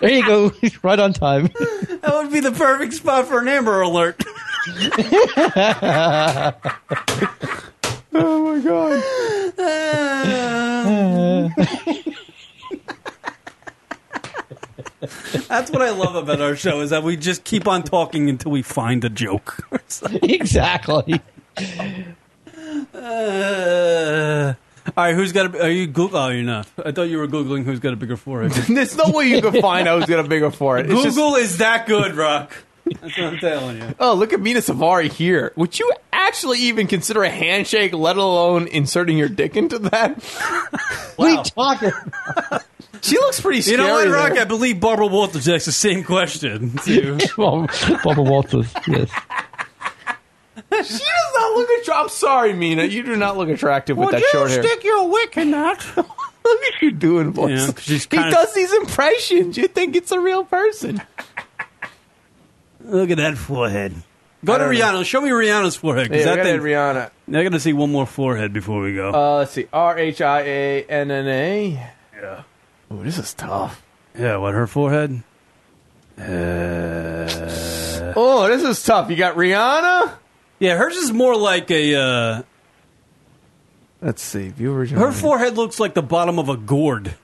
Speaker 13: there you go, right on time.
Speaker 11: That would be the perfect spot for an Amber Alert.
Speaker 12: oh my god.
Speaker 11: That's what I love about our show is that we just keep on talking until we find a joke.
Speaker 13: exactly.
Speaker 11: Uh, all right, who's got? A, are you Google? Oh, you're not. I thought you were googling who's got a bigger forehead.
Speaker 12: There's no way you can find out who's got a bigger forehead. It's just-
Speaker 11: Google is that good, Rock. That's what I'm telling you.
Speaker 12: Oh, look at Mina Savari here. Would you actually even consider a handshake, let alone inserting your dick into that?
Speaker 13: What are you talking?
Speaker 12: she looks pretty
Speaker 11: You
Speaker 12: scary.
Speaker 11: know what, Rock?
Speaker 12: there.
Speaker 11: I believe Barbara Walters asked the same question. To
Speaker 13: Bob- Barbara Walters. Yes.
Speaker 12: she does not look attractive. I'm sorry, Mina. You do not look attractive with
Speaker 11: Would
Speaker 12: that
Speaker 11: you
Speaker 12: short hair.
Speaker 11: stick
Speaker 12: your wick in that? look at you doing voice.
Speaker 11: Yeah, 'cause she's
Speaker 12: he
Speaker 11: kinda-
Speaker 12: does these impressions. You think it's a real person?
Speaker 11: Look at that forehead. Go to
Speaker 12: I don't
Speaker 11: Rihanna. Show me Rihanna's forehead. 'cause
Speaker 12: Yeah,
Speaker 11: that
Speaker 12: we gotta
Speaker 11: thing-
Speaker 12: get Rihanna.
Speaker 11: Now I got to see one more forehead before we go.
Speaker 12: Uh, let's see. R H I A N N A. Yeah. Ooh, this is tough.
Speaker 11: yeah, what her forehead? Uh,
Speaker 12: Oh, this is tough. You got Rihanna.
Speaker 11: yeah, hers is more like a. Uh,
Speaker 12: Let's see. View original.
Speaker 11: her forehead looks like the bottom of a gourd.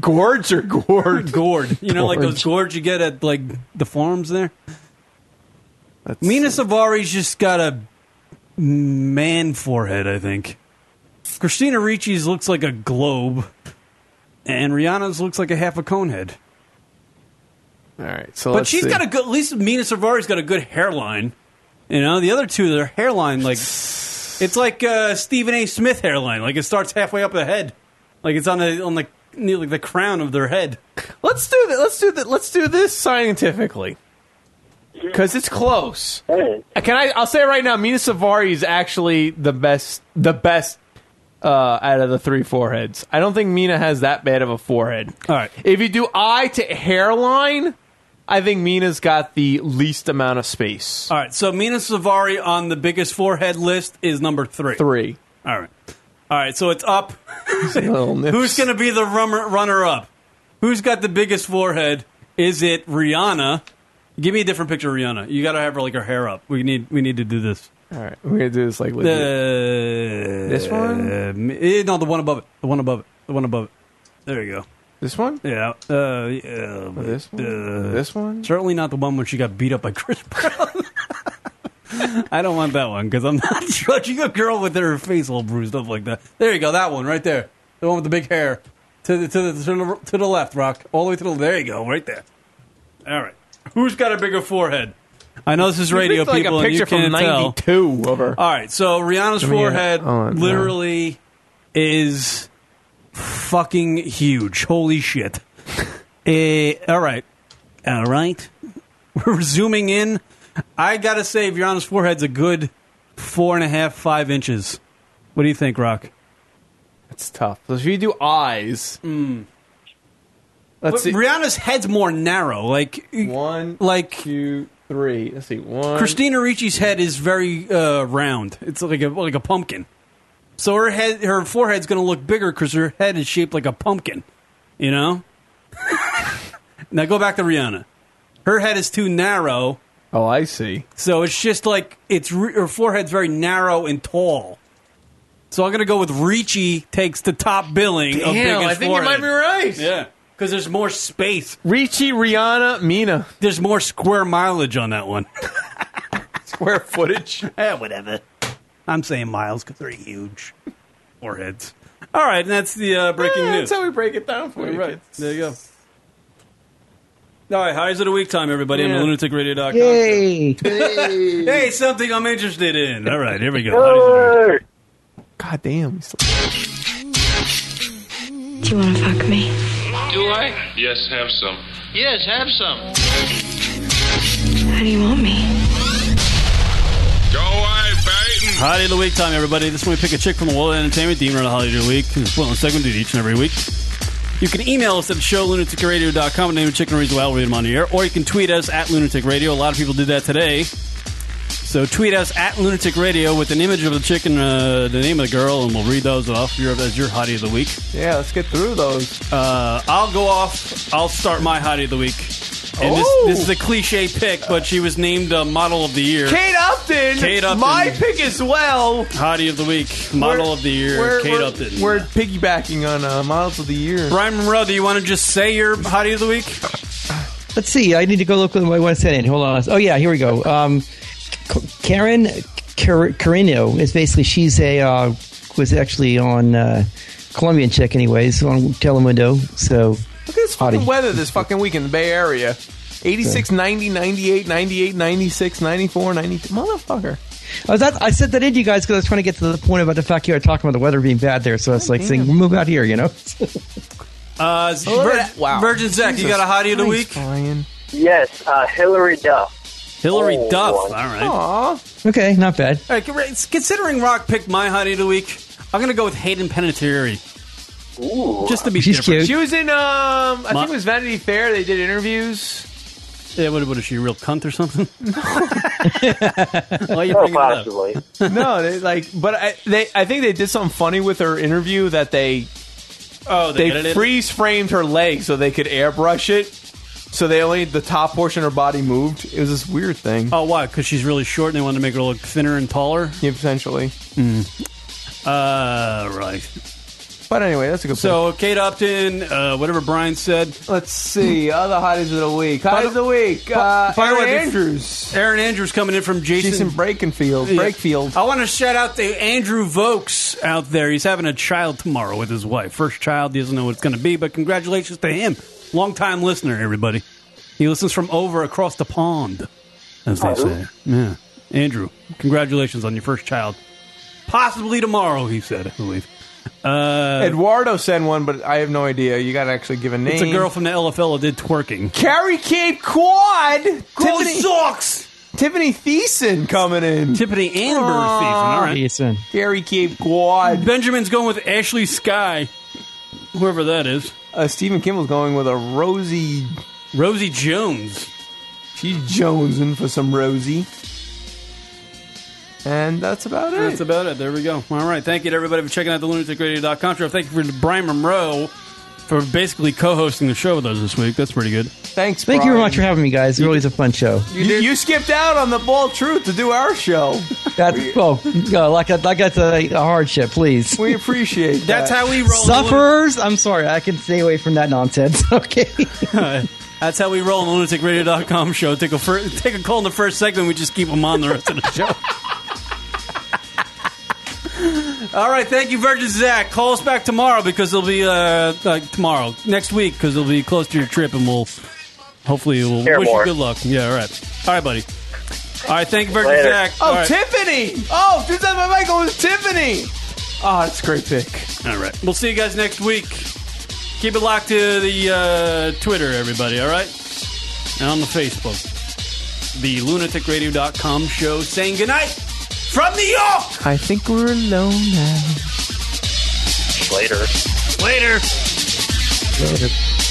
Speaker 12: Gorge or gourd?
Speaker 11: Gourd. You know, like those gourds you get at like the farms there. Mina Savari's just got a man forehead, I think. Christina Ricci's looks like a globe, and Rihanna's looks like a half a cone head.
Speaker 12: All right. So,
Speaker 11: but
Speaker 12: let's
Speaker 11: she's
Speaker 12: see.
Speaker 11: got a good. At least Mina Savari's got a good hairline. You know, the other two, their hairline like it's like uh, Stephen A. Smith hairline. Like it starts halfway up the head, like it's on the on the near like the crown of their head.
Speaker 12: Let's do that. Let's do that. Let's do this scientifically, because it's close. Uh, Can I? I'll say it right now. Mina Savari is actually the best. The best uh, out of the three foreheads. I don't think Mina has that bad of a forehead.
Speaker 11: All right.
Speaker 12: If you do eye to hairline, I think Mina's got the least amount of space.
Speaker 11: All right, so Mina Savari on the biggest forehead list is number three.
Speaker 12: Three.
Speaker 11: All right, all right, so it's up.
Speaker 12: little nips.
Speaker 11: Who's going to be the rummer, runner up? Who's got the biggest forehead? Is it Rihanna? Give me a different picture of Rihanna. You got to have her like her hair up. We need we need to do this.
Speaker 12: All right, we're gonna do this like legit.
Speaker 11: The,
Speaker 12: This one?
Speaker 11: eh, no, the one above it. The one above it. The one above it. There you go.
Speaker 12: this one.
Speaker 11: Yeah. Uh, yeah this
Speaker 12: one? This one?
Speaker 11: Certainly not the one when she got beat up by Chris Brown. I don't want that one because I'm not judging a girl with her face all bruised up like that. There you go. That one right there. The one with the big hair. To the, to the, to the, to the left, Rock. All the way to the There you go. Right there. All right. Who's got a bigger forehead? I know this is
Speaker 12: You
Speaker 11: radio
Speaker 12: picked, like
Speaker 11: people,
Speaker 12: a
Speaker 11: and you
Speaker 12: picture from
Speaker 11: can't tell.
Speaker 12: '92 of her.
Speaker 11: All right, so Rihanna's
Speaker 12: Give me a-
Speaker 11: forehead
Speaker 12: oh, no.
Speaker 11: literally is fucking huge. Holy shit. Eh, all right. All right. We're zooming in. I got to say, Rihanna's forehead's a good four and a half, five inches. What do you think, Rock?
Speaker 12: It's tough. So if you do eyes, let's
Speaker 11: Hmm. But
Speaker 12: see.
Speaker 11: Rihanna's head's more narrow. Like,
Speaker 12: One,
Speaker 11: like
Speaker 12: two, three. Let's see. One.
Speaker 11: Christina Ricci's head is very uh, round. It's like a like a pumpkin. So her head, her forehead's going to look bigger because her head is shaped like a pumpkin. You know. now go back to Rihanna. Her head is too narrow,
Speaker 12: Oh, I see.
Speaker 11: so it's just like it's re- her forehead's very narrow and tall. So I'm going to go with Ricci takes the top billing of
Speaker 12: Damn,
Speaker 11: biggest
Speaker 12: I think you
Speaker 11: forehead.
Speaker 12: might be right.
Speaker 11: Yeah, because there's more space.
Speaker 12: Richie, Rihanna, Mina.
Speaker 11: There's more square mileage on that one.
Speaker 12: Square footage.
Speaker 11: Eh, whatever. I'm saying miles because they're huge. Foreheads. All right, and that's the uh, breaking
Speaker 12: Yeah,
Speaker 11: news.
Speaker 12: That's how we break it down for you.
Speaker 11: Right.
Speaker 12: kids.
Speaker 11: There you go. All right, highs of the week time, everybody, on
Speaker 12: Yeah.
Speaker 11: the lunaticradio.com.
Speaker 13: Yay!
Speaker 11: Hey, something I'm interested in. All right, here we go. Highs of the week.
Speaker 5: Hey!
Speaker 12: God damn.
Speaker 1: Do you want to fuck me?
Speaker 14: Do I? Yes, have some.
Speaker 1: Yes, have some. How do you want me?
Speaker 14: Go away, Peyton.
Speaker 11: Hottie of the Week time, everybody. This is when we pick a chick from the world of entertainment, the Emerald Holiday of the Week. It's one segment we do each and every week. You can email us at showlunaticradio.com and name a chicken and reason why we'll read them on the air. Or you can tweet us at Lunatic Radio. A lot of people did that today. So tweet us at Lunatic Radio with an image of the chicken, uh, the name of the girl, and we'll read those off. You're, that's your Hottie of the Week.
Speaker 12: Yeah, let's get through those.
Speaker 11: Uh, I'll go off. I'll start my Hottie of the Week. And
Speaker 12: Oh!
Speaker 11: this, this is a cliche pick, but she was named uh, Model of the Year.
Speaker 12: Kate Upton,
Speaker 11: Kate Upton.
Speaker 12: my pick as well.
Speaker 11: Hottie of the week, model of the year, Kate
Speaker 12: we're,
Speaker 11: Upton.
Speaker 12: We're piggybacking on uh, models of the year.
Speaker 11: Brian Monroe, do you want to just say your hottie of the week?
Speaker 13: Let's see. I need to go look at my one sentence. Hold on. Oh yeah, here we go. Um, K- Karen Car- Carino is basically she's a uh, was actually on uh, Colombian chick, anyways, on Telemundo. So
Speaker 12: Look at this fucking weather this fucking week in the Bay Area. 86, 90, 98, 98, 96, 94, 90. Motherfucker.
Speaker 13: I was at, I sent Oh, that in to you guys because I was trying to get to the point about the fact you were talking about the weather being bad there. So I was
Speaker 12: Mm-hmm.
Speaker 13: like saying, move out here, you know.
Speaker 11: Uh,
Speaker 12: look
Speaker 11: Vir-
Speaker 12: at that. Wow.
Speaker 11: Virgin Zach, you
Speaker 12: Jesus
Speaker 11: got a hottie of the
Speaker 12: Christ,
Speaker 11: week?
Speaker 12: Brian.
Speaker 5: Yes, uh, Hillary Duff.
Speaker 11: Hillary
Speaker 5: Oh,
Speaker 11: Duff. All
Speaker 5: one.
Speaker 11: right.
Speaker 12: Aw.
Speaker 13: Okay, not bad.
Speaker 11: All right, con- considering Rock picked my hottie of the week, I'm going to go with Hayden Panettiere. Just to be
Speaker 13: She's
Speaker 11: different.
Speaker 12: She was in, um, I
Speaker 11: Ma-
Speaker 12: think it was Vanity Fair. They did interviews.
Speaker 11: Yeah, what, what is she, a real cunt or something? Why are you
Speaker 5: Oh,
Speaker 11: bringing it up?
Speaker 5: possibly.
Speaker 12: no, they, like, but I, they, I think they did something funny with her interview that they
Speaker 11: Oh, they,
Speaker 12: they
Speaker 11: edited it?
Speaker 12: freeze framed her leg so they could airbrush it. So they only the top portion of her body moved. It was this weird thing.
Speaker 11: Oh, why? Because she's really short and they wanted to make her look thinner and taller? Hmm.
Speaker 12: Yeah, potentially.
Speaker 11: Uh, right.
Speaker 12: But anyway, that's a good.
Speaker 11: So, Kate Upton, uh, whatever Brian said.
Speaker 12: pick. let's see other hotties of the week.
Speaker 11: By
Speaker 12: Hotties
Speaker 11: the-
Speaker 12: of the week.
Speaker 11: By-
Speaker 12: Uh,
Speaker 11: by the way,
Speaker 12: Aaron
Speaker 11: bef-
Speaker 12: Andrews,
Speaker 11: Aaron Andrews coming in from Jason.
Speaker 12: Jason Breakenfield,
Speaker 11: Yeah.
Speaker 12: Breakfield.
Speaker 11: I want to shout out to Andrew Vokes out there. He's having a child tomorrow with his wife. First child. He doesn't know what it's going to be, but congratulations to him. Longtime listener, everybody. He listens from over across the pond, as
Speaker 7: Oh.
Speaker 11: they say. Yeah. Andrew, congratulations on your first child. Possibly tomorrow, he said, I believe. Uh,
Speaker 12: Eduardo sent one, but I have no idea. You got to actually give a name.
Speaker 11: it's a girl from the LFL that did twerking.
Speaker 12: Carrie Kate Quad. Tiffany,
Speaker 11: socks!
Speaker 12: Tiffany Thiessen coming in. Oh,
Speaker 11: Tiffany Amber
Speaker 12: Aw.
Speaker 11: All right.
Speaker 13: Jason.
Speaker 12: Carrie Kate Quad.
Speaker 11: Benjamin's going with Ashley Sky, whoever that is.
Speaker 12: Uh, Stephen Kimball's going with a Rosie
Speaker 11: Rosie Jones.
Speaker 12: She's jonesing for some Rosie. And that's about it.
Speaker 11: That's about it. There we go. All right. Thank you to everybody for checking out the lunaticradio.com show. Thank you for Brian Monroe for basically co-hosting the show with us this week. That's pretty good.
Speaker 12: Thanks,
Speaker 13: Thank you very
Speaker 12: Brian.
Speaker 13: much for having me, guys. It really is a fun show.
Speaker 12: You, you skipped out on the bald truth to do our show.
Speaker 13: That well, uh, like I, like that's a, a hardship. Please,
Speaker 12: We appreciate
Speaker 11: That's
Speaker 12: that.
Speaker 11: how we roll.
Speaker 13: sufferers. I'm sorry, I can stay away from that nonsense. Okay.
Speaker 11: The, that's how we roll on the lunaticradio.com show. Take a fir- take a call in the first segment. We just keep them on the rest of the show. All right, thank you, Virgin Zach. Call us back tomorrow because it'll be uh, uh tomorrow next week because it'll be close to your trip, and we'll hopefully we'll
Speaker 5: Hear
Speaker 11: wish
Speaker 5: more.
Speaker 11: you good luck. Yeah, all right, all right, buddy. All right, thank you, Virgin
Speaker 5: Later.
Speaker 11: Zach.
Speaker 12: Oh,
Speaker 11: all right.
Speaker 12: Tiffany! Oh, this time my Michael was Tiffany! Oh, that's a great pick.
Speaker 11: All right, we'll see you guys next week. Keep it locked to the uh, Twitter, everybody. All right, and on the Facebook, the lunaticradio.com show. Saying goodnight from New York.
Speaker 12: I think we're alone now.
Speaker 5: Later.
Speaker 11: Later.
Speaker 12: Later.